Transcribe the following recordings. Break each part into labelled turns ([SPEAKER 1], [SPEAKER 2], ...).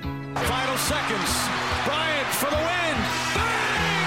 [SPEAKER 1] Final seconds. Bryant for the win. Bang!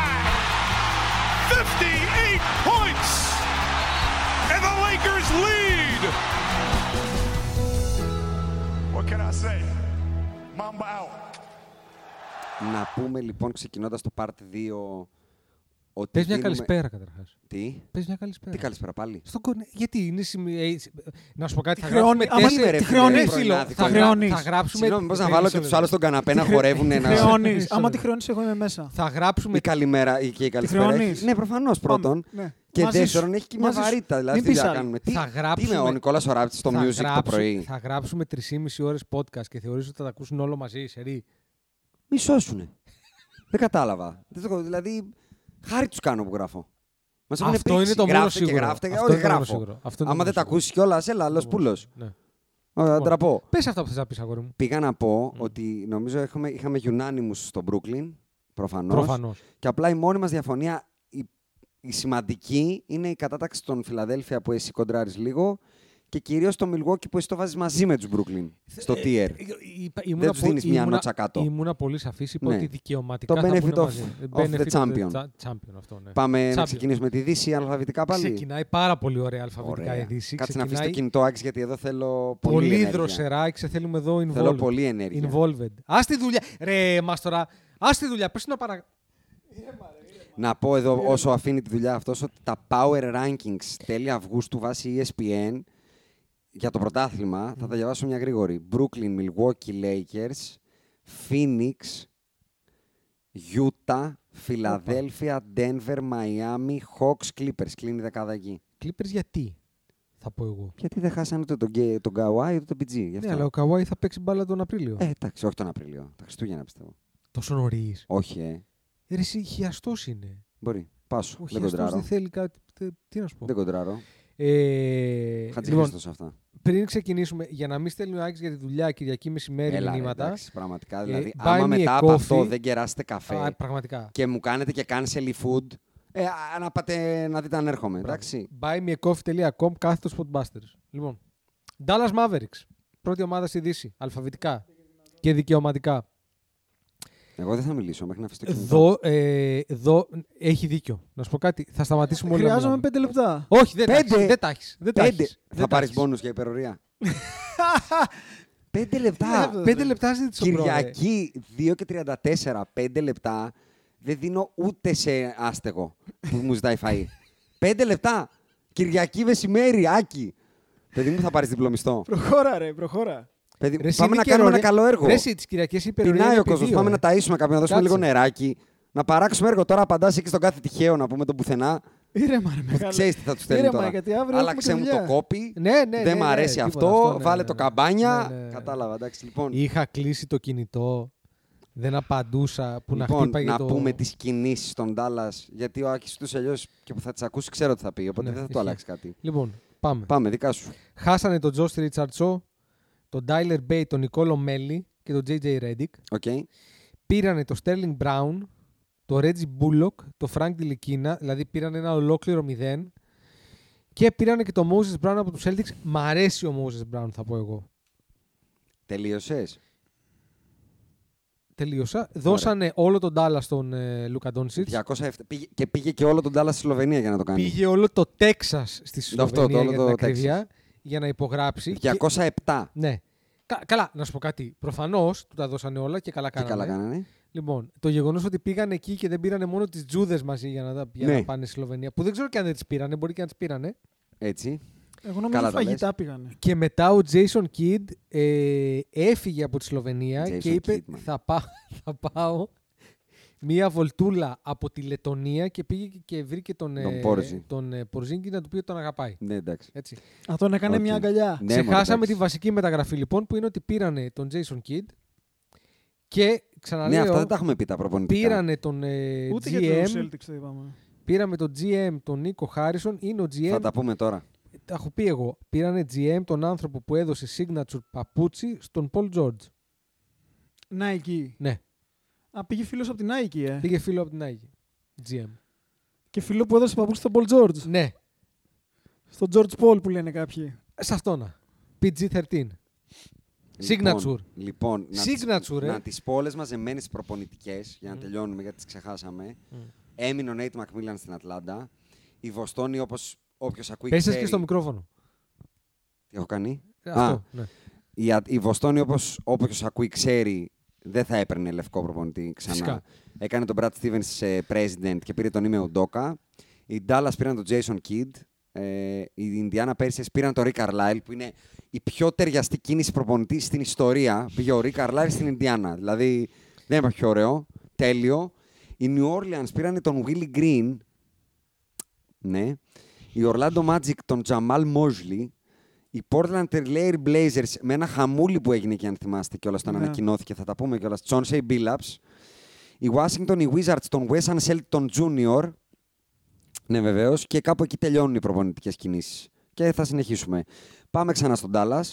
[SPEAKER 2] 58 points! And the Lakers lead!
[SPEAKER 3] What can I say? Mamba out.
[SPEAKER 4] Να πούμε λοιπόν, ξεκινώντας το part 2, ότι.
[SPEAKER 5] Πες μια
[SPEAKER 4] δίνουμε-
[SPEAKER 5] καλησπέρα καταρχάς.
[SPEAKER 4] Τι.
[SPEAKER 5] Πες μια καλησπέρα.
[SPEAKER 4] Τι καλησπέρα πάλι.
[SPEAKER 5] Στον κον... Γιατί είναι σημείο. Να σου πω κάτι. Θα
[SPEAKER 6] χρεώνει-
[SPEAKER 5] γράψουμε
[SPEAKER 6] άμα
[SPEAKER 5] τέσσερα-
[SPEAKER 6] είναι- τη χρεώνεις,
[SPEAKER 5] Ναι, φίλο,
[SPEAKER 4] πρωινάδικο,
[SPEAKER 5] θα
[SPEAKER 4] είναι.
[SPEAKER 5] γρα- Θα
[SPEAKER 6] Συγγνώμη,
[SPEAKER 5] γράψουμε.
[SPEAKER 4] Συγγνώμη, πώς να βάλω και τους άλλους στον καναπέ να χορεύουν ένα.
[SPEAKER 6] Χρεώνει.
[SPEAKER 5] Μισό
[SPEAKER 6] Άμα
[SPEAKER 5] λεπτό.
[SPEAKER 6] τη χρεώνεις, εγώ είμαι μέσα.
[SPEAKER 5] Θα γράψουμε.
[SPEAKER 4] Η καλημέρα ή και η καλησπέρα.
[SPEAKER 6] χρεώνεις?
[SPEAKER 4] έχει- Ναι, προφανώς πρώτον.
[SPEAKER 6] Πάμε, ναι.
[SPEAKER 4] Και
[SPEAKER 6] Μαζί σου.
[SPEAKER 4] δεύτερον, έχει και μια
[SPEAKER 6] Μαζί σου.
[SPEAKER 4] βαρύτητα. Δηλαδή,
[SPEAKER 6] Μην
[SPEAKER 4] τι
[SPEAKER 6] πεις
[SPEAKER 4] θα
[SPEAKER 6] άλλο.
[SPEAKER 4] κάνουμε.
[SPEAKER 5] Θα
[SPEAKER 4] Τι- Τι
[SPEAKER 5] γράψουμε-
[SPEAKER 4] είναι ο Νικόλα Οράπτη στο
[SPEAKER 5] θα
[SPEAKER 4] music το
[SPEAKER 5] γράψου-
[SPEAKER 4] πρωί.
[SPEAKER 5] Θα γράψουμε 3,5 ώρες podcast και θεωρείς ότι θα τα ακούσουν όλο μαζί. Σερή.
[SPEAKER 4] Μισώσουνε. Δεν κατάλαβα. Δεν το- Δηλαδή, χάρη τους κάνω που γράφω. Μας έχουν
[SPEAKER 5] Αυτό
[SPEAKER 4] επίξει.
[SPEAKER 5] είναι το μόνο
[SPEAKER 4] Γράφτε και
[SPEAKER 5] σίγουρο.
[SPEAKER 4] γράφτε.
[SPEAKER 5] Αυτό
[SPEAKER 4] Όχι,
[SPEAKER 5] είναι το μόνο
[SPEAKER 4] γράφω.
[SPEAKER 5] σίγουρο. Αυτό είναι το
[SPEAKER 4] Άμα
[SPEAKER 5] μόνο
[SPEAKER 4] δεν τα
[SPEAKER 5] σίγουρο.
[SPEAKER 4] ακούσεις κιόλας, έλα, άλλο πούλο.
[SPEAKER 5] Ναι.
[SPEAKER 4] Θα
[SPEAKER 5] Λοιπόν,
[SPEAKER 4] ντραπώ.
[SPEAKER 5] Πες αυτά που θες να πεις, αγόρι μου.
[SPEAKER 4] Πήγα να πω ότι νομίζω είχαμε, είχαμε unanimous στο Brooklyn. Προφανώς.
[SPEAKER 5] Προφανώς.
[SPEAKER 4] Και απλά η μόνη μας διαφωνία, η, η σημαντική, είναι η κατάταξη των Φιλαδέλφια που εσύ κοντράρεις λίγο και κυρίως το Milwaukee που εσύ το βάζεις μαζί με τους Brooklyn στο tier.
[SPEAKER 5] Ε, είπα- ήμουνα
[SPEAKER 4] τους
[SPEAKER 5] πο-
[SPEAKER 4] δίνεις μια
[SPEAKER 5] ήμουνα-
[SPEAKER 4] νότσα κάτω.
[SPEAKER 5] Ήμουνα πολύ σαφής. Είπα
[SPEAKER 4] Ναι.
[SPEAKER 5] ότι δικαιωματικά.
[SPEAKER 4] Το
[SPEAKER 5] θα
[SPEAKER 4] benefit
[SPEAKER 5] μπουν
[SPEAKER 4] of-
[SPEAKER 5] μαζί.
[SPEAKER 4] of the champion.
[SPEAKER 5] cha- champion αυτό, ναι.
[SPEAKER 4] Πάμε να
[SPEAKER 5] Champion.
[SPEAKER 4] ξεκινήσουμε τη Δύση αλφαβητικά πάλι.
[SPEAKER 5] Ξεκινάει πάρα πολύ ωραία Ε, αλφαβητικά η
[SPEAKER 4] Ωραία.
[SPEAKER 5] Δύση.
[SPEAKER 4] Κάτσε να αφήσει το
[SPEAKER 5] Ξεκινάει
[SPEAKER 4] κινητό άξι γιατί εδώ θέλω πολύ.
[SPEAKER 5] πολύ
[SPEAKER 4] ενέργεια.
[SPEAKER 5] δροσερά και θέλουμε εδώ involved.
[SPEAKER 4] Θέλω πολύ ενέργεια.
[SPEAKER 5] Involved. Ας τη δουλειά. Ρε, μας τώρα. Ας τη δουλειά. Πες να παρα...
[SPEAKER 4] Να πω εδώ όσο αφήνει τη δουλειά αυτός ότι τα power rankings τέλη Αυγούστου βάσει E ESPN για το πρωτάθλημα θα τα διαβάσω μια γρήγορη. Brooklyn, Milwaukee Lakers, Phoenix, Utah, Philadelphia, Denver, Miami, Hawks, Clippers. Κλείνει η δεκάδα εκεί.
[SPEAKER 5] Clippers γιατί, θα πω εγώ.
[SPEAKER 4] Γιατί δεν χάσανε ούτε τον, Γκέ- τον Kawhi ούτε τον PG. γι' αυτό.
[SPEAKER 5] Ναι, αλλά ο Καουάι θα παίξει μπάλα τον Απρίλιο.
[SPEAKER 4] Ε, εντάξει, όχι τον Απρίλιο. Τα Χριστούγεννα πιστεύω.
[SPEAKER 5] Τόσο νωρίς.
[SPEAKER 4] Όχι, ε.
[SPEAKER 5] Ρε, εσύ χιαστός είναι.
[SPEAKER 4] Μπορεί. Πάσου.
[SPEAKER 5] Ο
[SPEAKER 4] δεν
[SPEAKER 5] χιαστός δεν
[SPEAKER 4] κοντράρω.
[SPEAKER 5] θέλει κάτι. τε- Τι να σου πω.
[SPEAKER 4] Δεν κοντράρω.
[SPEAKER 5] Ε,
[SPEAKER 4] Χατζηχρήστος
[SPEAKER 5] λοιπόν,
[SPEAKER 4] αυτά.
[SPEAKER 5] πριν ξεκινήσουμε, για να μην στέλνει ο Άκης για τη δουλειά Κυριακή μεσημέρι
[SPEAKER 4] Έλα, ρε,
[SPEAKER 5] μηνύματα. Ε,
[SPEAKER 4] εντάξει, πραγματικά. Δηλαδή,
[SPEAKER 5] buy me
[SPEAKER 4] άμα
[SPEAKER 5] a
[SPEAKER 4] μετά από αυτό
[SPEAKER 5] coffee.
[SPEAKER 4] δεν κεράσετε καφέ
[SPEAKER 5] Α, πραγματικά.
[SPEAKER 4] και μου κάνετε και cancel food, ε, α, να πάτε να δείτε αν έρχομαι. Εντάξει.
[SPEAKER 5] buymeacoffee.com κάθετος Spotbusters. Λοιπόν, Dallas Mavericks. Πρώτη ομάδα στη Δύση. Αλφαβητικά και δικαιωματικά.
[SPEAKER 4] Εγώ δεν θα μιλήσω μέχρι να αφήσω το κινητό.
[SPEAKER 5] Εδώ, ε, εδώ έχει δίκιο. Να σου πω κάτι. Θα σταματήσουμε όλοι να
[SPEAKER 6] Χρειάζομαι
[SPEAKER 5] μιλάμε.
[SPEAKER 6] πέντε λεπτά.
[SPEAKER 5] Όχι, δεν
[SPEAKER 4] Πέντε.
[SPEAKER 5] τα έχεις, Δεν τα έχεις, δεν τα
[SPEAKER 4] Πέντε.
[SPEAKER 5] έχεις,
[SPEAKER 4] Θα
[SPEAKER 5] δεν τα
[SPEAKER 4] πάρεις
[SPEAKER 5] έχεις.
[SPEAKER 4] πόνου για υπερορία. Πέντε λεπτά.
[SPEAKER 6] Βέβαια.
[SPEAKER 5] Πέντε λεπτά ζήτησες ο Μπρόε.
[SPEAKER 4] Κυριακή 2 και 34, πέντε λεπτά. Δεν δίνω ούτε σε άστεγο που μου ζητάει φαΐ. Πέντε λεπτά. Κυριακή μεσημέρι, άκη. Παιδί μου, θα πάρεις διπλωμιστό.
[SPEAKER 6] Προχώρα, ρε, προχώρα.
[SPEAKER 4] Παιδί,
[SPEAKER 5] ε. Ρε, εσύ
[SPEAKER 4] πάμε
[SPEAKER 5] είναι
[SPEAKER 4] να
[SPEAKER 5] και
[SPEAKER 4] κάνουμε
[SPEAKER 5] ωραία.
[SPEAKER 4] ένα καλό έργο.
[SPEAKER 5] Ρε, εσύ, τις Κυριακές η υπερορία
[SPEAKER 4] Πεινάει
[SPEAKER 5] είναι
[SPEAKER 4] ο κόσμο.
[SPEAKER 5] πεδίο,
[SPEAKER 4] Πάμε
[SPEAKER 5] ε.
[SPEAKER 4] να ταΐσουμε κάποιον, να δώσουμε
[SPEAKER 5] Κάτσε.
[SPEAKER 4] λίγο νεράκι. Να παράξουμε έργο τώρα, απαντάς εκεί στον κάθε τυχαίο να πούμε τον πουθενά.
[SPEAKER 6] Ήρεμα, ρε, μεγάλε.
[SPEAKER 4] Ξέρεις τι θα τους στέλνει
[SPEAKER 6] Ήρεμα,
[SPEAKER 4] τώρα.
[SPEAKER 6] γιατί αύριο έχουμε
[SPEAKER 4] Άλλαξε
[SPEAKER 6] και
[SPEAKER 4] μου το
[SPEAKER 6] δουλειά.
[SPEAKER 4] κόπι.
[SPEAKER 5] Ναι, ναι,
[SPEAKER 4] δεν
[SPEAKER 5] ναι,
[SPEAKER 4] μ'
[SPEAKER 5] ναι,
[SPEAKER 4] αρέσει
[SPEAKER 5] τίποτα
[SPEAKER 4] αυτό.
[SPEAKER 5] αυτό, ναι,
[SPEAKER 4] Βάλε
[SPEAKER 5] ναι,
[SPEAKER 4] το
[SPEAKER 5] ναι.
[SPEAKER 4] καμπάνια.
[SPEAKER 5] Ναι, ναι, ναι.
[SPEAKER 4] Κατάλαβα, εντάξει λοιπόν.
[SPEAKER 5] Είχα κλείσει το κινητό. Δεν απαντούσα που να
[SPEAKER 4] λοιπόν,
[SPEAKER 5] χτύπαγε
[SPEAKER 4] να
[SPEAKER 5] το...
[SPEAKER 4] πούμε τις κινήσεις των Ντάλλα, γιατί ο Άκης του αλλιώς και που θα τις ακούσει, ξέρω τι θα πει. Οπότε
[SPEAKER 5] Ναι,
[SPEAKER 4] δεν θα το
[SPEAKER 5] ισχύει.
[SPEAKER 4] αλλάξει κάτι.
[SPEAKER 5] Λοιπόν, πάμε.
[SPEAKER 4] Πάμε, δικά σου.
[SPEAKER 5] Χάσανε τον Τζο Ριτσαρτσό, τον Τάιλερ Μπέι, τον Νικόλο Μέλι και τον JJ Ρέντικ.
[SPEAKER 4] Okay.
[SPEAKER 5] Πήρανε τον Στέρλινγκ Μπράουν, το Reggie Bullock, το Frank Delikina, δηλαδή πήραν ένα ολόκληρο μηδέν και πήραν και το Moses Brown από τους Celtics. Μ' αρέσει ο Moses Brown θα πω εγώ.
[SPEAKER 4] Τελείωσες.
[SPEAKER 5] Τελείωσα. Δώσανε όλο τον Dallas στον ε, Luka Doncic.
[SPEAKER 4] 207. Πήγε, και πήγε και όλο τον Τάλλα στη Σλοβενία για να το κάνει.
[SPEAKER 5] Πήγε όλο το Τέξα στη
[SPEAKER 4] Ναι, αυτό, το
[SPEAKER 5] Σλοβενία για
[SPEAKER 4] όλο
[SPEAKER 5] την
[SPEAKER 4] το
[SPEAKER 5] ακρίβεια, για να υπογράψει. Και-
[SPEAKER 4] 207.
[SPEAKER 5] Ναι. Κα- καλά, να σου πω κάτι. Προφανώς του τα δώσανε όλα και καλά ναι.
[SPEAKER 4] Τι
[SPEAKER 5] κάνανε.
[SPEAKER 4] καλά κάνανε.
[SPEAKER 5] Λοιπόν, το γεγονός ότι πήγαν εκεί και δεν πήρανε μόνο τις Τζούδες μαζί για να, τα- για
[SPEAKER 4] Ναι.
[SPEAKER 5] να πάνε στη Σλοβενία, που δεν ξέρω και αν δεν τις πήρανε, μπορεί και να τις πήρανε.
[SPEAKER 4] Έτσι.
[SPEAKER 6] Εγώ
[SPEAKER 4] Καλά
[SPEAKER 6] νομίζω
[SPEAKER 4] τα λες.
[SPEAKER 6] φαγητά πήγανε.
[SPEAKER 5] Και μετά ο Jason Kidd ε, έφυγε από τη Σλοβενία
[SPEAKER 4] Jason
[SPEAKER 5] και είπε:
[SPEAKER 4] Kidd, man.
[SPEAKER 5] θα, πάω, θα πάω μία βολτούλα από τη Λετωνία και πήγε και- και βρήκε τον,
[SPEAKER 4] Τον Πόρζη.
[SPEAKER 5] τον ε, Πορζίνγκι να του πει ότι τον αγαπάει.
[SPEAKER 4] Ναι, εντάξει.
[SPEAKER 5] Έτσι.
[SPEAKER 6] Α, τον έκανε
[SPEAKER 4] Οκ.
[SPEAKER 6] μια αγκαλιά.
[SPEAKER 4] Ναι,
[SPEAKER 5] Ξεχάσαμε
[SPEAKER 4] μωρέ,
[SPEAKER 5] τη
[SPEAKER 4] εντάξει.
[SPEAKER 5] βασική μεταγραφή λοιπόν που είναι ότι πήρανε τον Jason Kidd και
[SPEAKER 4] Ναι,
[SPEAKER 5] ξαναλέω
[SPEAKER 4] αυτά δεν τα έχουμε πει τα προπονητικά.
[SPEAKER 5] πήρανε τον ε,
[SPEAKER 6] Ούτε για
[SPEAKER 5] GM,
[SPEAKER 6] τους Celtics το είπαμε.
[SPEAKER 5] πήραμε τον GM τον Νίκο Χάρισον, είναι ο GM,
[SPEAKER 4] Θα
[SPEAKER 5] τα...
[SPEAKER 4] τα πούμε τώρα.
[SPEAKER 5] έχω πει εγώ, πήρανε GM τον άνθρωπο που έδωσε signature παπούτσι στον Paul George.
[SPEAKER 6] Nike.
[SPEAKER 5] Ναι,
[SPEAKER 6] Α, πήγε φίλος από την Nike, ε.
[SPEAKER 5] πήγε φίλο από την Nike. GM.
[SPEAKER 6] Και φίλο που έδωσε παππούς στον Paul George.
[SPEAKER 5] Ναι,
[SPEAKER 6] Στον George Paul που λένε κάποιοι.
[SPEAKER 5] σε αυτό να. PG-13. Signature.
[SPEAKER 4] Λοιπόν, λοιπόν να τις-
[SPEAKER 5] Signature, ε.
[SPEAKER 4] να τις πω όλες μαζεμένες προπονητικές, για να τελειώνουμε γιατί τις ξεχάσαμε. Έμεινε ο Νέιτ Μακμίλαν στην Ατλάντα. Η Βοστόνη, όπως όποιος ακούει
[SPEAKER 5] Πέσες
[SPEAKER 4] ξέρει-
[SPEAKER 5] και στο μικρόφωνο.
[SPEAKER 4] Τι έχω κάνει.
[SPEAKER 5] Αυτό, ναι.
[SPEAKER 4] Η, Α- η Βοστόνη, όπως όποιος ακούει ξέρει, δεν θα έπαιρνε λευκό προπονητή ξανά.
[SPEAKER 5] Φυσικά.
[SPEAKER 4] Έκανε τον Brad Stevens σε president και πήρε τον Ime Udoka. Οι Dallas πήραν τον Jason Kidd. Ε, οι Indiana Pacers πήραν τον Rick Carlisle, που είναι η πιο ταιριαστή κίνηση προπονητή στην ιστορία. Πήγε ο Rick Carlisle στην Indiana. Δηλαδή, δεν υπάρχει πιο ωραίο. Τέλειο. Οι New Orleans πήραν τον Willie Green. Ναι. Οι Orlando Magic τον Jamal Mosley. Οι Portland Trail Blazers με ένα χαμούλι που έγινε και αν θυμάστε κιόλας όταν
[SPEAKER 6] Ναι.
[SPEAKER 4] ανακοινώθηκε, θα τα πούμε κιόλας. Chauncey Billups. Οι Washington, οι Wizards, τον Wes Anselton Jr. Ναι, βεβαίως. Και κάπου εκεί τελειώνουν οι προπονητικές κινήσεις. Και θα συνεχίσουμε. Πάμε ξανά στον Τάλλα.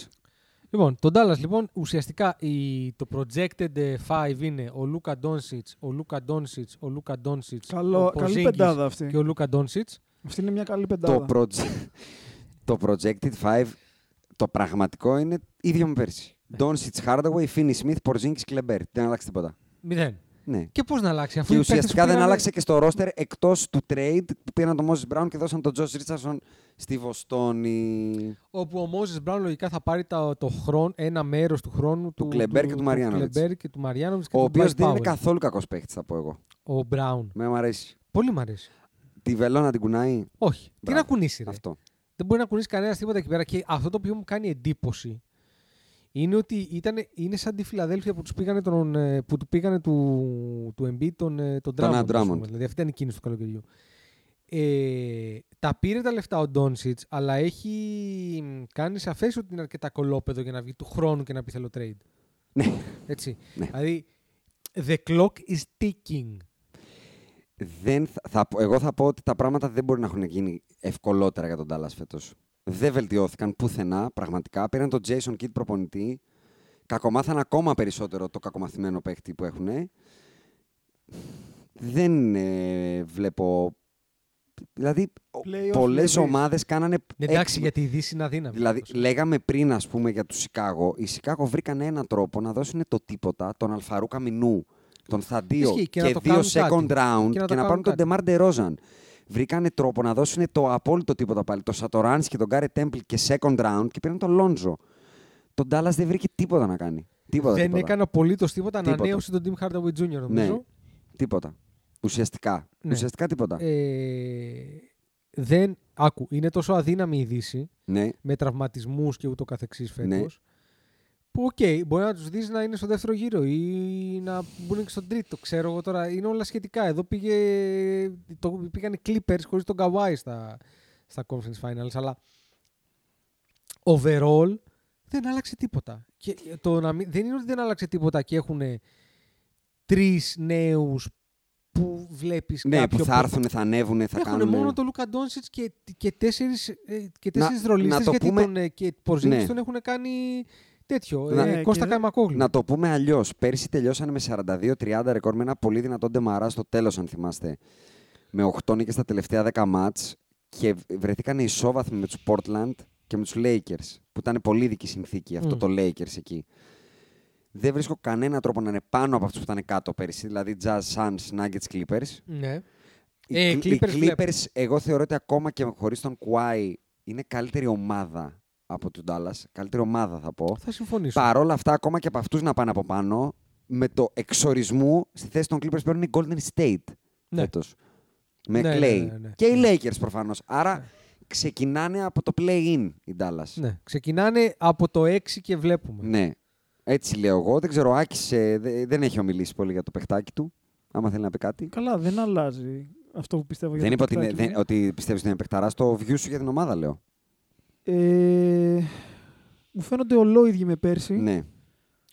[SPEAKER 5] Λοιπόν, τον Dallas λοιπόν, ουσιαστικά η, το projected 5 είναι ο Λούκα Ντόνσιτς, ο Λούκα Ντόνσιτς, ο Λούκα Ντόνσιτς,
[SPEAKER 6] Καλό-
[SPEAKER 5] ο
[SPEAKER 6] καλή
[SPEAKER 5] Porzingis
[SPEAKER 6] πεντάδα αυτή.
[SPEAKER 5] Και ο Λούκα Ντόνσιτς.
[SPEAKER 6] Αυτή είναι μια
[SPEAKER 4] Το,
[SPEAKER 6] καλή πεντάδα.
[SPEAKER 4] proje- το Projected 5, το πραγματικό είναι ίδιο με πέρσι. Doncic Hardaway, Finney Smith, Porzingis, Kleber. Δεν αλλάξει τίποτα.
[SPEAKER 5] Μηδέν.
[SPEAKER 4] Ναι.
[SPEAKER 5] Και πώς να αλλάξει, αφού
[SPEAKER 4] Και
[SPEAKER 5] οι παίκτες
[SPEAKER 4] ουσιαστικά δεν
[SPEAKER 5] που πήρανε-
[SPEAKER 4] άλλαξε και στο ρόστερ εκτός του trade που πήραν τον Μόζε Μπράουν και δώσαν τον Τζο Ρίτσαρσον στη Βοστόνη.
[SPEAKER 5] Όπου ο Μόζες Μπράουν λογικά θα πάρει τα, το χρόνο, ένα μέρος του χρόνου του,
[SPEAKER 4] Κλεμπέρ και του Μαριάνοβιτς.
[SPEAKER 5] Κλεμπέρ και του Μαριάνοβιτς και
[SPEAKER 4] Ο
[SPEAKER 5] του
[SPEAKER 4] οποίος
[SPEAKER 5] Dwight
[SPEAKER 4] δεν είναι
[SPEAKER 5] Powell.
[SPEAKER 4] καθόλου κακός παίχτη, θα πω εγώ.
[SPEAKER 5] Ο Μπράουν.
[SPEAKER 4] Με μου αρέσει.
[SPEAKER 5] Πολύ μ' αρέσει.
[SPEAKER 4] Τη βελόνα την κουνάει.
[SPEAKER 5] Όχι. Τι
[SPEAKER 4] Μπράβο.
[SPEAKER 5] να κουνήσει, ρε.
[SPEAKER 4] Αυτό.
[SPEAKER 5] δεν μπορεί να κουνήσει κανένας τίποτα εκεί πέρα. Και αυτό το οποίο μου κάνει εντύπωση είναι ότι ήταν, είναι σαν τη Φιλαδέλφια που, τους πήγανε τον, ε, που του πήγανε του, του Embiid τον, ε, τον
[SPEAKER 4] Τον
[SPEAKER 5] Drummond,
[SPEAKER 4] Drummond.
[SPEAKER 5] ας πούμε. Δηλαδή αυτή ήταν η κίνηση του καλοκαιριού. Ε, τα πήρε τα λεφτά ο Ντόνσιτ, αλλά έχει μ, κάνει σαφές ότι είναι αρκετά κολόπεδο για να βγει του χρόνου και να πει θέλω trade.
[SPEAKER 4] Ναι.
[SPEAKER 5] Έτσι.
[SPEAKER 4] Ναι.
[SPEAKER 5] Δηλαδή, the clock is ticking.
[SPEAKER 4] Δεν θα, θα πω- εγώ θα πω ότι τα πράγματα δεν μπορεί να έχουν γίνει ευκολότερα για τον Τάλλας φέτος. Δεν βελτιώθηκαν πουθενά, πραγματικά. Πήραν τον Jason Kidd προπονητή. Κακομάθαν ακόμα περισσότερο το κακομαθημένο παίχτη που έχουν. Δεν ε, βλέπω. Δηλαδή,
[SPEAKER 6] Playoff
[SPEAKER 4] πολλέ
[SPEAKER 6] level.
[SPEAKER 4] ομάδες κάνανε.
[SPEAKER 5] Ναι, Εντάξει,
[SPEAKER 4] έξι-
[SPEAKER 5] γιατί η Δύση είναι αδύναμη.
[SPEAKER 4] Δηλαδή,
[SPEAKER 5] όπως.
[SPEAKER 4] λέγαμε πριν, ας πούμε, για τους Σικάγο. Οι Σικάγο βρήκαν έναν τρόπο να δώσουν το τίποτα, τον Αλφαρού Καμινού, τον Θαντίο
[SPEAKER 5] Ισχύει,
[SPEAKER 4] και,
[SPEAKER 5] και να το
[SPEAKER 4] δύο
[SPEAKER 5] κάνουν
[SPEAKER 4] second
[SPEAKER 5] κάτι.
[SPEAKER 4] round και
[SPEAKER 5] Και να
[SPEAKER 4] να,
[SPEAKER 5] το κάνουν
[SPEAKER 4] πάρουν τον
[SPEAKER 5] κάτι.
[SPEAKER 4] Ντεμάρ Ντερόζαν. Βρήκανε τρόπο να δώσουν το απόλυτο τίποτα πάλι. Το Σατοράνς και τον Γκάρι Τέμπλ και second round και πήραν τον Λόντζο. Τον Ντάλλα δεν βρήκε τίποτα να κάνει. Τίποτα.
[SPEAKER 5] δεν
[SPEAKER 4] τίποτα.
[SPEAKER 5] έκανε απολύτως τίποτα.
[SPEAKER 4] Τίποτα.
[SPEAKER 5] Ανανέωσε τον Tim Hardaway Jr. νομίζω.
[SPEAKER 4] Ναι. Τίποτα. Ουσιαστικά.
[SPEAKER 5] Ναι.
[SPEAKER 4] Ουσιαστικά τίποτα.
[SPEAKER 5] Ε, δεν, άκου, είναι τόσο αδύναμη η Δύση
[SPEAKER 4] Ναι.
[SPEAKER 5] με τραυματισμούς και ούτω καθεξής φέτος
[SPEAKER 4] Ναι.
[SPEAKER 5] που οκ, μπορεί να τους δεις να είναι στο δεύτερο γύρο ή να μπουν και στον τρίτο, ξέρω εγώ τώρα. Είναι όλα σχετικά. Εδώ πήγε, το, πήγαν οι Clippers χωρίς τον Kawhi στα, στα Conference Finals, αλλά overall δεν άλλαξε τίποτα. Και το να μην- δεν είναι ότι δεν άλλαξε τίποτα και έχουν τρεις νέους που βλέπεις
[SPEAKER 4] Ναι,
[SPEAKER 5] κάποιο
[SPEAKER 4] που θα έρθουν, θα ανέβουν, θα
[SPEAKER 5] έχουν
[SPEAKER 4] κάνουν.
[SPEAKER 5] μόνο τον Λούκα Ντόνσιτ και, και τέσσερις
[SPEAKER 4] Να-
[SPEAKER 5] και τέσσερις
[SPEAKER 4] να
[SPEAKER 5] ρολίστε.
[SPEAKER 4] το
[SPEAKER 5] Γιατί
[SPEAKER 4] πούμε-
[SPEAKER 5] τον, ε, και Πορζίνγκη
[SPEAKER 4] Ναι.
[SPEAKER 5] τον έχουν κάνει τέτοιο.
[SPEAKER 4] Να-
[SPEAKER 5] ε,
[SPEAKER 6] Ναι,
[SPEAKER 5] Κώστα
[SPEAKER 6] και-
[SPEAKER 5] Καϊμακόγλου.
[SPEAKER 4] Να το πούμε αλλιώς. Πέρσι τελειώσανε με 42-30 ρεκόρ με ένα πολύ δυνατό ντεμαρά στο τέλος, αν θυμάστε. Με 8 νίκε τα τελευταία 10 μάτ και βρεθήκαν ισόβαθμοι με τους Portland και με τους Lakers. Που ήταν πολύ δική συνθήκη αυτό
[SPEAKER 5] Μμμ.
[SPEAKER 4] το Lakers εκεί. Δεν βρίσκω κανένα τρόπο να είναι πάνω από αυτούς που ήταν κάτω πέρσι. Δηλαδή Jazz, Suns, Nuggets, Clippers.
[SPEAKER 5] Ναι.
[SPEAKER 4] Οι,
[SPEAKER 5] Ε,
[SPEAKER 4] Cl- οι
[SPEAKER 5] Clippers βλέπω.
[SPEAKER 4] Clippers, εγώ θεωρώ ότι ακόμα και χωρίς τον Κουάι, είναι καλύτερη ομάδα από τον Dallas. Καλύτερη ομάδα θα πω.
[SPEAKER 5] Θα συμφωνήσω.
[SPEAKER 4] Παρ' όλα αυτά, ακόμα και από αυτούς να πάνε από πάνω, με το εξορισμού στη θέση των Clippers παίρνουν οι Golden State
[SPEAKER 5] Ναι.
[SPEAKER 4] φέτος. Με
[SPEAKER 5] Ναι,
[SPEAKER 4] Clay.
[SPEAKER 5] ναι, ναι, ναι.
[SPEAKER 4] Και οι Lakers προφανώς. Άρα ξεκινάνε από το play-in οι Dallas.
[SPEAKER 5] Ναι. Ξεκινάνε από το 6 και βλέπουμε.
[SPEAKER 4] Ναι. Έτσι λέω εγώ. Δεν ξέρω, Άκης ε, δε- δεν έχει ομιλήσει πολύ για το παιχτάκι του. Άμα θέλει να πει κάτι.
[SPEAKER 6] Καλά, δεν αλλάζει αυτό που πιστεύω για
[SPEAKER 4] δεν
[SPEAKER 6] το
[SPEAKER 4] είπα ότι, είναι-
[SPEAKER 6] παιχτάκι
[SPEAKER 4] δεν-
[SPEAKER 5] ναι.
[SPEAKER 6] μου.
[SPEAKER 4] ότι πιστεύεις ότι είναι παιχταρά. Το view σου για την ομάδα λέω.
[SPEAKER 6] Ε, μου φαίνονται ολόιδιοι με πέρσι.
[SPEAKER 4] Ναι.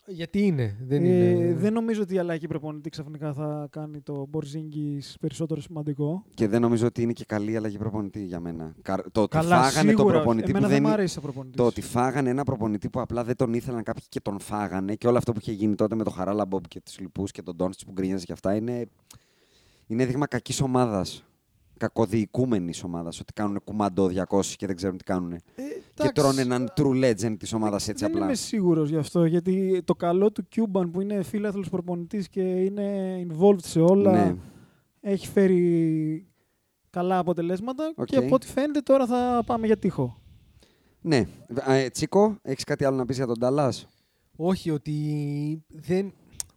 [SPEAKER 5] Γιατί είναι. Δεν
[SPEAKER 6] ε,
[SPEAKER 5] είναι.
[SPEAKER 6] δεν νομίζω ότι η αλλαγή προπονητή ξαφνικά θα κάνει το Μπορζίνγκη περισσότερο σημαντικό.
[SPEAKER 4] Και δεν νομίζω ότι είναι και καλή αλλαγή προπονητή για μένα. Κα- Το ότι
[SPEAKER 6] Καλά,
[SPEAKER 4] φάγανε τον
[SPEAKER 6] σίγουρα.
[SPEAKER 4] προπονητή
[SPEAKER 6] Εμένα
[SPEAKER 4] που
[SPEAKER 6] δεν
[SPEAKER 4] δεν,
[SPEAKER 6] μ' αρέσει ο προπονητής.
[SPEAKER 4] Το ότι φάγανε ένα προπονητή που απλά δεν τον ήθελαν κάποιοι και τον φάγανε και όλο αυτό που είχε γίνει τότε με τον Χαράλα Μπομπ και τους λοιπούς και τον Τόνσιτ που γκρίνιαζε και αυτά είναι, είναι δείγμα κακής ομάδας. Κακοδιοικούμενης ομάδας. Ότι κάνουν κουμάντο 200 και δεν ξέρουν τι κάνουν. Και τρώνε έναν true legend της ομάδας έτσι
[SPEAKER 6] Ε, δεν
[SPEAKER 4] απλά.
[SPEAKER 6] είμαι σίγουρος γι' αυτό. Γιατί το καλό του Cuban που είναι φίλαθλο προπονητής και είναι involved σε όλα.
[SPEAKER 4] Ναι.
[SPEAKER 6] Έχει φέρει καλά αποτελέσματα.
[SPEAKER 4] Οκ.
[SPEAKER 6] Και από ό,τι φαίνεται τώρα θα πάμε για τείχο.
[SPEAKER 4] ναι. Ε, Τσίκο, έχεις κάτι άλλο να πεις για τον Ταλάς.
[SPEAKER 5] Όχι, ότι δεν.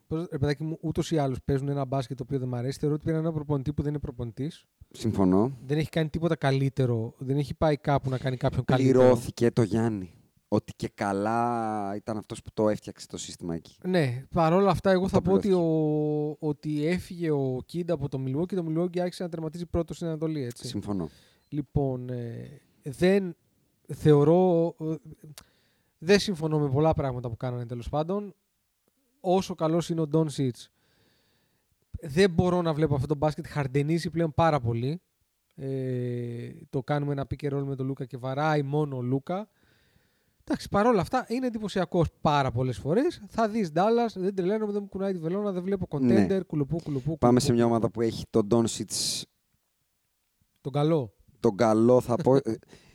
[SPEAKER 5] Πώς, ρε παιδάκι μου, ούτως ή άλλως παίζουν ένα μπάσκετ το οποίο δεν μ' αρέσει. Θεωρώ ότι πήραν ένα προπονητή που δεν είναι προπονητής.
[SPEAKER 4] Συμφωνώ.
[SPEAKER 5] Δεν έχει κάνει τίποτα καλύτερο. Δεν έχει πάει κάπου να κάνει κάποιον καλύτερο.
[SPEAKER 4] Πληρώθηκε το Γιάννη. Ότι και καλά ήταν αυτός που το έφτιαξε το σύστημα εκεί.
[SPEAKER 5] Ναι, παρόλα αυτά, εγώ θα
[SPEAKER 4] Αυτό
[SPEAKER 5] πω ότι, ο, ότι έφυγε ο Κίντ από το Μιλουό και το Μιλουό και άρχισε να τερματίζει πρώτο στην Ανατολή. Έτσι.
[SPEAKER 4] Συμφωνώ.
[SPEAKER 5] Λοιπόν, ε, δεν θεωρώ. ε, δεν συμφωνώ με πολλά πράγματα που κάνανε τέλος πάντων. Όσο καλός είναι ο Ντόν δεν μπορώ να βλέπω αυτό το μπάσκετ. Χαρντενίζει πλέον πάρα πολύ. Ε, το κάνουμε ένα pick and roll με τον Λούκα και βαράει μόνο ο Λούκα. Εντάξει, παρόλα αυτά είναι εντυπωσιακό πάρα πολλές φορές. Θα δεις Ντάλλα, δεν τρελαίνομαι, δεν μου κουνάει τη βελόνα, δεν βλέπω
[SPEAKER 4] Ναι.
[SPEAKER 5] κοντέντερ, κουλουπού,
[SPEAKER 4] Πάμε
[SPEAKER 5] κουλουπού. κουλουπού.
[SPEAKER 4] σε μια ομάδα που έχει τον Τόνσιτ
[SPEAKER 5] Τον καλό.
[SPEAKER 4] τον καλό, θα πω. ε,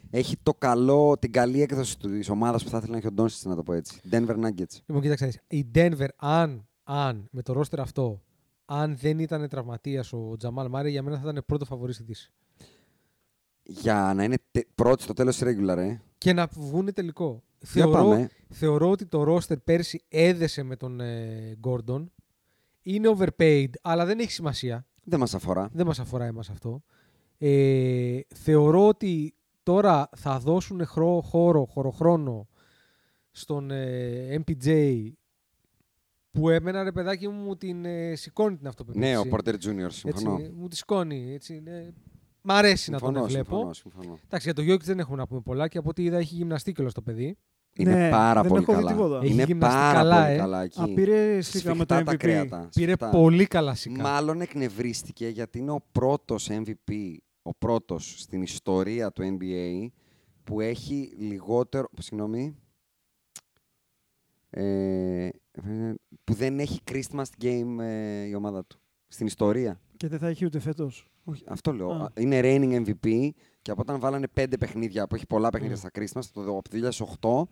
[SPEAKER 4] Έχει το καλό, την καλή έκδοση της ομάδας που θα ήθελα να έχει ο Ντόνσιτ, να το πω έτσι. Denver Nuggets.
[SPEAKER 5] Λοιπόν, κοίταξε. να δεις. Η Denver, αν, αν με το ρόστερ αυτό, αν δεν ήταν τραυματίας ο Τζαμάλ Μάρε, για μένα θα ήταν πρώτο φαβορής στη Δύσης.
[SPEAKER 4] Για να είναι τε- πρώτη στο τέλος τη regular, ε.
[SPEAKER 5] Και να βγουν τελικό.
[SPEAKER 4] Για
[SPEAKER 5] Θεωρώ,
[SPEAKER 4] πάμε.
[SPEAKER 5] θεωρώ ότι το ρόστερ πέρσι έδεσε με τον ε, Gordon. Είναι overpaid, αλλά δεν έχει σημασία.
[SPEAKER 4] Δεν μας αφορά.
[SPEAKER 5] Δεν μας αφορά εμάς αυτό. Ε, θεωρώ ότι τώρα θα δώσουν χρό, χώρο, χωροχρόνο στον ε, MPJ που εμένα ρε παιδάκι μου μου την ε, σηκώνει την αυτοπεποίθηση.
[SPEAKER 4] Ναι, ο Porter Junior, συμφωνώ.
[SPEAKER 5] Έτσι, ε, μου τη σηκώνει. Έτσι, είναι. Μ' αρέσει να
[SPEAKER 4] συμφωνώ,
[SPEAKER 5] τον βλέπω.
[SPEAKER 4] συμφωνώ, συμφωνώ.
[SPEAKER 5] Εντάξει, για το Γιώκητ δεν έχουμε να πούμε πολλά και από ό,τι είδα έχει γυμναστεί κιόλας το παιδί.
[SPEAKER 4] Είναι
[SPEAKER 6] Ναι,
[SPEAKER 4] πάρα
[SPEAKER 6] δεν
[SPEAKER 4] πολύ
[SPEAKER 6] έχω δει
[SPEAKER 4] καλά.
[SPEAKER 6] τίποτα. Έχει
[SPEAKER 4] Είναι
[SPEAKER 5] γυμναστεί
[SPEAKER 4] πάρα
[SPEAKER 5] καλά,
[SPEAKER 4] πολύ
[SPEAKER 5] ε.
[SPEAKER 4] καλά εκεί.
[SPEAKER 6] Α, πήρε σίγα με το
[SPEAKER 4] Σφιχτά τα
[SPEAKER 6] MVP.
[SPEAKER 4] κρέατα.
[SPEAKER 5] Πήρε
[SPEAKER 4] σφιχτά.
[SPEAKER 5] πολύ καλά σικά.
[SPEAKER 4] Μάλλον εκνευρίστηκε γιατί είναι ο πρώτος MVP, ο πρώτος στην ιστορία του NBA που έχει λιγότερο. Συγγνώμη. Ε, που δεν έχει Christmas game ε, η ομάδα του. Στην ιστορία.
[SPEAKER 6] Και δεν θα έχει ούτε φέτος. Όχι.
[SPEAKER 4] Αυτό λέω.
[SPEAKER 6] Α.
[SPEAKER 4] Είναι reigning MVP και από όταν βάλανε πέντε παιχνίδια, που έχει πολλά
[SPEAKER 5] Mm.
[SPEAKER 4] παιχνίδια στα Christmas, το- από το 2008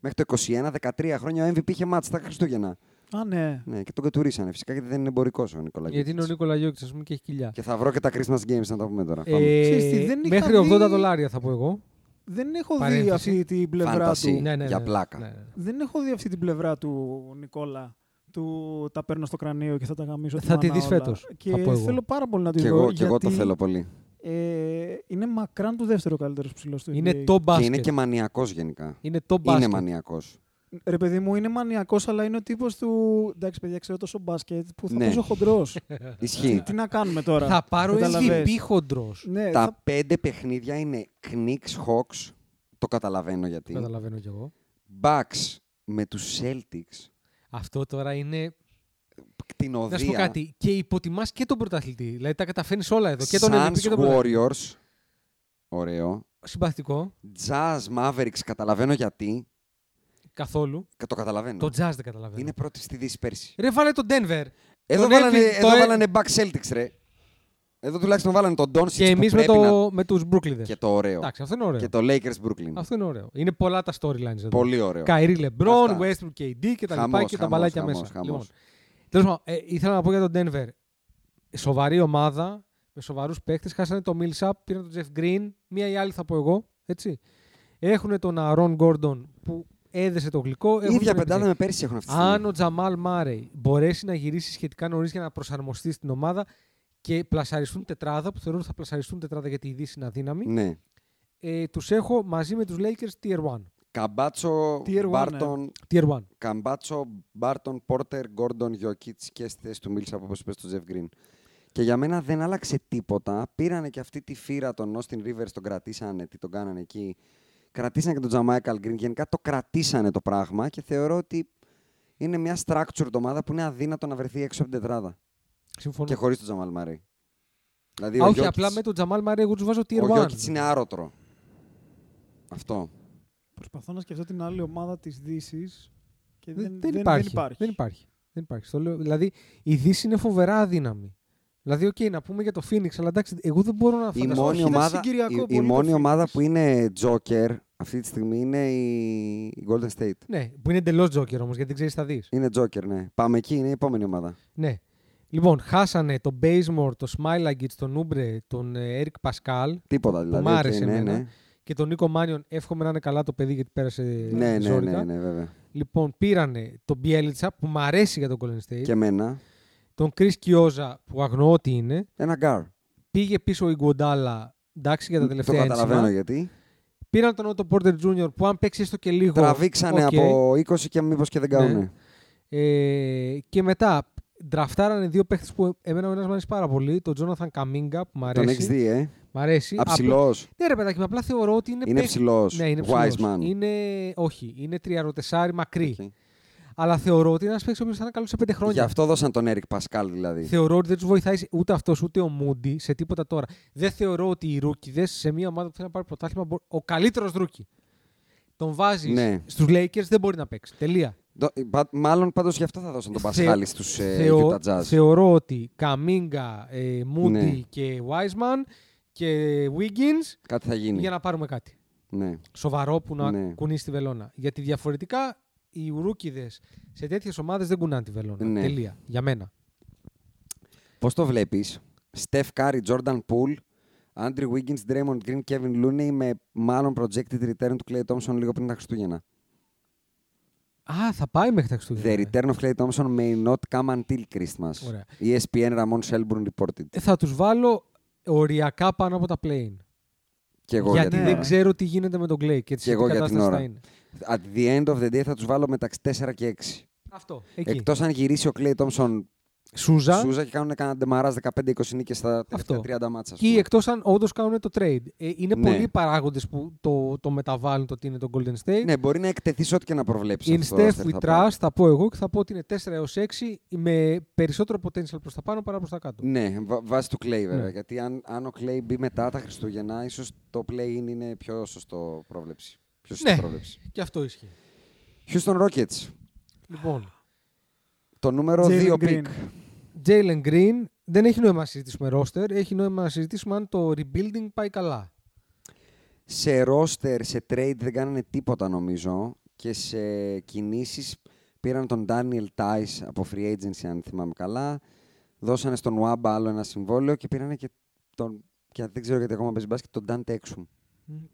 [SPEAKER 4] μέχρι το 2021, 13 χρόνια ο MVP είχε μάτς τα Χριστούγεννα.
[SPEAKER 6] Α, ναι.
[SPEAKER 4] Ναι, και τον κατουρίσανε φυσικά γιατί δεν είναι εμπορικός ο Νικολάκη.
[SPEAKER 5] Γιατί είναι ο Νίκολα Γιώκητ, ας πούμε, και έχει κοιλιά.
[SPEAKER 4] Και θα βρω και τα Christmas Games να τα πούμε τώρα. Πάμε.
[SPEAKER 5] Ε,
[SPEAKER 6] Ξέρεις τι, δεν είχα
[SPEAKER 5] μέχρι 80
[SPEAKER 6] δει-
[SPEAKER 5] δολάρια θα πω εγώ.
[SPEAKER 6] Δεν έχω δει
[SPEAKER 5] Παρένθεση.
[SPEAKER 6] αυτή την πλευρά
[SPEAKER 4] Fantasy.
[SPEAKER 6] του.
[SPEAKER 5] Ναι, ναι,
[SPEAKER 4] για
[SPEAKER 5] ναι,
[SPEAKER 4] πλάκα.
[SPEAKER 5] ναι, ναι.
[SPEAKER 6] Δεν έχω δει αυτή την πλευρά του Νικόλα. Του τα παίρνω στο κρανίο και θα τα γαμίσω.
[SPEAKER 5] Θα τη
[SPEAKER 6] μάνα
[SPEAKER 5] δεις
[SPEAKER 6] όλα.
[SPEAKER 5] φέτος,
[SPEAKER 6] Και
[SPEAKER 5] θα πω εγώ.
[SPEAKER 6] θέλω πάρα πολύ να τη
[SPEAKER 4] Και
[SPEAKER 6] δω.
[SPEAKER 4] εγώ, και εγώ το
[SPEAKER 6] γιατί,
[SPEAKER 4] θέλω πολύ.
[SPEAKER 6] Ε, είναι μακράν του δεύτερο καλύτερος ψηλός του.
[SPEAKER 5] Είναι
[SPEAKER 6] NBA.
[SPEAKER 5] το μπάσκετ.
[SPEAKER 4] Και είναι και μανιακός γενικά.
[SPEAKER 5] Είναι το
[SPEAKER 4] Είναι
[SPEAKER 5] μπάσκετ.
[SPEAKER 4] μανιακός.
[SPEAKER 6] Ρε παιδί μου, είναι μανιακός, αλλά είναι ο τύπος του. Εντάξει, παιδιά, ξέρω τόσο μπάσκετ που θα
[SPEAKER 4] Ναι.
[SPEAKER 6] παίζω χοντρός.
[SPEAKER 5] Ε,
[SPEAKER 4] Ισχύει.
[SPEAKER 6] Τι να κάνουμε τώρα.
[SPEAKER 5] Θα πάρω
[SPEAKER 6] Καταλαβες.
[SPEAKER 5] MVP χοντρός.
[SPEAKER 6] Ναι,
[SPEAKER 4] Τα
[SPEAKER 6] θα-
[SPEAKER 4] πέντε παιχνίδια είναι Knicks, Hawks. Το καταλαβαίνω γιατί.
[SPEAKER 5] Καταλαβαίνω κι εγώ.
[SPEAKER 4] Bucks με τους Celtics.
[SPEAKER 5] Αυτό τώρα είναι. Να σου πω
[SPEAKER 4] Κτηνοδία.
[SPEAKER 5] κάτι. Και υποτιμάς και τον πρωταθλητή. Δηλαδή τα καταφέρνεις όλα εδώ. Και τον MVP και
[SPEAKER 4] Suns
[SPEAKER 5] τον πρωταθλητή.
[SPEAKER 4] Warriors. Ωραίο.
[SPEAKER 5] Συμπαθητικό.
[SPEAKER 4] Jazz Mavericks. Καταλαβαίνω γιατί.
[SPEAKER 5] καθόλου.
[SPEAKER 4] Το καταλαβαίνω.
[SPEAKER 5] Το jazz δεν καταλαβαίνω.
[SPEAKER 4] Ναι. Είναι πρώτη στη Δύση πέρσι.
[SPEAKER 5] Ρε βάλε τον Denver.
[SPEAKER 4] Εδώ,
[SPEAKER 5] Τον
[SPEAKER 4] βάλανε,
[SPEAKER 5] Evans,
[SPEAKER 4] εδώ
[SPEAKER 5] το-
[SPEAKER 4] βάλανε back Celtics, ρε. Εδώ τουλάχιστον βάλανε τον Doncic
[SPEAKER 5] Και εμεί
[SPEAKER 4] που
[SPEAKER 5] με,
[SPEAKER 4] πρέπει
[SPEAKER 5] το...
[SPEAKER 4] να...
[SPEAKER 5] με τους Brooklyn.
[SPEAKER 4] Και το ωραίο.
[SPEAKER 5] Εντάξει, αυτό είναι ωραίο.
[SPEAKER 4] Και το Lakers Brooklyn.
[SPEAKER 5] Αυτό είναι ωραίο. Είναι πολλά τα storylines εδώ.
[SPEAKER 4] Πολύ ωραίο.
[SPEAKER 5] Καϊρή Λεμπρόν,
[SPEAKER 4] Αυτά.
[SPEAKER 5] Westbrook KD και τα
[SPEAKER 4] Χαμός,
[SPEAKER 5] λοιπά και τα
[SPEAKER 4] χαμός,
[SPEAKER 5] μπαλάκια
[SPEAKER 4] χαμός,
[SPEAKER 5] μέσα.
[SPEAKER 4] χαμός.
[SPEAKER 5] Λοιπόν, τέλος πάντων, ε, ήθελα να πω για τον Denver. Σοβαρή ομάδα, με σοβαρούς παίκτες. Χάσανε το Millsap, πήραν τον Jeff Green. Μία ή άλλη θα πω εγώ, έτσι. Έχουν τον Aaron Gordon που έδεσε το γλυκό.
[SPEAKER 4] Η
[SPEAKER 5] Έχουν
[SPEAKER 4] ίδια
[SPEAKER 5] τον
[SPEAKER 4] πεντάδα
[SPEAKER 5] MJ.
[SPEAKER 4] με πέρσι έχουν αυτή τη
[SPEAKER 5] Αν
[SPEAKER 4] στιγμή.
[SPEAKER 5] ο Τζαμάλ Μάρεϊ μπορέσει να γυρίσει σχετικά νωρίς για να προσαρμοστεί στην ομάδα και πλασαριστούν τετράδα, που θεωρώ ότι θα πλασαριστούν τετράδα γιατί η Δύση είναι αδύναμη,
[SPEAKER 4] Ναι.
[SPEAKER 5] ε, τους έχω μαζί με τους Lakers tier 1.
[SPEAKER 4] Καμπάτσο,
[SPEAKER 6] Tier one,
[SPEAKER 4] Μπάρτον,
[SPEAKER 5] Tier 1.
[SPEAKER 4] Καμπάτσο, Μπάρτον, Πόρτερ, Γκόρντον, Γιώκητ και στη θέση του Μίλσα, όπως είπες στο Τζεφ Γκριν. Και για μένα δεν άλλαξε τίποτα. Πήρανε και αυτή τη φύρα τον Όστιν Ρίβερ, τον κρατήσανε, τι τον κάνανε εκεί. Κρατήσανε και τον Τζαμάικαλ Γκριν. Γενικά το κρατήσανε το πράγμα και θεωρώ ότι είναι μια structured ομάδα που είναι αδύνατο να βρεθεί έξω από την τετράδα.
[SPEAKER 5] Συμφωνώ.
[SPEAKER 4] Και χωρίς τον Τζαμάλ Μαρή. Δηλαδή,
[SPEAKER 5] Α,
[SPEAKER 4] ο
[SPEAKER 5] όχι,
[SPEAKER 4] Γιώκητς-
[SPEAKER 5] απλά με τον Τζαμάλ Μάρε, εγώ τους βάζω tier 1.
[SPEAKER 4] ο Γιώκητς είναι άρωτρο. Αυτό.
[SPEAKER 6] Προσπαθώ να σκεφτώ την άλλη ομάδα της Δύσης και
[SPEAKER 5] δεν,
[SPEAKER 6] δεν,
[SPEAKER 5] δεν υπάρχει.
[SPEAKER 6] Δεν υπάρχει.
[SPEAKER 5] Δεν υπάρχει. Δεν υπάρχει. Στο λέω. Δηλαδή, η Δύση είναι φοβερά αδύναμη. Δηλαδή, οκ, να πούμε για το Phoenix, αλλά εντάξει, εγώ δεν μπορώ να
[SPEAKER 4] Η
[SPEAKER 5] φανταστώ.
[SPEAKER 4] μόνη,
[SPEAKER 6] ήταν
[SPEAKER 4] ομάδα,
[SPEAKER 6] συγκυριακό
[SPEAKER 4] η- η,
[SPEAKER 6] πολύ το
[SPEAKER 4] μόνη
[SPEAKER 6] Phoenix.
[SPEAKER 4] ομάδα που είναι Joker αυτή τη στιγμή είναι η η Golden State.
[SPEAKER 5] Ναι, που είναι εντελώς τζόκερ όμως, γιατί δεν ξέρεις τι θα δεις.
[SPEAKER 4] Είναι Joker, ναι. Πάμε εκεί, είναι η επόμενη ομάδα.
[SPEAKER 5] Ναι. Λοιπόν, χάσανε τον Bazemore, τον Smilagic, τον Νούμπρε, τον ε, Eric Pascal
[SPEAKER 4] Τίποτα δηλαδή.
[SPEAKER 5] μ'
[SPEAKER 4] οκ,
[SPEAKER 5] άρεσε
[SPEAKER 4] ναι,
[SPEAKER 5] εμένα.
[SPEAKER 4] ναι.
[SPEAKER 5] και τον Νίκο Μάνιον. Εύχομαι να είναι καλά το παιδί γιατί πέρασε
[SPEAKER 4] Ναι, ναι,
[SPEAKER 5] ζόρικα.
[SPEAKER 4] ναι, ναι, βέβαια.
[SPEAKER 5] Λοιπόν, πήρανε τον Bielitsa που μου αρέσει για τον Golden State,
[SPEAKER 4] Και εμένα.
[SPEAKER 5] τον Chris Kioza που αγνοώ ότι είναι,
[SPEAKER 4] Ένα γκάρ.
[SPEAKER 5] πήγε πίσω η Γκοντάλα, εντάξει για τα
[SPEAKER 4] Το
[SPEAKER 5] τελευταία
[SPEAKER 4] καταλαβαίνω
[SPEAKER 5] ένσημα.
[SPEAKER 4] γιατί.
[SPEAKER 5] Πήραν τον Otto Porter Jr. που αν παίξει έστω και λίγο.
[SPEAKER 4] Τραβήξανε
[SPEAKER 5] οκ.
[SPEAKER 4] από 20 και μήπως και δεν
[SPEAKER 5] Ναι.
[SPEAKER 4] κάνουν.
[SPEAKER 5] Ε, και μετά ντραφτάρανε δύο παίχτες που εμένα ο ένας μου αρέσει πάρα πολύ. Τον Jonathan Kaminga που μου
[SPEAKER 4] Τον
[SPEAKER 5] αρέσει.
[SPEAKER 4] έχεις δει, ε.
[SPEAKER 5] Μ' αρέσει. Απλά-
[SPEAKER 4] Αψηλό.
[SPEAKER 5] Ναι, ρε παιδάκι, μου, απλά θεωρώ ότι είναι.
[SPEAKER 4] Είναι
[SPEAKER 5] παίχ-
[SPEAKER 4] ψηλός.
[SPEAKER 5] Ναι, είναι
[SPEAKER 4] Wise
[SPEAKER 5] ψηλός.
[SPEAKER 4] man.
[SPEAKER 5] Είναι... Όχι, είναι τριαροτεσάρι μακρύ.
[SPEAKER 4] Οκ.
[SPEAKER 5] Αλλά θεωρώ ότι είναι ένας παίχτη ο οποίος θα είναι καλός σε πέντε χρόνια.
[SPEAKER 4] Γι' αυτό δώσαν τον Eric Pascal δηλαδή.
[SPEAKER 5] Θεωρώ ότι δεν τους βοηθάει ούτε αυτός ούτε ο Μούντι σε τίποτα τώρα. Δεν θεωρώ ότι οι ρούκιδε σε μια ομάδα που θέλει να πάρει πρωτάθλημα. μπο- Ο καλύτερος ρούκι. Τον βάζεις
[SPEAKER 4] Ναι.
[SPEAKER 5] στους Lakers, δεν μπορεί να παίξει. Τελεία.
[SPEAKER 4] Δο- ε, πα- Μάλλον πάντως γι' αυτό θα δώσαν τον
[SPEAKER 5] Θε-
[SPEAKER 4] Πασχάλη στου
[SPEAKER 5] Θεω-
[SPEAKER 4] ε, Utah Jazz.
[SPEAKER 5] Θεωρώ ότι Καμίγκα, ε, Μούντι
[SPEAKER 4] Ναι.
[SPEAKER 5] και Wiseman και Wiggins
[SPEAKER 4] Κάτι θα γίνει.
[SPEAKER 5] για να πάρουμε κάτι.
[SPEAKER 4] Ναι.
[SPEAKER 5] Σοβαρό που να
[SPEAKER 4] Ναι.
[SPEAKER 5] κουνήσει τη βελόνα. Γιατί διαφορετικά οι ρούκιδε σε τέτοιες ομάδες δεν κουνάνε τη βελόνα.
[SPEAKER 4] Ναι.
[SPEAKER 5] Τελεία. Για μένα.
[SPEAKER 4] Πώς το βλέπεις, Steph Curry, Jordan Poole, Andrew Wiggins, Draymond Green, Kevin Looney με μάλλον projected return του Clay Thompson λίγο πριν τα Χριστούγεννα.
[SPEAKER 5] Α, θα πάει μέχρι τα Χριστούγεννα.
[SPEAKER 4] The return of Clay Thompson may not come until Christmas. E
[SPEAKER 5] Ωραία.
[SPEAKER 4] ESPN Ramon Shelburne reported.
[SPEAKER 5] Ε, Θα τους βάλω οριακά πάνω από τα play
[SPEAKER 4] Και εγώ
[SPEAKER 5] Γιατί
[SPEAKER 4] για την
[SPEAKER 5] δεν
[SPEAKER 4] ώρα.
[SPEAKER 5] ξέρω τι γίνεται με τον Clay και,
[SPEAKER 4] Και
[SPEAKER 5] τι
[SPEAKER 4] εγώ για την
[SPEAKER 5] κατάσταση
[SPEAKER 4] ώρα.
[SPEAKER 5] θα είναι.
[SPEAKER 4] At the end of the day θα τους βάλω μεταξύ 4 και 6.
[SPEAKER 5] Αυτό. Εκεί.
[SPEAKER 4] Εκτός αν γυρίσει ο Clay Thompson
[SPEAKER 5] Σούζα.
[SPEAKER 4] Σούζα και κάνουν κανένα ντεμαράζ 15-20 νίκες στα τελευταία 30 μάτσα. ας
[SPEAKER 5] Και
[SPEAKER 4] πούμε.
[SPEAKER 5] εκτός αν όντως κάνουν το trade. Ε, είναι
[SPEAKER 4] Ναι.
[SPEAKER 5] πολλοί παράγοντες που το, το μεταβάλλουν το τι είναι το Golden State.
[SPEAKER 4] Ναι, μπορεί να εκτεθείς ό,τι και να προβλέψεις.
[SPEAKER 5] In
[SPEAKER 4] αυτό το
[SPEAKER 5] Steph
[SPEAKER 4] roster,
[SPEAKER 5] we
[SPEAKER 4] θα πω.
[SPEAKER 5] trust, θα πω εγώ και θα πω ότι είναι 4 έω 6 με περισσότερο potential προς τα πάνω παρά προς τα κάτω.
[SPEAKER 4] Ναι, βα- βάσει του Clay βέβαια.
[SPEAKER 5] Ναι.
[SPEAKER 4] Γιατί αν, αν ο Clay μπει μετά τα Χριστούγεννα, ίσως το play-in είναι πιο σωστό πρόβλεψη. Πιο σωστή
[SPEAKER 5] Ναι.
[SPEAKER 4] πρόβλεψη.
[SPEAKER 5] Και αυτό ίσχυε.
[SPEAKER 4] Houston Rockets.
[SPEAKER 5] Λοιπόν,
[SPEAKER 4] Το νούμερο
[SPEAKER 6] Jalen
[SPEAKER 4] 2
[SPEAKER 6] Green.
[SPEAKER 4] pick.
[SPEAKER 5] Jalen Green δεν έχει νόημα να συζητήσουμε roster, έχει νόημα να συζητήσουμε αν το rebuilding πάει καλά.
[SPEAKER 4] Σε roster, σε trade δεν κάνανε τίποτα νομίζω. Και σε κινήσεις πήραν τον Daniel Tice από free agency, αν θυμάμαι καλά. Δώσανε στον Wamba άλλο ένα συμβόλαιο και πήρανε και τον. Και δεν ξέρω γιατί ακόμα παίζει μπάσκετ, τον Dan Texum.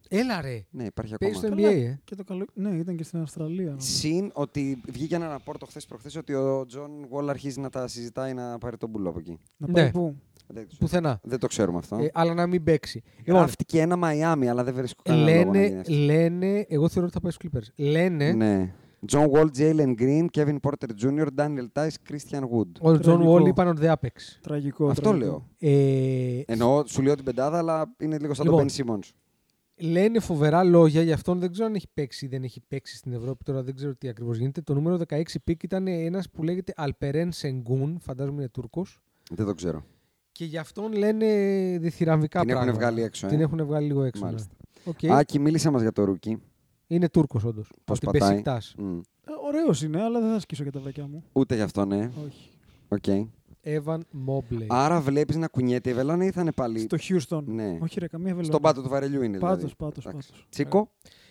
[SPEAKER 5] Έλα ρε,
[SPEAKER 4] Ναι, υπάρχει
[SPEAKER 5] παίζεις
[SPEAKER 4] ακόμα.
[SPEAKER 5] στο NBA,
[SPEAKER 6] Καλά.
[SPEAKER 5] ε.
[SPEAKER 6] Και το καλό... Ναι, ήταν και στην Αυστραλία. νομίζω.
[SPEAKER 4] Συν ότι βγήκε ένα ραπόρτο χθες προχθές ότι ο Τζον Γουόλ αρχίζει να τα συζητάει να πάρει τον μπουλό από εκεί.
[SPEAKER 6] Να πάει
[SPEAKER 5] Ναι.
[SPEAKER 6] πού.
[SPEAKER 4] Δεν, το ξέρω.
[SPEAKER 5] πουθενά.
[SPEAKER 4] Δεν το ξέρουμε αυτό.
[SPEAKER 5] Ε, αλλά να μην παίξει. Λοιπόν,
[SPEAKER 4] Γράφτηκε ένα Μαϊάμι, αλλά δεν βρίσκω κανένα λόγο να γίνει
[SPEAKER 5] λένε,
[SPEAKER 4] αυτό.
[SPEAKER 5] λένε, εγώ θεωρώ ότι θα πάει στους Clippers. Λένε
[SPEAKER 4] Ναι. John Wall, Jalen Green, Kevin Porter Jr., Daniel Tice, Christian Wood.
[SPEAKER 5] Ο Τζον
[SPEAKER 6] Τραγικό.
[SPEAKER 5] Wall είπαν ότι δεν άπαιξε.
[SPEAKER 6] Τραγικό.
[SPEAKER 4] Αυτό
[SPEAKER 6] τραγικό.
[SPEAKER 4] λέω.
[SPEAKER 5] Ε,
[SPEAKER 4] Εννοώ, σου λέω την πεντάδα, αλλά είναι λίγο σαν τον Ben
[SPEAKER 5] Λοιπόν.
[SPEAKER 4] Simmons.
[SPEAKER 5] λένε φοβερά λόγια για αυτόν. Δεν ξέρω αν έχει παίξει ή δεν έχει παίξει στην Ευρώπη. Τώρα δεν ξέρω τι ακριβώς γίνεται. Το νούμερο 16 πικ ήταν ένας που λέγεται Αλπερέν Σενγκούν. Φαντάζομαι είναι Τούρκος.
[SPEAKER 4] Δεν το ξέρω.
[SPEAKER 5] Και γι' αυτόν λένε διθυραμβικά
[SPEAKER 4] Την έχουν
[SPEAKER 5] πράγματα.
[SPEAKER 4] βγάλει έξω, ε.
[SPEAKER 5] Την έχουν βγάλει λίγο έξω.
[SPEAKER 4] Μάλιστα.
[SPEAKER 5] Ναι. Οκ.
[SPEAKER 4] Άκη, μίλησε μας για το ρούκι.
[SPEAKER 5] Είναι Τούρκος όντως.
[SPEAKER 4] Πώς
[SPEAKER 5] Την
[SPEAKER 4] πατάει.
[SPEAKER 5] Μπεσικτάς.
[SPEAKER 4] Μμ.
[SPEAKER 6] Ωραίο Ε, είναι, αλλά δεν θα σκίσω για τα βρακιά μου.
[SPEAKER 4] Ούτε γι' αυτό, ναι.
[SPEAKER 6] Όχι.
[SPEAKER 4] Οκ.
[SPEAKER 5] Ε. Evan Mobley.
[SPEAKER 4] Άρα βλέπεις να κουνιέται η Βελάνα ή θα είναι πάλι.
[SPEAKER 6] Στο Χιούστον.
[SPEAKER 4] Ναι.
[SPEAKER 6] Όχι, ρε, καμία βελόνα.
[SPEAKER 4] Στον πάτο του βαρελιού είναι.
[SPEAKER 6] Πάτος,
[SPEAKER 4] δηλαδή.
[SPEAKER 6] πάτος,
[SPEAKER 4] Εντάξει.
[SPEAKER 6] πάτος.
[SPEAKER 4] Τσίκο.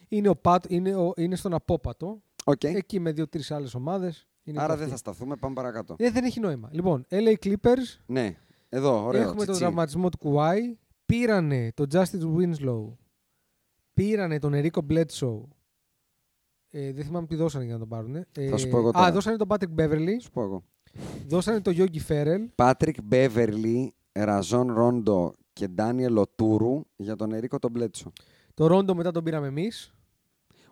[SPEAKER 5] Ε. Είναι, ο Πάτ, είναι, ο, είναι στον απόπατο.
[SPEAKER 4] Οκ.
[SPEAKER 5] Εκεί με δύο-τρει άλλες ομάδες.
[SPEAKER 4] Ναι. Άρα δεν θα σταθούμε, πάμε παρακάτω.
[SPEAKER 5] δεν, δεν έχει νόημα. Λοιπόν, LA Clippers.
[SPEAKER 4] Ναι. Εδώ, ωραίο.
[SPEAKER 5] έχουμε τον
[SPEAKER 4] Τσιτσί.
[SPEAKER 5] τραυματισμό του Κουάι. Πήρανε τον Justice Winslow. Πήρανε τον Ερίκο Bledsoe. Ε, δεν θυμάμαι τι δώσανε για να τον πάρουν.
[SPEAKER 4] Θα σου πω εγώ τώρα.
[SPEAKER 5] Α, δώσανε τον Patrick Beverly.
[SPEAKER 4] Σου πω εγώ.
[SPEAKER 5] Δώσανε τον Yogi Ferrell.
[SPEAKER 4] Πάτρικ Μπέβερλι, Ραζόν Ρόντο και Ντάνιελ Οτούρου για τον Ερίκο τον Μπλέτσο.
[SPEAKER 5] Το Ρόντο μετά τον πήραμε εμείς.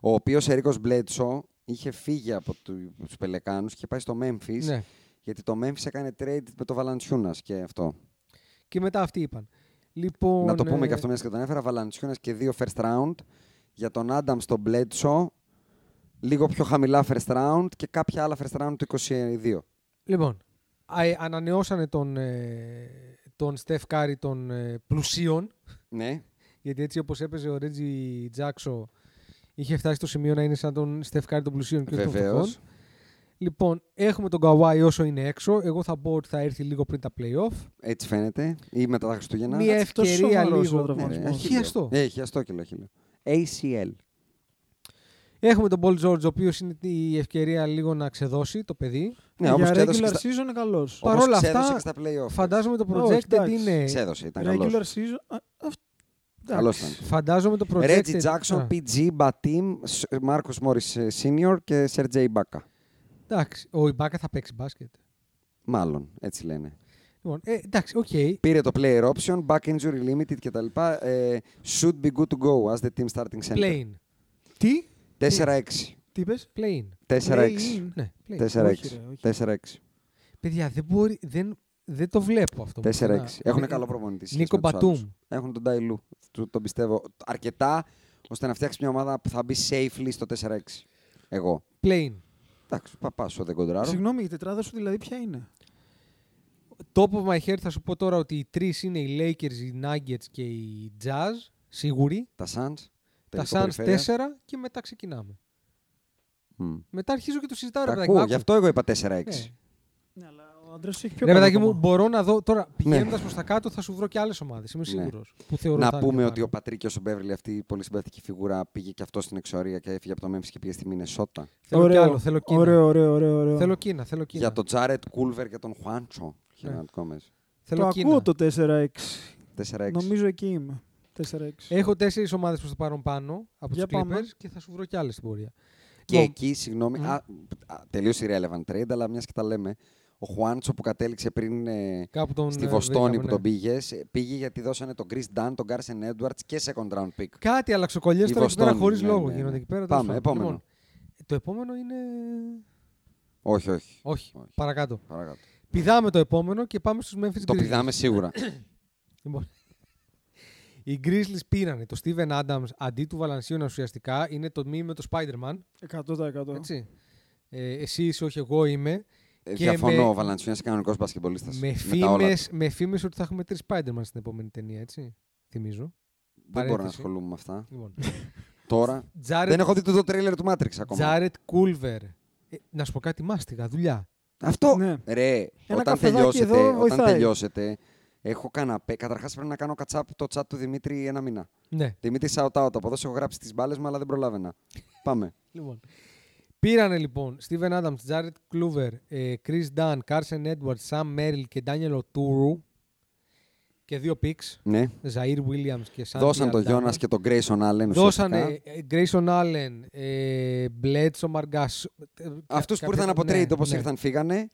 [SPEAKER 4] Ο οποίος Ερίκος Μπλέτσο είχε φύγει από του Πελεκάνους και είχε πάει στο Memphis.
[SPEAKER 5] Ναι.
[SPEAKER 4] Γιατί το Memphis έκανε trade με το Βαλαντσιούνας και αυτό.
[SPEAKER 5] Και μετά αυτοί είπαν. Λοιπόν,
[SPEAKER 4] Να το πούμε
[SPEAKER 5] ε,
[SPEAKER 4] και αυτό μιας και τον έφερα. Βαλαντσιούνας και δύο first round. Για τον Άνταμ στον Μπλέτσο. Λίγο πιο χαμηλά first round και κάποια άλλα first round του 22.
[SPEAKER 5] Λοιπόν, α, ε, ανανεώσανε τον, ε, τον Στεφ Κάρη των ε, πλουσίων,
[SPEAKER 4] Ναι.
[SPEAKER 5] γιατί έτσι όπως έπαιζε ο Ρέτζι Τζάξο είχε φτάσει στο σημείο να είναι σαν τον Στεφ Κάρη των πλουσίων και όχι των
[SPEAKER 4] Βεβαίως.
[SPEAKER 5] φτωχών. Λοιπόν, έχουμε τον Καβάη όσο είναι έξω. Εγώ θα πω ότι θα έρθει λίγο πριν τα playoff.
[SPEAKER 4] Έτσι φαίνεται. Ή μετά τα Χριστούγεννα.
[SPEAKER 5] Μία
[SPEAKER 4] Έτσι.
[SPEAKER 6] τόσο
[SPEAKER 5] ευκαιρία
[SPEAKER 6] σοβαρός ο
[SPEAKER 5] λίγο.
[SPEAKER 6] τραυματισμός.
[SPEAKER 4] ρε, αχίλιο.
[SPEAKER 5] Χιαστό.
[SPEAKER 4] Ε, χιαστόκυλο, χίλιο. ACL.
[SPEAKER 5] Έχουμε τον Πολ Τζόρτζ, ο οποίος είναι η ευκαιρία λίγο να ξεδώσει το παιδί.
[SPEAKER 4] Ναι, όμως
[SPEAKER 6] για regular
[SPEAKER 4] ξέδωσε και στα-
[SPEAKER 6] season είναι καλός.
[SPEAKER 5] Παρ'
[SPEAKER 4] Όπως
[SPEAKER 5] όλα
[SPEAKER 4] ξέδωσε
[SPEAKER 5] αυτά,
[SPEAKER 4] και στα play-off.
[SPEAKER 5] Φαντάζομαι το
[SPEAKER 6] Όχι,
[SPEAKER 5] projected
[SPEAKER 6] εντάξει.
[SPEAKER 5] είναι.
[SPEAKER 4] Ξέδωσε, ήταν
[SPEAKER 6] Regular
[SPEAKER 4] καλός.
[SPEAKER 6] season. α, α,
[SPEAKER 4] Καλός
[SPEAKER 6] εντάξει.
[SPEAKER 4] ήταν.
[SPEAKER 5] Φαντάζομαι το projected.
[SPEAKER 4] Reggie Jackson,
[SPEAKER 5] Α.
[SPEAKER 4] PG, Batim, Μάρκο Μόρι ε, Senior και Sergey Ibaka.
[SPEAKER 5] Εντάξει, ο Ιμπάκα θα παίξει μπάσκετ.
[SPEAKER 4] Μάλλον, έτσι λένε.
[SPEAKER 5] Λοιπόν, ε, εντάξει, οκ.
[SPEAKER 4] Πήρε το player option, back injury limited κτλ. Ε, should be good to go as the team starting center.
[SPEAKER 5] Πλέιν.
[SPEAKER 6] Τι,
[SPEAKER 4] 4-6.
[SPEAKER 6] τι είπες.
[SPEAKER 5] Πλέιν.
[SPEAKER 4] 4-6.
[SPEAKER 6] Play-in.
[SPEAKER 5] Ναι, πλέιν.
[SPEAKER 4] 4-6.
[SPEAKER 6] Όχι, ρε, όχι.
[SPEAKER 4] 4-6.
[SPEAKER 5] Παιδιά, δεν, μπορεί, δεν, δεν το βλέπω αυτό.
[SPEAKER 4] 4-6.
[SPEAKER 5] πουθενά.
[SPEAKER 4] Έχουν
[SPEAKER 5] Νί-
[SPEAKER 4] καλό προπονητή. σχέση
[SPEAKER 5] Νίκο
[SPEAKER 4] με τους άλλους.
[SPEAKER 5] Μπατούμ.
[SPEAKER 4] Έχουν τον Νταϊλού. Του- Τον πιστεύω αρκετά ώστε να φτιάξει μια ομάδα που θα μπει safely στο 4-6. Εγώ.
[SPEAKER 5] Πλέιν.
[SPEAKER 4] Εντάξει, παπά σου δεν κοντράρω.
[SPEAKER 6] Συγγνώμη, η τετράδα σου δηλαδή ποια είναι.
[SPEAKER 5] Top of my head θα σου πω τώρα ότι οι τρεις είναι οι Lakers, οι Nuggets και οι Jazz. Σίγουροι.
[SPEAKER 4] Τα Suns.
[SPEAKER 5] Τα
[SPEAKER 4] τελικό
[SPEAKER 5] Suns
[SPEAKER 4] περιφέρειας.
[SPEAKER 5] 4 και μετά ξεκινάμε.
[SPEAKER 4] Μμ.
[SPEAKER 5] Μετά αρχίζω και το συζητάω.
[SPEAKER 4] Τα
[SPEAKER 5] ρε παιδάκι
[SPEAKER 4] ακούω,
[SPEAKER 5] μου,
[SPEAKER 4] γι'
[SPEAKER 5] άκου.
[SPEAKER 4] αυτό εγώ είπα 4-6.
[SPEAKER 5] Ναι.
[SPEAKER 6] Ναι, αλλά ο άντρα έχει
[SPEAKER 5] Ρε
[SPEAKER 6] πιο καλό
[SPEAKER 5] παιδάκι μου,
[SPEAKER 6] ακόμα.
[SPEAKER 5] μπορώ να δω.
[SPEAKER 4] Ναι.
[SPEAKER 5] Τώρα πηγαίνοντας προς τα κάτω θα σου βρω και άλλες ομάδες. Είμαι σίγουρος. Που θεωρώ
[SPEAKER 4] Να
[SPEAKER 5] θα είναι
[SPEAKER 4] πούμε
[SPEAKER 5] πάνω.
[SPEAKER 4] ότι ο Πατρίκιο ο Μπέβριλι, αυτή η πολύ συμπαθητική φιγούρα, πήγε και αυτό στην εξορία και έφυγε από το Memphis και πήγε στη Μινεσότα.
[SPEAKER 5] Θέλω κι
[SPEAKER 6] Ωραίο,
[SPEAKER 5] άλλο. Θέλω Κίνα.
[SPEAKER 6] Ωραίο, ωραίο, ωραίο. ωραίο.
[SPEAKER 5] Θέλω Κίνα. Θέλω Κίνα.
[SPEAKER 4] Για τον Τζάρετ Κούλβερ και τον Χουάντσο.
[SPEAKER 5] Ναι.
[SPEAKER 4] Χειρονακτικό μέσα.
[SPEAKER 5] Θέλω
[SPEAKER 6] Το
[SPEAKER 5] Κίνα.
[SPEAKER 6] ακούω το 4-6.
[SPEAKER 4] 4-6.
[SPEAKER 6] Νομίζω εκεί είμαι. 4-6.
[SPEAKER 5] Έχω τέσσερις ομάδες που θα πάρουν πάνω από τους
[SPEAKER 6] Για πάμε.
[SPEAKER 5] Clippers και θα σου βρω κι άλλες στην πορεία.
[SPEAKER 4] Και
[SPEAKER 5] Λοιπόν,
[SPEAKER 4] εκεί, συγγνώμη, α, α, τελείωσε η relevant trade, αλλά μιας και τα λέμε, ο Χουάντσο που κατέληξε πριν ε,
[SPEAKER 5] κάπου τον,
[SPEAKER 4] στη
[SPEAKER 5] ε,
[SPEAKER 4] Βοστόνη
[SPEAKER 5] βρήκαμε,
[SPEAKER 4] που
[SPEAKER 5] ναι.
[SPEAKER 4] τον πήγε, πήγε γιατί δώσανε τον Chris Dunn, τον Carson Edwards και second round pick.
[SPEAKER 5] Κάτι αλλαξοκολλιές
[SPEAKER 4] Η
[SPEAKER 5] τώρα εκεί πέρα
[SPEAKER 4] Βοστόνη,
[SPEAKER 5] χωρίς
[SPEAKER 4] ναι,
[SPEAKER 5] λόγο
[SPEAKER 4] ναι, ναι.
[SPEAKER 5] γίνονται εκεί πέρα.
[SPEAKER 4] Πάμε,
[SPEAKER 5] τέλος πάντων.
[SPEAKER 4] επόμενο.
[SPEAKER 5] Λοιπόν, το επόμενο είναι.
[SPEAKER 4] Όχι, όχι.
[SPEAKER 5] Όχι,
[SPEAKER 4] Όχι.
[SPEAKER 5] παρακάτω.
[SPEAKER 4] Παρακάτω.
[SPEAKER 5] Πηδάμε το επόμενο και πάμε στους Memphis
[SPEAKER 4] Το
[SPEAKER 5] Grizzlies.
[SPEAKER 4] πηδάμε σίγουρα.
[SPEAKER 5] Λοιπόν, Οι Grizzlies πήρανε το Steven Adams αντί του Βαλανσίωνα ουσιαστικά. Είναι το μήνυμα με το Spider-Man.
[SPEAKER 6] 100%.
[SPEAKER 5] Ε- Έτσι. Ε, εσύ είσαι, όχι εγώ είμαι.
[SPEAKER 4] Ε,
[SPEAKER 5] Και
[SPEAKER 4] Διαφωνώ,
[SPEAKER 5] με-
[SPEAKER 4] ο Βαλαντσιούνα είναι κανονικός μπασκεμπολίστα.
[SPEAKER 5] Με φήμες, με φήμες ότι θα έχουμε τρεις Spider-Man στην επόμενη ταινία, έτσι. Θυμίζω.
[SPEAKER 4] Δεν μπορώ να
[SPEAKER 5] παρένθεση.
[SPEAKER 4] ασχολούμαι με αυτά.
[SPEAKER 5] Λοιπόν.
[SPEAKER 4] Τώρα. Δεν
[SPEAKER 5] Τζάρετ,
[SPEAKER 4] έχω δει το τρέλερ του Matrix ακόμα.
[SPEAKER 5] Τζάρετ Κούλβερ. Ε, να σου πω κάτι, μάστιγα, δουλειά.
[SPEAKER 4] Αυτό.
[SPEAKER 6] Ναι.
[SPEAKER 4] Ρε,
[SPEAKER 6] Ένα
[SPEAKER 4] όταν
[SPEAKER 6] καφεδάκι εδώ
[SPEAKER 4] τελειώσετε, όταν
[SPEAKER 6] βοηθάει.
[SPEAKER 4] τελειώσετε, έχω καναπέ. Καταρχάς πρέπει να κάνω κατσάπ το chat του Δημήτρη ένα μήνα.
[SPEAKER 5] Ναι,
[SPEAKER 4] Δημήτρη, shout out. Από εδώ σε έχω γράψει τις μπάλες μου, αλλά δεν προλάβαινα. Πάμε.
[SPEAKER 5] λοιπόν. Πήρανε λοιπόν Steven Adams, Jared Kluver, ε, Chris Dunn, Carson Edwards, Sam Merrill και Daniel O'Toole και δύο picks,
[SPEAKER 4] ναι.
[SPEAKER 5] Zaire Williams και Santi
[SPEAKER 4] Δώσαν τον
[SPEAKER 5] Aldama.
[SPEAKER 4] Γιώνα και τον Grayson Allen.
[SPEAKER 5] Δώσανε ε, Grayson Allen, ε, Bledsoe Margas. ε,
[SPEAKER 4] Αυτούς που ήρθαν από
[SPEAKER 5] ναι,
[SPEAKER 4] trade όπως ήρθαν, φύγανε.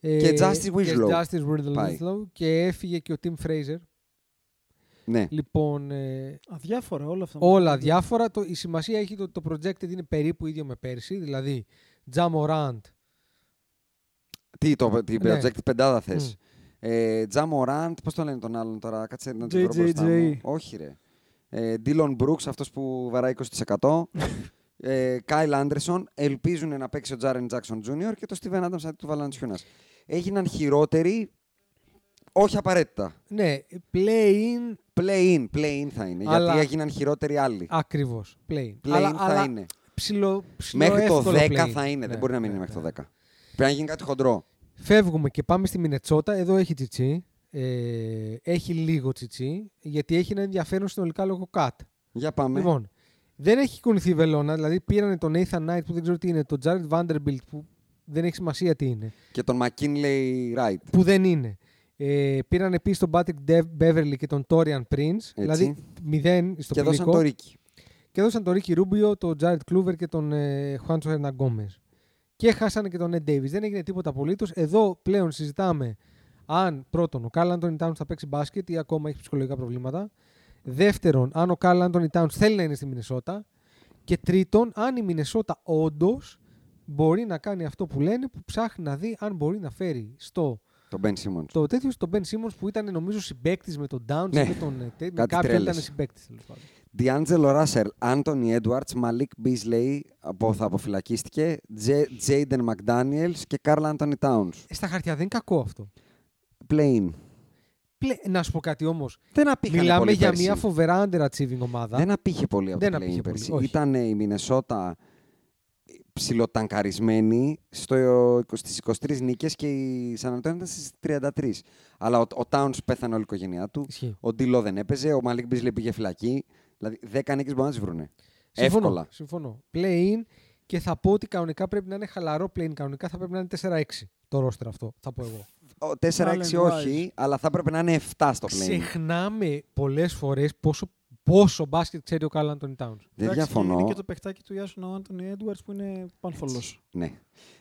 [SPEAKER 4] και Justice Winslow.
[SPEAKER 5] Ε, Και Justice Winslow-
[SPEAKER 4] Πάει.
[SPEAKER 5] Winslow και έφυγε και ο Tim Fraser.
[SPEAKER 4] Ναι.
[SPEAKER 5] Λοιπόν, ε,
[SPEAKER 6] Αδιάφορα όλα αυτά.
[SPEAKER 5] όλα διάφορα. Το, η σημασία έχει το ότι το projected είναι περίπου ίδιο με πέρσι. Δηλαδή, Jamorant,
[SPEAKER 4] Τι, το, την
[SPEAKER 5] Ναι.
[SPEAKER 4] project πεντάδα θες.
[SPEAKER 5] Μμ.
[SPEAKER 4] Ε, Τζαμοράντ, πώ τον λένε τον άλλον τώρα, κάτσε να τον
[SPEAKER 6] JJJ.
[SPEAKER 4] βρω μπροστά μου. Όχι ρε. Ε, Dylan Brooks, αυτός που βαράει 20%. ε, Kyle Anderson, ελπίζουν να παίξει ο Jaren Jackson Jr. και το Steven Adams αντί του Valanciunas. Έγιναν χειρότεροι όχι απαραίτητα.
[SPEAKER 5] Ναι, play-in
[SPEAKER 4] Play-in, play-in θα είναι.
[SPEAKER 5] Αλλά-
[SPEAKER 4] Γιατί έγιναν χειρότεροι άλλοι.
[SPEAKER 5] ακριβώς. Play-in.
[SPEAKER 4] Play-in
[SPEAKER 5] Αλλά-
[SPEAKER 4] θα
[SPEAKER 5] αλλά
[SPEAKER 4] είναι.
[SPEAKER 5] Ψιλο, ψιλο
[SPEAKER 4] Μέχρι το
[SPEAKER 5] εύκολο
[SPEAKER 4] 10
[SPEAKER 5] play-in.
[SPEAKER 4] θα είναι.
[SPEAKER 5] Ναι,
[SPEAKER 4] Δεν μπορεί να μείνει
[SPEAKER 5] ναι,
[SPEAKER 4] μέχρι το
[SPEAKER 5] ναι.
[SPEAKER 4] 10. Πρέπει να γίνει κάτι χοντρό.
[SPEAKER 5] Φεύγουμε και πάμε στη Μινετσότα. Εδώ έχει τσιτσί. Ε, έχει λίγο τσιτσί, γιατί έχει ένα ενδιαφέρον συνολικά λόγω cut.
[SPEAKER 4] Για πάμε.
[SPEAKER 5] Λοιπόν, δεν έχει κουνηθεί η βελόνα, δηλαδή πήραν τον Nathan Knight που δεν ξέρω τι είναι, τον Jared Vanderbilt που δεν έχει σημασία τι είναι,
[SPEAKER 4] Και τον McKinley Wright.
[SPEAKER 5] που δεν είναι. Ε, πήραν επίσης τον Patrick Dev- Beverly και τον Torian Prince, δηλαδή μηδέν στο
[SPEAKER 4] και δώσαν
[SPEAKER 5] πηλικό.
[SPEAKER 4] το Ρίκι.
[SPEAKER 5] Και δώσαν τον Ricky Rubio, τον Jared Kluver και τον ε, Juancho Hernan Gomez. Και χάσανε και τον Ned Davis. Δεν έγινε τίποτα απολύτως. Εδώ πλέον συζητάμε αν πρώτον ο Carl Anthony Towns θα παίξει μπάσκετ ή ακόμα έχει ψυχολογικά προβλήματα. Δεύτερον, αν ο Carl Anthony Towns θέλει να είναι στη Μινεσότα. Και τρίτον, αν η Μινεσότα όντως μπορεί να κάνει αυτό που λένε, που ψάχνει να δει αν μπορεί να φέρει στο
[SPEAKER 4] Τον Ben Simmons.
[SPEAKER 5] το τέτοιο στον Ben Simmons που ήταν νομίζω συμπέκτη με τον Downs
[SPEAKER 4] Ναι.
[SPEAKER 5] ή με τον ε, τε- με
[SPEAKER 4] Κάτι
[SPEAKER 5] κάποιον
[SPEAKER 4] τρέλες.
[SPEAKER 5] ήταν συμπέκτη τέλος πάντων.
[SPEAKER 4] Διάντζελο Ράσελ, Άντωνι Έντουαρτ, Μαλίκ Μπίσλεϊ από θα αποφυλακίστηκε, Τζέιντεν Μακδάνιελ και Κάρλ Άντωνι Τάουν.
[SPEAKER 5] Ε, Στα χαρτιά δεν είναι κακό αυτό.
[SPEAKER 4] Πλέιν.
[SPEAKER 5] Πλε- Να σου πω κάτι όμως.
[SPEAKER 4] Δεν απήχανε
[SPEAKER 5] Μιλάμε
[SPEAKER 4] πολύ
[SPEAKER 5] για
[SPEAKER 4] πέρσι.
[SPEAKER 5] μια φοβερά underachieving ομάδα.
[SPEAKER 4] Δεν απήχε πολύ από
[SPEAKER 5] Δεν
[SPEAKER 4] το
[SPEAKER 5] απήχε
[SPEAKER 4] play-in πέρσι.
[SPEAKER 5] πολύ, όχι.
[SPEAKER 4] Ήταν η Μινεσότα ψιλοτανκαρισμένη στο, στις 23 νίκες και η Σαν Αντώνιο ήταν στις 33. Αλλά ο, ο Τάουνς πέθανε όλη η οικογένειά του.
[SPEAKER 5] Ισχύει.
[SPEAKER 4] Ο Ντιλό δεν έπαιζε. Ο Μαλίκ Μπίζλε πήγε φυλακή. Δηλαδή 10 νίκες μπορούν να τις βρούνε.
[SPEAKER 5] συμφωνώ,
[SPEAKER 4] Εύκολα.
[SPEAKER 5] Συμφωνώ. Play-in και θα πω ότι κανονικά πρέπει να είναι χαλαρό play-in. Κανονικά θα πρέπει να είναι 4-6 το ρόστερ αυτό, θα πω εγώ.
[SPEAKER 4] Ο 4-6
[SPEAKER 6] Talent-wise.
[SPEAKER 4] όχι, αλλά θα έπρεπε να είναι 7 στο play.
[SPEAKER 5] Ξεχνάμε πολλές φορές πόσο, πόσο μπάσκετ ξέρει ο Καρλ Αντώνι Τάουν.
[SPEAKER 4] Δεν
[SPEAKER 6] Εντάξει,
[SPEAKER 4] διαφωνώ.
[SPEAKER 6] Είναι και το παιχτάκι του Ιάσονα ο Άντωνι Έντουαρτ που είναι πανθολό.
[SPEAKER 4] Ναι.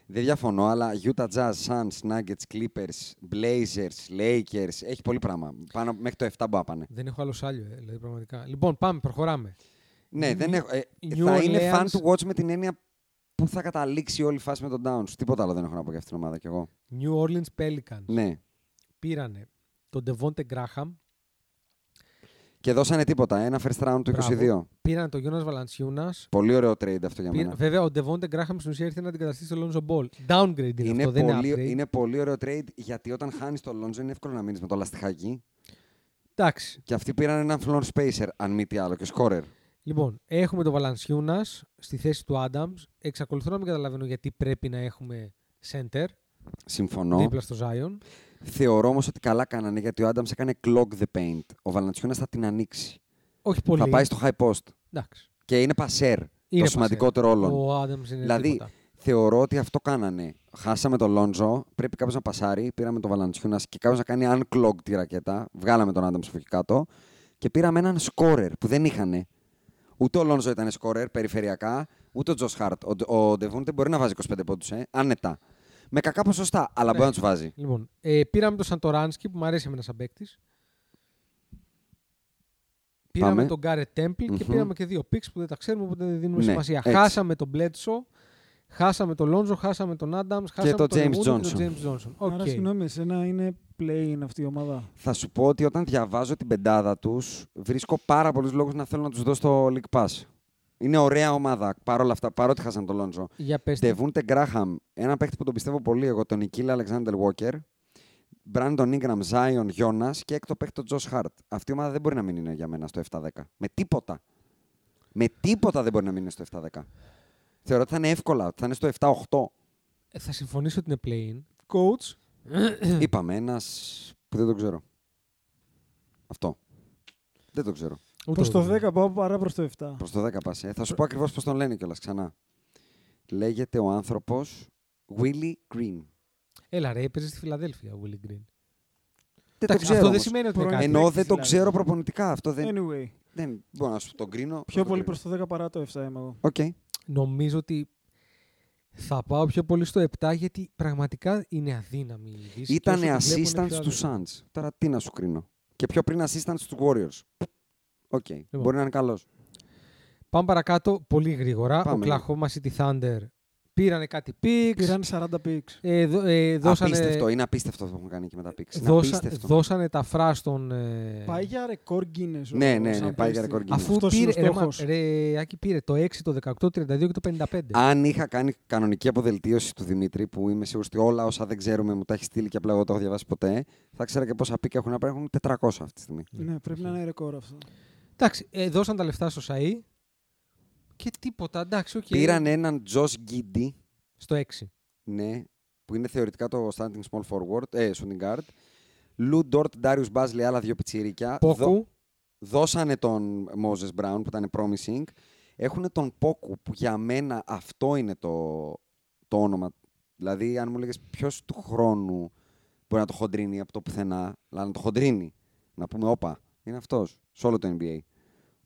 [SPEAKER 4] Δεν διαφωνώ, αλλά Utah Jazz, Suns, Nuggets, Clippers, Blazers, Lakers. Έχει πολύ πράγμα. Πάνω μέχρι το 7 μπορεί να πάνε.
[SPEAKER 5] Δεν έχω άλλο σάλιο, ε, δηλαδή πραγματικά. Λοιπόν, πάμε, προχωράμε.
[SPEAKER 4] Ναι, δεν
[SPEAKER 5] New-
[SPEAKER 4] έχω. ε,
[SPEAKER 5] New
[SPEAKER 4] θα είναι
[SPEAKER 5] Orleans.
[SPEAKER 4] fan to watch με την έννοια που θα καταλήξει όλη η φάση με τον Downs. Τίποτα άλλο δεν έχω να πω για αυτήν την ομάδα κι εγώ.
[SPEAKER 5] New Orleans Pelicans
[SPEAKER 4] Ναι.
[SPEAKER 5] πήρανε τον Devonte Graham,
[SPEAKER 4] Και δώσανε τίποτα. Ένα first round του 22.
[SPEAKER 5] Μπράβο. πήρανε τον Jonas Valanciunas.
[SPEAKER 4] Πολύ ωραίο trade αυτό για
[SPEAKER 5] πήρα-
[SPEAKER 4] μένα.
[SPEAKER 5] Βέβαια, ο Devonte Graham στην ουσία ήρθε να αντικαταστήσει τον Lonzo Ball. Downgrade είναι, Δηλαδή αυτό, δεν
[SPEAKER 4] πολύ,
[SPEAKER 5] είναι upgrade.
[SPEAKER 4] είναι πολύ ωραίο trade γιατί όταν χάνεις τον Lonzo είναι εύκολο να μείνεις με το λαστιχάκι.
[SPEAKER 5] Εντάξει.
[SPEAKER 4] Και αυτοί πήραν έναν floor spacer, αν μη τι άλλο, και scorer.
[SPEAKER 5] Λοιπόν, έχουμε τον Βαλανσιούνας στη θέση του Άνταμ. Εξακολουθώ να μην καταλαβαίνω γιατί πρέπει να έχουμε center
[SPEAKER 4] Συμφωνώ.
[SPEAKER 5] δίπλα στο Zion.
[SPEAKER 4] Θεωρώ όμως ότι καλά κάνανε γιατί ο Άνταμ έκανε clog the paint. Ο Βαλαντσιούνα θα την ανοίξει.
[SPEAKER 5] Όχι πολύ.
[SPEAKER 4] Θα πάει στο high post.
[SPEAKER 5] Εντάξει.
[SPEAKER 4] Και είναι πασέρ.
[SPEAKER 5] Είναι
[SPEAKER 4] το σημαντικότερο
[SPEAKER 5] passer.
[SPEAKER 4] όλων.
[SPEAKER 5] Ο Άνταμ είναι
[SPEAKER 4] Δηλαδή,
[SPEAKER 5] τίποτα.
[SPEAKER 4] θεωρώ ότι αυτό κάνανε. Χάσαμε τον Λόντζο, πρέπει κάποιος να πασάρει. Πήραμε τον Βαλαντσιούνα και κάποιος να κάνει unclog τη ρακέτα. Βγάλαμε τον Άνταμ από εκεί κάτω. Και πήραμε έναν σκόρερ που δεν είχανε. Ούτε ο Λόντζο ήταν σκόρερ περιφερειακά, ούτε ο Τζος Χαρτ. Ο, ο Ντεβούντε μπορεί να βάζει 25 πόντους, ε, άνετα. Με κακά ποσοστά, αλλά μπορεί να τους βάζει.
[SPEAKER 5] Λοιπόν, ε, πήραμε τον Σαντοράνσκι που μου αρέσει εμένα σαν παίκτης. Πήραμε
[SPEAKER 4] Πάμε.
[SPEAKER 5] τον Γκάρε Τέμπλ και
[SPEAKER 4] Μμμ.
[SPEAKER 5] πήραμε και δύο πίξ που δεν τα ξέρουμε οπότε δεν δίνουμε
[SPEAKER 4] Ναι,
[SPEAKER 5] σημασία.
[SPEAKER 4] έτσι.
[SPEAKER 5] Χάσαμε τον Μπλέτσο, χάσαμε τον Λόντζο, χάσαμε τον Άνταμ, χάσαμε
[SPEAKER 4] τον
[SPEAKER 5] τον
[SPEAKER 4] James
[SPEAKER 5] Εβούντε
[SPEAKER 4] Johnson.
[SPEAKER 5] και τον James Johnson. Οκ.
[SPEAKER 6] Άρα, συγγνώμη, εσένα είναι play αυτή η ομάδα.
[SPEAKER 4] Θα σου πω ότι όταν διαβάζω την πεντάδα τους, βρίσκω πάρα πολλούς λόγους να θέλω να τους δώσω το League Pass. Είναι ωραία ομάδα παρόλα αυτά, παρότι χάσαν τον Λόντζο.
[SPEAKER 5] Για πες τι.
[SPEAKER 4] Ντεβούντε Γκράχαμ, ένα παίχτη που τον πιστεύω πολύ εγώ, τον Νικίλα Αλεξάνδρ Βόκερ. Μπράντον Ingram, Ζάιον, Γιώνα και έκτο παίχτη τον Τζο Χαρτ. Αυτή η ομάδα δεν μπορεί να μην είναι για μένα στο 7-10. Με τίποτα. Με τίποτα δεν μπορεί να μην είναι στο 7-10. Θεωρώ ότι θα είναι εύκολα, ότι θα είναι στο 7-8.
[SPEAKER 5] Ε, Θα συμφωνήσω ότι είναι play-in. Coach,
[SPEAKER 4] Είπαμε ένας που δεν το ξέρω. Αυτό. Δεν το ξέρω.
[SPEAKER 5] Ούτε
[SPEAKER 6] Προς
[SPEAKER 5] εγώ
[SPEAKER 6] το
[SPEAKER 5] δεν
[SPEAKER 6] 10 πάω παρά προς το 7.
[SPEAKER 4] Προς το 10 πας. Ε. Θα σου πω ακριβώς πώς τον λένε κιόλας ξανά. Λέγεται ο άνθρωπος Willy Green.
[SPEAKER 5] Έλα ρε, έπαιζες στη Φιλαδέλφια ο Willie Green.
[SPEAKER 4] Δεν το
[SPEAKER 5] Εντάξει,
[SPEAKER 4] ξέρω.
[SPEAKER 5] αυτό δεν
[SPEAKER 4] όμως.
[SPEAKER 5] σημαίνει ότι είναι
[SPEAKER 6] Πρώην
[SPEAKER 5] κάτι.
[SPEAKER 4] Ενώ δεν το
[SPEAKER 6] δηλαδή.
[SPEAKER 4] ξέρω προπονητικά. Αυτό δεν,
[SPEAKER 5] Ε,
[SPEAKER 6] Anyway,
[SPEAKER 4] δεν μπορώ να σου τον κρίνω.
[SPEAKER 6] πιο πολύ προς το 10 παρά το 7 είμαι εγώ.
[SPEAKER 4] Οκ.
[SPEAKER 5] Νομίζω ότι θα πάω πιο πολύ στο 7 γιατί πραγματικά είναι αδύναμη η Δύση.
[SPEAKER 4] Ήταν
[SPEAKER 5] και όσο τη βλέπω
[SPEAKER 4] assistant
[SPEAKER 5] είναι πιο
[SPEAKER 4] του
[SPEAKER 5] αδύναμη.
[SPEAKER 4] Suns. Τώρα τι να σου κρίνω. Και πιο πριν assistant του Warriors. Οκ.
[SPEAKER 5] Λοιπόν.
[SPEAKER 4] Μπορεί να είναι καλός.
[SPEAKER 5] Πάμε παρακάτω πολύ γρήγορα.
[SPEAKER 4] Πάμε
[SPEAKER 5] Οκλαχώμα City Thunder Πήρανε κάτι picks.
[SPEAKER 6] Πήραν 40 picks.
[SPEAKER 5] Ε, δο- ε, δώσανε,
[SPEAKER 4] Απίστευτο, είναι απίστευτο αυτό που έχουν κάνει εκεί με τα πίξ. Είναι
[SPEAKER 5] δώσα-
[SPEAKER 4] απίστευτο.
[SPEAKER 5] δώσανε τα φρά στον. ε,
[SPEAKER 6] Πάει για ρεκόρ Guinness. ο-
[SPEAKER 4] Ναι, ναι,
[SPEAKER 6] σαν
[SPEAKER 4] ναι, πάει για
[SPEAKER 6] παίκτη.
[SPEAKER 4] ρεκόρ Guinness.
[SPEAKER 5] Αφού
[SPEAKER 6] Αυτός είναι
[SPEAKER 5] πήρε,
[SPEAKER 6] ο
[SPEAKER 5] ρε, μα-
[SPEAKER 6] στόχος.
[SPEAKER 5] ρε, Άκη, πήρε το 6, το 18, το 32 και το 55.
[SPEAKER 4] Αν είχα κάνει κανονική αποδελτίωση του Δημήτρη, που είμαι σίγουρος ότι όλα όσα δεν ξέρουμε μου τα έχει στείλει και απλά εγώ το έχω διαβάσει ποτέ, θα ξέρα και πόσα πίκα έχουν να πάρουν. Έχουν 400 αυτή τη στιγμή.
[SPEAKER 6] Ναι, πρέπει να είναι ρεκόρ αυτό.
[SPEAKER 5] Εντάξει, ε, δώσαν τα λεφτά στο Σαΐ και τίποτα. Εντάξει, οκ.
[SPEAKER 4] Πήραν έναν Τζο Γκίντι,
[SPEAKER 5] Στο 6.
[SPEAKER 4] ναι, που είναι θεωρητικά το standing small forward, ε, shooting guard. Λου Ντόρτ, Ντάριους Μπάζλι, άλλα δύο πιτσιρίκια. Δο-
[SPEAKER 5] Πόκου.
[SPEAKER 4] δώσανε τον Moses Brown που ήταν promising. Έχουν τον Πόκου που για μένα αυτό είναι το, το όνομα. Δηλαδή, αν μου λέγες ποιος του χρόνου μπορεί να το χοντρίνει από το πουθενά, αλλά να το χοντρίνει. Να πούμε, όπα, είναι αυτός, σε όλο το NBA.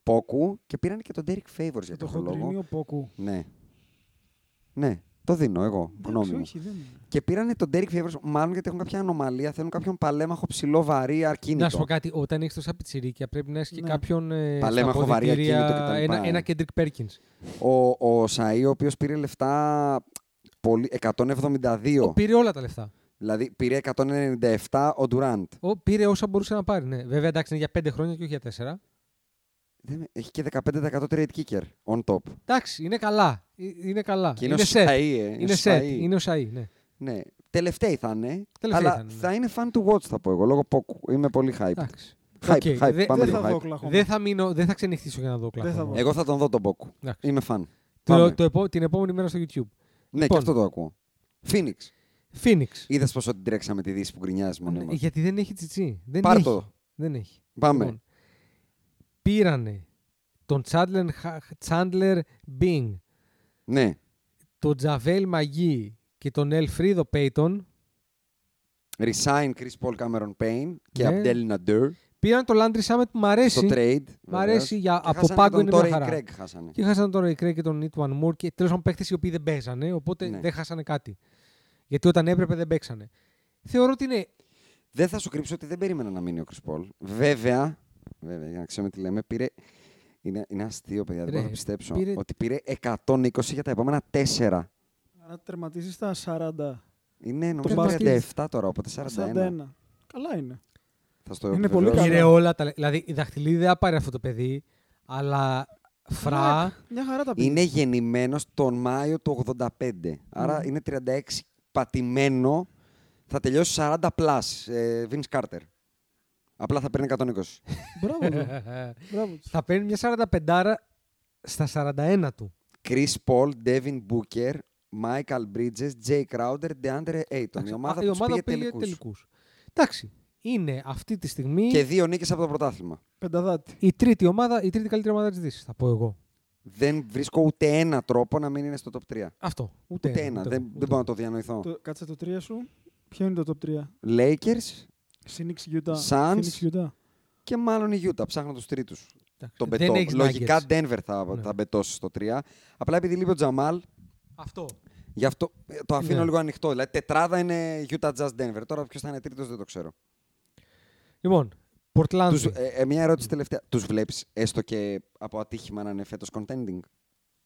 [SPEAKER 4] Πόκου και πήραν και τον Derek Favors για
[SPEAKER 6] Το
[SPEAKER 4] τον λόγο.
[SPEAKER 6] χοντρινίο Πόκου.
[SPEAKER 4] Ναι. Ναι, το δίνω εγώ, γνώμη
[SPEAKER 6] Εντάξει,
[SPEAKER 4] μου.
[SPEAKER 6] όχι, δεν είναι.
[SPEAKER 4] Και πήρανε τον Derek Favors, μάλλον γιατί έχουν κάποια ανομαλία, θέλουν κάποιον παλέμαχο ψηλό, βαρύ, αρκίνητο.
[SPEAKER 5] Να σου πω κάτι, όταν έχεις τόσα πιτσιρίκια πρέπει να έχεις και
[SPEAKER 6] Ναι.
[SPEAKER 5] κάποιον. Ε,
[SPEAKER 4] Παλέμαχο,
[SPEAKER 5] στα
[SPEAKER 4] βαρύ,
[SPEAKER 5] αποδητήρια,
[SPEAKER 4] ακίνητο κτλ.
[SPEAKER 5] Ένα, ένα Kendrick Perkins.
[SPEAKER 4] ο, ο Σαΐ, ο οποίος πήρε λεφτά πολύ, 172.
[SPEAKER 5] Ο, πήρε όλα τα λεφτά.
[SPEAKER 4] Δηλαδή πήρε 197 ο Ντουραντ.
[SPEAKER 5] Ο, πήρε όσα μπορούσε να πάρει. Ναι. Βέβαια, εντάξει, είναι για 5 χρόνια και όχι για 4.
[SPEAKER 4] Δεν- Έχει και 15% trade kicker on top.
[SPEAKER 5] Εντάξει, είναι καλά. Ε, Είναι καλά.
[SPEAKER 4] Και είναι, ο
[SPEAKER 5] set.
[SPEAKER 4] Σαΐ, ε. Είναι,
[SPEAKER 5] Είναι
[SPEAKER 4] ο
[SPEAKER 5] set.
[SPEAKER 4] Σαΐ.
[SPEAKER 5] Είναι ο Σαΐ, ναι.
[SPEAKER 4] Ναι. Τελευταίοι θα είναι.
[SPEAKER 5] Τελευταίοι
[SPEAKER 4] αλλά
[SPEAKER 5] θα είναι, ναι.
[SPEAKER 4] θα είναι fan to watch θα πω εγώ, λόγω πόκου. Είμαι πολύ hyped.
[SPEAKER 5] Εντάξει.
[SPEAKER 4] Hype,
[SPEAKER 5] Οκ,
[SPEAKER 4] hype,
[SPEAKER 5] δε-
[SPEAKER 4] πάμε
[SPEAKER 6] Δεν
[SPEAKER 4] λίγο
[SPEAKER 6] θα δω
[SPEAKER 4] hype.
[SPEAKER 6] Oklahoma.
[SPEAKER 5] Δεν θα, μείνω, δεν θα ξενυχτήσω για να δω Oklahoma.
[SPEAKER 6] θα δω.
[SPEAKER 4] Εγώ θα τον δω τον πόκου.
[SPEAKER 5] Εντάξει.
[SPEAKER 4] Είμαι fan. Πάμε.
[SPEAKER 5] Το, το, επο- την επόμενη μέρα στο YouTube.
[SPEAKER 4] Ναι, και
[SPEAKER 5] Λοιπόν.
[SPEAKER 4] αυτό το ακούω. Phoenix.
[SPEAKER 5] Phoenix.
[SPEAKER 4] Είδες πόσο την τρέξαμε τη Δύση που γκρινιάζει μόνο.
[SPEAKER 5] Ναι, γιατί δεν έχει τσιτσί. Δεν
[SPEAKER 4] Πάρ'
[SPEAKER 5] έχει.
[SPEAKER 4] το.
[SPEAKER 5] Δεν έχει.
[SPEAKER 4] Πάμε.
[SPEAKER 5] Λοιπόν, πήρανε τον Chandler, Chandler Bing,
[SPEAKER 4] Ναι.
[SPEAKER 5] τον Τζαβέλ Μαγί και τον Ελφρίδο Πέιτον.
[SPEAKER 4] Resign Chris Paul Cameron Payne και
[SPEAKER 5] Ναι.
[SPEAKER 4] Abdel Nader.
[SPEAKER 5] Πήραν τον Landry Summit που μου
[SPEAKER 4] Στο
[SPEAKER 5] αρέσει.
[SPEAKER 4] trade.
[SPEAKER 5] Μ' αρέσει
[SPEAKER 4] βεβαίως.
[SPEAKER 5] για-
[SPEAKER 4] Και
[SPEAKER 5] από
[SPEAKER 4] χάσανε
[SPEAKER 5] πάγκο
[SPEAKER 4] τον
[SPEAKER 5] είναι μια
[SPEAKER 4] Torrey
[SPEAKER 5] χαρά.
[SPEAKER 4] Craig χάσανε.
[SPEAKER 5] Και χάσανε τον Ray Craig και τον Ιτουαν Moore και τέλος πάντων παίχτε οι οποίοι δεν παίζανε, οπότε
[SPEAKER 4] Ναι.
[SPEAKER 5] δεν χάσανε κάτι. Γιατί όταν έπρεπε δεν παίξανε. Θεωρώ ότι είναι.
[SPEAKER 4] Δεν θα σου κρύψω ότι δεν περίμενα να μείνει ο Chris Paul. Βέβαια, βέβαια για να ξέρουμε τι λέμε, πήρε. Είναι, είναι αστείο, παιδιά, δεν
[SPEAKER 5] Ρε,
[SPEAKER 4] μπορώ να το πιστέψω.
[SPEAKER 5] πήρε-
[SPEAKER 4] Ότι πήρε 120 για τα επόμενα 4.
[SPEAKER 6] Άρα τερματίζει στα 40.
[SPEAKER 4] Είναι νομίζω
[SPEAKER 6] Τον
[SPEAKER 4] 37 τώρα, οπότε 41.
[SPEAKER 6] 41. Καλά είναι.
[SPEAKER 4] Θα στο
[SPEAKER 6] Είναι πολύ
[SPEAKER 4] επιβεβαιώσω.
[SPEAKER 6] Καλά.
[SPEAKER 5] Πήρε όλα τα. λε- Δηλαδή η δαχτυλίδη δεν θα πάρει αυτό το παιδί, αλλά
[SPEAKER 4] Ναι.
[SPEAKER 5] φρά.
[SPEAKER 6] Μια- Μια χαρά τα πήγε.
[SPEAKER 4] Είναι γεννημένος τον Μάιο του 85. Άρα είναι 36 πατημένο. Θα τελειώσει 40 plus. Ε, Vince Carter. Απλά θα παίρνει 120.
[SPEAKER 6] Μπράβο του.
[SPEAKER 4] ναι.
[SPEAKER 6] Μπράβο τους.
[SPEAKER 5] θα παίρνει μια 45 στα 41 του.
[SPEAKER 4] Chris Paul, Devin Booker, Michael Bridges, Jay Crowder, DeAndre Ayton. Η
[SPEAKER 5] Εντάξει,
[SPEAKER 4] ομάδα
[SPEAKER 5] α,
[SPEAKER 4] που τους πήγε τελικούς.
[SPEAKER 5] τελικούς. Εντάξει, είναι αυτή τη στιγμή
[SPEAKER 4] Και δύο νίκες από το πρωτάθλημα.
[SPEAKER 6] Πενταδάτη.
[SPEAKER 5] η τρίτη ομάδα, η τρίτη καλύτερη ομάδα της Δύσης, θα πω εγώ.
[SPEAKER 4] Δεν βρίσκω ούτε ένα τρόπο να μην είναι στο top 3. Ούτε,
[SPEAKER 5] Αυτό. Ούτε,
[SPEAKER 4] ένα.
[SPEAKER 5] Ε, ούτε
[SPEAKER 4] δεν,
[SPEAKER 5] εγώ,
[SPEAKER 4] δεν
[SPEAKER 5] ούτε
[SPEAKER 4] μπορώ να
[SPEAKER 5] εγώ.
[SPEAKER 4] το διανοηθώ.
[SPEAKER 6] Το- Κάτσε το 3 σου. Ποιο είναι το top 3.
[SPEAKER 4] Lakers
[SPEAKER 6] Phoenix Utah.
[SPEAKER 4] Suns.
[SPEAKER 6] Phoenix Utah. και
[SPEAKER 4] και μάλλον η Utah. Ψάχνω τους τρίτους.
[SPEAKER 5] Εντάξει,
[SPEAKER 4] Το
[SPEAKER 5] δεν
[SPEAKER 4] μπετώ.
[SPEAKER 5] έχεις
[SPEAKER 4] Λογικά
[SPEAKER 5] Nuggets.
[SPEAKER 4] Denver θα,
[SPEAKER 5] Ναι.
[SPEAKER 4] θα μπετώσει στο 3. Απλά επειδή λείπει ο Τζαμάλ,
[SPEAKER 5] Αυτό.
[SPEAKER 4] γι' αυτό ε, το αφήνω
[SPEAKER 5] Ναι.
[SPEAKER 4] λίγο ανοιχτό. Δηλαδή τετράδα είναι Utah Jazz Denver. Τώρα ποιος θα είναι τρίτος δεν το ξέρω.
[SPEAKER 5] Λοιπόν, Portland.
[SPEAKER 4] Τους, ε, ε, μια ερώτηση τελευταία. Τους βλέπεις έστω και από ατύχημα να είναι φέτος contending.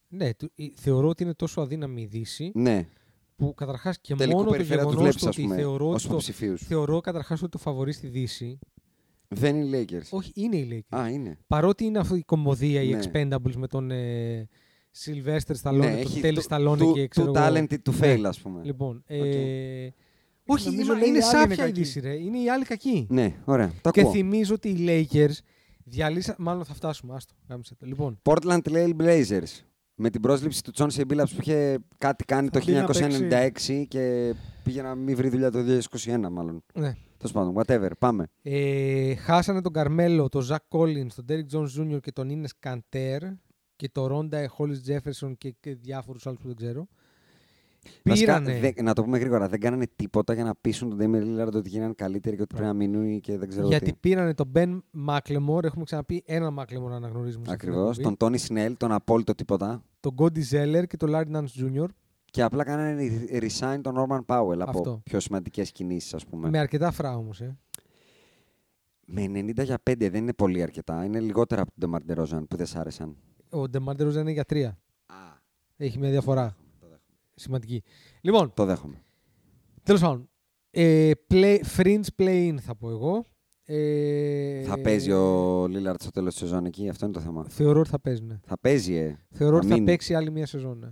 [SPEAKER 5] Ναι, του- η- θεωρώ ότι είναι τόσο αδύναμη η Δύση
[SPEAKER 4] Ναι.
[SPEAKER 5] που καταρχάς και
[SPEAKER 4] Τελικού
[SPEAKER 5] μόνο το
[SPEAKER 4] περιφέρεια του
[SPEAKER 5] γεγονός
[SPEAKER 4] βλέπεις,
[SPEAKER 5] του
[SPEAKER 4] ας
[SPEAKER 5] ότι
[SPEAKER 4] πούμε,
[SPEAKER 5] θεωρώ,
[SPEAKER 4] ως
[SPEAKER 5] ότι το,
[SPEAKER 4] υποψηφίους.
[SPEAKER 5] θεωρώ καταρχάς ότι το φαβορεί στη Δύση.
[SPEAKER 4] Δεν είναι οι Lakers.
[SPEAKER 5] Όχι, είναι η Lakers.
[SPEAKER 4] Α, είναι.
[SPEAKER 5] Παρότι είναι αυτή η κομμωδία, οι
[SPEAKER 4] Ναι.
[SPEAKER 5] Expendables με τον ε, Sylvester Stallone,
[SPEAKER 4] Ναι,
[SPEAKER 5] τον
[SPEAKER 4] έχει
[SPEAKER 5] Τέλη
[SPEAKER 4] το-
[SPEAKER 5] Stallone
[SPEAKER 4] του-
[SPEAKER 5] και
[SPEAKER 4] του
[SPEAKER 5] ξέρω εγώ.
[SPEAKER 4] talented to
[SPEAKER 5] Ναι.
[SPEAKER 4] fail, ας πούμε.
[SPEAKER 5] Λοιπόν, ε,
[SPEAKER 6] Νομίζω
[SPEAKER 5] όχι, είναι,
[SPEAKER 6] λέει
[SPEAKER 5] είναι
[SPEAKER 6] οι άλλοι είναι
[SPEAKER 5] σάπια η
[SPEAKER 6] κακοί.
[SPEAKER 5] Δύση, ρε. Είναι οι άλλοι κακοί.
[SPEAKER 4] Ναι, ωραία. Το
[SPEAKER 5] και
[SPEAKER 4] ακούω.
[SPEAKER 5] θυμίζω ότι οι Lakers διαλύσαν... Μάλλον θα φτάσουμε, άστο. Γάμισε το. Λοιπόν,
[SPEAKER 4] Portland Trail Blazers. Με την πρόσληψη του Chauncey Billups που είχε κάτι κάνει
[SPEAKER 6] Θα μπει να
[SPEAKER 4] το 1996 και πήγε να μην βρει δουλειά το 2021 μάλλον.
[SPEAKER 5] ναι.
[SPEAKER 4] Τέλος πάντων, whatever. Πάμε.
[SPEAKER 5] Ε, χάσανε τον Καρμέλο, τον Ζακ Κόλλιν, τον Derek Jones Jr. και τον Ίνες Καντέρ και τον Ρόντα Χόλις Τζέφερσον και, και διάφορους άλλους που δεν ξέρω.
[SPEAKER 4] Βασικά,
[SPEAKER 5] Πήρανε.
[SPEAKER 4] δεν- να το πούμε γρήγορα, δεν κάνανε τίποτα για να πείσουν τον Damian Lillard ότι γίνανε καλύτεροι και ότι πρέπει να μείνουν και δεν ξέρω
[SPEAKER 5] Γιατί
[SPEAKER 4] τι.
[SPEAKER 5] πήρανε τον Ben Μάκλεμορ, έχουμε ξαναπεί ένα Μάκλεμορ να αναγνωρίζουμε. σε αυτήν την
[SPEAKER 4] Ακριβώς.
[SPEAKER 5] εκπομπή.
[SPEAKER 4] Τον Τόνι Σνέλ, τον απόλυτο τίποτα.
[SPEAKER 5] τον Κόντι Ζέλερ και τον Λάρι Νάνς Jr.
[SPEAKER 4] Και απλά κάνανε re- resign τον Norman Powell από
[SPEAKER 5] Αυτό.
[SPEAKER 4] πιο σημαντικές κινήσεις, ας πούμε.
[SPEAKER 5] Με αρκετά φρά όμως. Ε.
[SPEAKER 4] Με 90 για 5 δεν είναι πολύ αρκετά. Είναι λιγότερα από τον Ντεμαρ Rosen που δεν σ' άρεσαν.
[SPEAKER 5] Ο Ντεμάρντερο είναι για τρία.
[SPEAKER 4] Α,
[SPEAKER 5] Έχει μια διαφορά. σημαντική. Λοιπόν,
[SPEAKER 4] Το δέχομαι.
[SPEAKER 5] τέλος πάντων. Ε, play, fringe play-in θα πω εγώ. Ε,
[SPEAKER 4] Θα παίζει ο Λίλαρτ στο τέλος της σεζόν εκεί, αυτό είναι το θέμα.
[SPEAKER 5] Θεωρώ ότι θα παίζουν. ναι.
[SPEAKER 4] Θα παίζει, ε.
[SPEAKER 5] Θεωρώ ότι θα
[SPEAKER 4] μείνει.
[SPEAKER 5] παίξει άλλη μια σεζόν. ναι.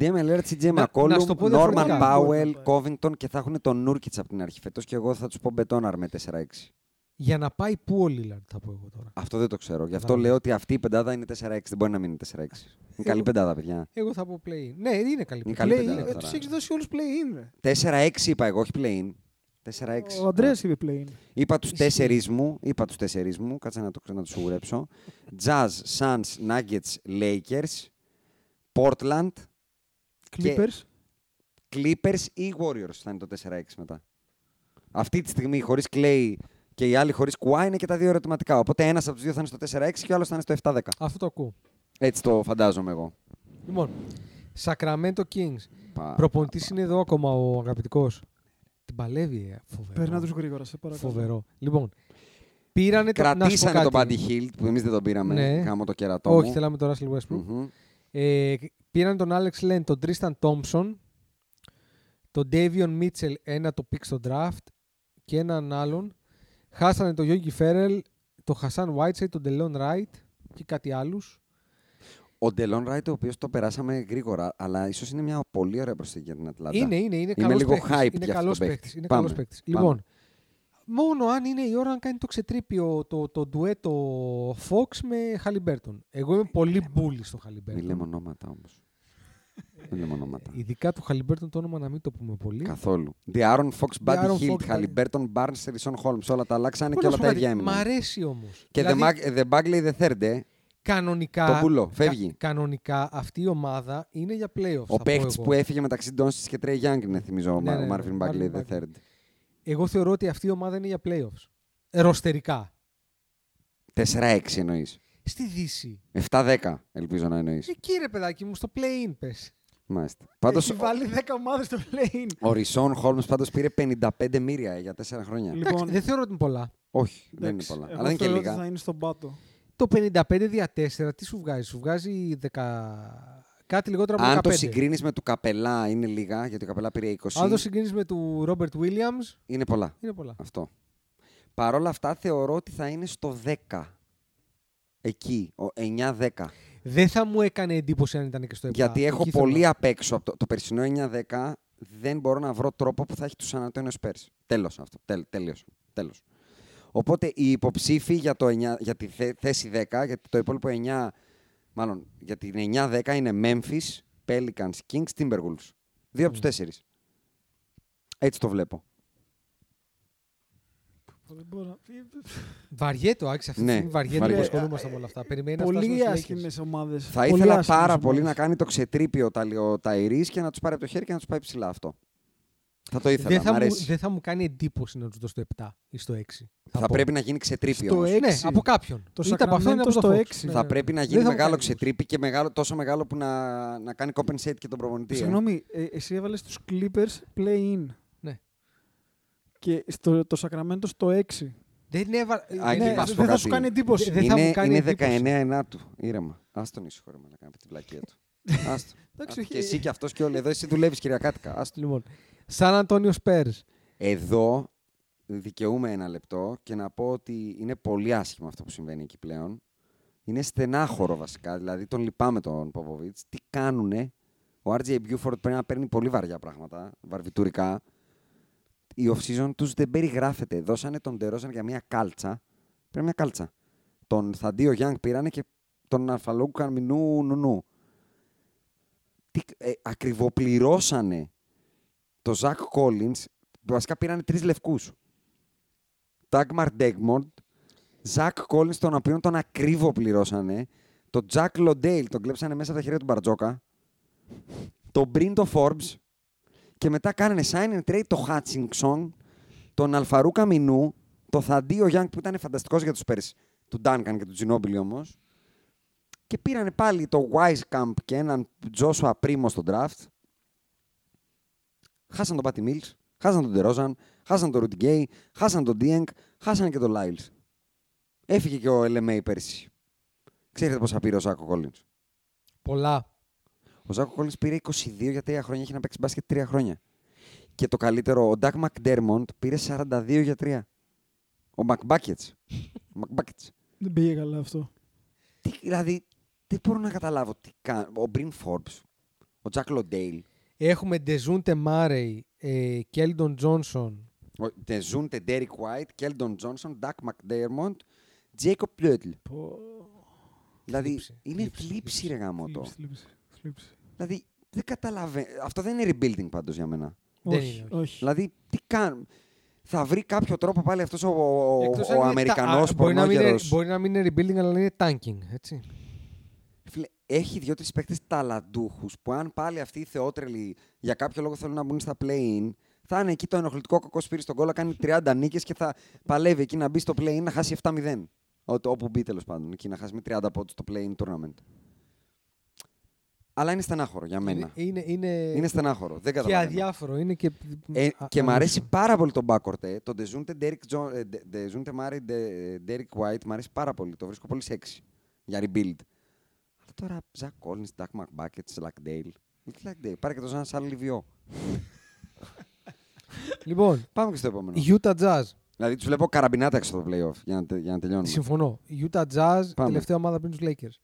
[SPEAKER 4] DMLR, CJ
[SPEAKER 5] Να- να
[SPEAKER 4] McCollum,
[SPEAKER 5] στο πω
[SPEAKER 4] Norman
[SPEAKER 5] διαφορετικά.
[SPEAKER 4] Powell, Covington και θα έχουν τον Νούρκιτ από την αρχή φέτος και εγώ θα τους πω Μπετόναρ με 4-6.
[SPEAKER 5] Για να πάει πού ο Λίλαρντ, θα πω εγώ τώρα.
[SPEAKER 4] Αυτό δεν το ξέρω. Γι' αυτό
[SPEAKER 5] Κατάλαβα.
[SPEAKER 4] λέω ότι αυτή η πεντάδα είναι 4-6. Δεν μπορεί να μείνει 4-6. Είναι καλή πεντάδα, παιδιά.
[SPEAKER 5] Εγώ θα πω play-in. Ναι, είναι καλή.
[SPEAKER 4] Είναι
[SPEAKER 5] πλέον.
[SPEAKER 4] καλή
[SPEAKER 5] Play-in.
[SPEAKER 4] πεντάδα.
[SPEAKER 5] Ε,
[SPEAKER 4] τώρα.
[SPEAKER 7] Τους έχεις δώσει όλους play-in. ρε.
[SPEAKER 4] 4-6 είπα εγώ, όχι πλέον. 4-6.
[SPEAKER 6] Ο Αντρέας είπε πλέον.
[SPEAKER 4] Είπα τους 4 μου, είπα τους 4 μου, κάτσε να το, να το σιγουρέψω. Jazz, Suns, Nuggets, Lakers, Portland, Και-
[SPEAKER 6] Clippers.
[SPEAKER 4] Clippers ή Warriors θα είναι το 4-6 μετά. Αυτή τη στιγμή χωρίς Clay και οι άλλοι χωρίς Kawhi είναι και τα δύο ερωτηματικά. Οπότε ένας από τους δύο θα είναι στο 4-6 και ο άλλος θα είναι στο 7-10.
[SPEAKER 5] Αυτό το ακούω.
[SPEAKER 4] Έτσι το φαντάζομαι εγώ.
[SPEAKER 5] Λοιπόν, Sacramento Kings.
[SPEAKER 4] Πα-
[SPEAKER 5] Προπονητής είναι εδώ ακόμα ο αγαπητικός. Την παλεύει, ε, φοβερό.
[SPEAKER 6] Περνά τους γρήγορα, σε παρακαλώ.
[SPEAKER 5] Φοβερό. Λοιπόν, πήρανε το... να σου πω
[SPEAKER 4] Κρατήσανε τον
[SPEAKER 5] κάτι.
[SPEAKER 4] Buddy Hield που εμείς δεν τον πήραμε.
[SPEAKER 5] Ναι.
[SPEAKER 4] Γάμο το κερατό
[SPEAKER 5] Όχι,
[SPEAKER 4] μου.
[SPEAKER 5] θέλαμε τον Russell Westbrook.
[SPEAKER 4] Μμμ.
[SPEAKER 5] Ε, πήραν τον Alex Len, τον Tristan Thompson, τον Davion Mitchell, ένα το pick στο draft και έναν άλλον. Χάσανε τον Yogi Ferrell, τον Hassan Whiteside, τον Delon Wright και κάτι άλλους.
[SPEAKER 4] Ο Ντελόν Ράιτ, ο οποίος το περάσαμε γρήγορα, αλλά ίσως είναι μια πολύ ωραία προσθήκη για την Ατλάντα.
[SPEAKER 5] Είναι, είναι, είναι
[SPEAKER 4] Είμαι
[SPEAKER 5] καλός
[SPEAKER 4] λίγο
[SPEAKER 5] παίκτης.
[SPEAKER 4] hype
[SPEAKER 5] είναι
[SPEAKER 4] για
[SPEAKER 5] καλός
[SPEAKER 4] αυτόν τον
[SPEAKER 5] παίκτης,
[SPEAKER 4] παίκτη.
[SPEAKER 5] Είναι
[SPEAKER 4] Πάμε,
[SPEAKER 5] καλός παίκτης.
[SPEAKER 4] πάμε.
[SPEAKER 5] Λοιπόν, μόνο αν είναι η ώρα να κάνει το ξετρίπιο το, το ντουέτο Fox με Χαλιμπέρτον. Εγώ είμαι πολύ μπουλή στο
[SPEAKER 4] Μην λέμε
[SPEAKER 5] Χαλιμπέρτον.
[SPEAKER 4] ονόματα όμως. Μην λέμε ονόματα.
[SPEAKER 5] Ειδικά του Χαλιμπέρτον το όνομα να μην το πούμε πολύ.
[SPEAKER 4] Καθόλου. Διάρον Φόξ, Μπάντι
[SPEAKER 5] Diaron
[SPEAKER 4] Χιλτ,
[SPEAKER 5] Fox,
[SPEAKER 4] Χαλιμπέρτον, Μπάρν, Σερισόν Χόλμ. Όλα τα αλλάξανε
[SPEAKER 5] Μπορώ
[SPEAKER 4] και
[SPEAKER 5] να
[SPEAKER 4] όλα
[SPEAKER 5] σου
[SPEAKER 4] τα
[SPEAKER 5] πω κάτι,
[SPEAKER 4] ίδια
[SPEAKER 5] Μ'
[SPEAKER 4] έμειναν.
[SPEAKER 5] αρέσει όμως.
[SPEAKER 4] Και
[SPEAKER 5] δηλαδή,
[SPEAKER 4] the, Mag- the Bagley the third, ε.
[SPEAKER 5] κανονικά,
[SPEAKER 4] τον πουλώ, φεύγει.
[SPEAKER 5] κα- κανονικά αυτή η ομάδα είναι για playoffs.
[SPEAKER 4] Ο
[SPEAKER 5] θα πω
[SPEAKER 4] παίχτης
[SPEAKER 5] εγώ.
[SPEAKER 4] που έφυγε μεταξύ Ντόνσι και Τρέι Γιάνγκ, είναι θυμίζω, ο
[SPEAKER 5] Ναι, ναι, ναι,
[SPEAKER 4] Μάρφιν
[SPEAKER 5] Marvin
[SPEAKER 4] Bagley the
[SPEAKER 5] Bagley.
[SPEAKER 4] third.
[SPEAKER 5] Εγώ θεωρώ ότι αυτή η ομάδα είναι για playoffs. Ροστερικά.
[SPEAKER 4] 4-6 εννοείς.
[SPEAKER 5] Στη Δύση.
[SPEAKER 4] 7-10 ελπίζω να εννοείς.
[SPEAKER 5] Εκεί ρε παιδάκι μου, στο play-in πες.
[SPEAKER 4] Μάλιστα. Πάντως
[SPEAKER 7] Έχει βάλει 10 ομάδες στο play-in.
[SPEAKER 4] ο Ρισόν Χόλμ πάντως πήρε 55 μοίρια ε, για 4 χρόνια.
[SPEAKER 6] Λοιπόν,
[SPEAKER 5] Εντάξει, δεν θεωρώ ότι είναι πολλά.
[SPEAKER 4] Όχι, δεν είναι
[SPEAKER 6] εντάξει,
[SPEAKER 4] πολλά.
[SPEAKER 6] εγώ
[SPEAKER 4] Αλλά δεν είναι και
[SPEAKER 6] θεωρώ ότι
[SPEAKER 4] λίγα.
[SPEAKER 6] Θα είναι στον πάτο.
[SPEAKER 5] Το 55 δια 4, τι σου βγάζει, σου βγάζει 10... κάτι λιγότερο από
[SPEAKER 4] Αν
[SPEAKER 5] 15.
[SPEAKER 4] το συγκρίνεις με του Καπελά είναι λίγα, γιατί ο Καπελά πήρε 20.
[SPEAKER 5] Αν το συγκρίνεις με του Robert Williams,
[SPEAKER 4] Είναι πολλά.
[SPEAKER 5] είναι πολλά.
[SPEAKER 4] Αυτό. Παρ' όλα αυτά θεωρώ ότι θα είναι στο 10. Εκεί, ο 9-10.
[SPEAKER 5] Δεν θα μου έκανε εντύπωση αν ήταν και στο 7.
[SPEAKER 4] Γιατί έχω
[SPEAKER 5] Εκεί θέλω
[SPEAKER 4] πολύ
[SPEAKER 5] να-
[SPEAKER 4] απ' έξω από το, το περσινό 9-10. Δεν μπορώ να βρω τρόπο που θα έχει τους Ανατόνιο Spurs. Τέλος αυτό. Τέλ, τέλειος. Τέλος. Οπότε οι υποψήφοι για, το 9, για τη θέ- θέση 10, γιατί το υπόλοιπο 9, μάλλον για την 9-10 είναι Memphis, Pelicans, Kings, Timberwolves. Δύο από τους τέσσερις. Έτσι το βλέπω.
[SPEAKER 6] Δεν μπορώ να-
[SPEAKER 5] Βαριέτο, άξιζε αυτή τη
[SPEAKER 4] Ναι,
[SPEAKER 5] στιγμή. Βαριέτο που
[SPEAKER 4] βαριέται.
[SPEAKER 5] ασχολούμαστε με όλα αυτά. Περιμένει να φτάσουμε
[SPEAKER 6] Πολύ
[SPEAKER 5] στους Lakers.
[SPEAKER 6] άσχημε ομάδες.
[SPEAKER 4] Θα ήθελα πάρα πολύ να κάνει το ξετρίπιο τα- ο Ταϊρή και να τους πάρει από το χέρι και να τους πάει ψηλά αυτό. Θα το ήθελα.
[SPEAKER 5] Δεν
[SPEAKER 4] μ'
[SPEAKER 5] θα, μου,
[SPEAKER 4] αρέσει.
[SPEAKER 5] δεν θα μου κάνει εντύπωση να τους δώσω το 7 ή στο 6.
[SPEAKER 4] θα
[SPEAKER 5] πω.
[SPEAKER 4] πρέπει να γίνει ξετρίπιο.
[SPEAKER 6] Στο
[SPEAKER 4] όμως.
[SPEAKER 6] έξι.
[SPEAKER 5] Ναι, από κάποιον.
[SPEAKER 6] Το
[SPEAKER 5] Είτε από αυτόν είτε από
[SPEAKER 6] Sacramento
[SPEAKER 5] το
[SPEAKER 6] στο
[SPEAKER 5] Fox.
[SPEAKER 6] έξι.
[SPEAKER 5] Ναι,
[SPEAKER 4] θα
[SPEAKER 5] ναι,
[SPEAKER 4] πρέπει
[SPEAKER 5] ναι.
[SPEAKER 4] να
[SPEAKER 5] Δεν
[SPEAKER 4] γίνει
[SPEAKER 5] θα μου
[SPEAKER 4] μεγάλο
[SPEAKER 5] κάνει εντύπωση.
[SPEAKER 4] ξετρίπι και μεγάλο, τόσο μεγάλο που να, να κάνει compensate και τον προπονητή. ε.
[SPEAKER 6] Συγγνώμη, ε, εσύ έβαλες τους Clippers play-in.
[SPEAKER 5] Ναι.
[SPEAKER 6] Και στο, το Σακραμέντο στο 6.
[SPEAKER 5] Δεν έβαλα.
[SPEAKER 4] Α,
[SPEAKER 5] δεν-
[SPEAKER 4] εκεί
[SPEAKER 6] δεν
[SPEAKER 4] μας
[SPEAKER 6] θα
[SPEAKER 4] κάτι.
[SPEAKER 6] σου κάνει εντύπωση.
[SPEAKER 5] Δεν θα
[SPEAKER 4] είναι,
[SPEAKER 5] μου κάνει
[SPEAKER 4] είναι
[SPEAKER 5] εντύπωση.
[SPEAKER 4] 19 ενάτου. Ήρεμα. Ας τον ήσυχο ρε μαλακά με την πλακία του. Άστο. Άστο.
[SPEAKER 6] Εντάξει, όχι.
[SPEAKER 4] και εσύ και αυτός και όλοι εδώ. Εσύ δουλεύεις κυριακάτικα. Άστο.
[SPEAKER 5] Λοιπόν, Σαν Αντώνιο Πέρ.
[SPEAKER 4] Εδώ δικαιούμαι ένα λεπτό και να πω ότι είναι πολύ άσχημο αυτό που συμβαίνει εκεί πλέον. Είναι στενάχωρο βασικά. Δηλαδή τον λυπάμαι τον Ποποβίτ. Τι κάνουνε. Ο RJ Buford πρέπει να παίρνει πολύ βαριά πράγματα, βαρβιτουρικά. Η off-season τους δεν περιγράφεται. Δώσανε τον Ντερόζαν για μια κάλτσα. Πρέπει μια κάλτσα. Τον Θαντίο Γιάνγκ πήρανε και τον Αλφαλόγου Καρμινού Νουνού. Τι, ε, ακριβοπληρώσανε το Ζακ Κόλλινς, βασικά πήραν τρεις λευκούς. Τάγμαρ Ντέγμοντ, Ζακ Κόλλινς, τον οποίο τον ακρίβο πληρώσανε, τον Τζακ Λοντέιλ, τον κλέψανε μέσα από τα χέρια του Μπαρτζόκα, τον Μπρίντο Forbes και μετά κάνανε sign and trade το Χάτσινγκσον, τον Αλφαρού Καμινού, το Θαντίο Γιάνγκ που ήταν φανταστικός για τους Πέρσι, του Ντάνκαν και του Τζινόμπιλι όμως. Και πήρανε πάλι το Wisekamp και έναν Τζόσουα Πρίμο στο draft. Χάσαν τον Πάτι Μίλ, χάσαν τον Ντερόζαν, χάσαν τον Ρουντ Γκέι, χάσαν τον Ντίενγκ, χάσαν και τον Λάιλ. Έφυγε και ο LMA πέρσι. Ξέρετε πόσα πήρε ο Σάκο Κόλλιν.
[SPEAKER 5] Πολλά.
[SPEAKER 4] Ο Ζάκο Κόλλιν πήρε 22 για τρία χρόνια, έχει να παίξει μπάσκετ τρία χρόνια. Και το καλύτερο, ο Ντάκ Μακντέρμοντ πήρε 42 για τρία. Ο Μακμπάκετ.
[SPEAKER 6] Δεν πήγε καλά αυτό.
[SPEAKER 4] Τι, δηλαδή, δεν μπορώ να καταλάβω τι κάνει. Ο Μπριν Φόρμπ, ο Τζακ Λοντέιλ.
[SPEAKER 5] Έχουμε Ντεζούντε Μάρεϊ, ε, Κέλντον Τζόνσον.
[SPEAKER 4] Ντεζούντε Ντέρικ Βάιτ, Κέλντον Τζόνσον, Ντάκ Μακντέρμοντ, Τζέικοπ Πλέτλ. Δηλαδή,
[SPEAKER 6] Θλίψη,
[SPEAKER 4] είναι
[SPEAKER 6] θλίψη,
[SPEAKER 4] θλίψη, ρε γάμο το.
[SPEAKER 6] Θλίψη, θλίψη, θλίψη.
[SPEAKER 4] Δηλαδή, δεν καταλαβαίνω. Αυτό δεν είναι rebuilding πάντως για μένα.
[SPEAKER 5] Δεν
[SPEAKER 6] Όχι,
[SPEAKER 5] είναι,
[SPEAKER 6] όχι.
[SPEAKER 4] Δηλαδή, τι κάνουμε. Θα βρει κάποιο τρόπο πάλι αυτός ο, ο,
[SPEAKER 5] Εκτός
[SPEAKER 4] ο,
[SPEAKER 5] αν είναι
[SPEAKER 4] Αμερικανός
[SPEAKER 5] τα- μπορεί, να μην είναι- μπορεί να μην είναι rebuilding, αλλά να είναι tanking. Έτσι.
[SPEAKER 4] Φίλε, έχει δύο-τρει παίκτες ταλαντούχους που αν πάλι αυτοί οι θεότρελοι για κάποιο λόγο θέλουν να μπουν στα play-in, θα είναι εκεί το ενοχλητικό κακό σπίρι στον κόλλο, κάνει 30 νίκες και θα παλεύει εκεί να μπει στο play-in να χάσει 7-0. Ό, το- όπου μπει τέλος πάντων, εκεί να χάσει με 30 πόντου στο play-in tournament. Αλλά είναι στενάχωρο για μένα. Είναι,
[SPEAKER 5] Είναι, είναι,
[SPEAKER 4] στενάχωρο. Δεν
[SPEAKER 5] Ε, και
[SPEAKER 4] καταλαβαίνω.
[SPEAKER 5] αδιάφορο. Είναι και
[SPEAKER 4] Ε,
[SPEAKER 5] α-
[SPEAKER 4] και μου
[SPEAKER 5] α-
[SPEAKER 4] αρέσει πάρα πολύ το backcourt. Ε. Το Ντεζούντε Ντέρικ Τζο- ε, Ντε- Ντεζούντε Μάρι Ντε- Ντέρικ White μου αρέσει πάρα πολύ. Το βρίσκω πολύ σεξι για rebuild. Αλλά τώρα Ζακ Κόλλιν, Ντάκ Μακμπάκετ, Λακντέιλ. Λακντέιλ. Πάρε και το σαν σαν Λιβιό.
[SPEAKER 5] Λοιπόν,
[SPEAKER 4] Πάμε και στο επόμενο.
[SPEAKER 5] Utah Jazz.
[SPEAKER 4] Δηλαδή τους βλέπω καραμπινάτα έξω το playoff για να, τε- για να τελειώνουμε.
[SPEAKER 5] Συμφωνώ. Utah Jazz,
[SPEAKER 4] Πάμε.
[SPEAKER 5] τελευταία ομάδα πριν τους Lakers.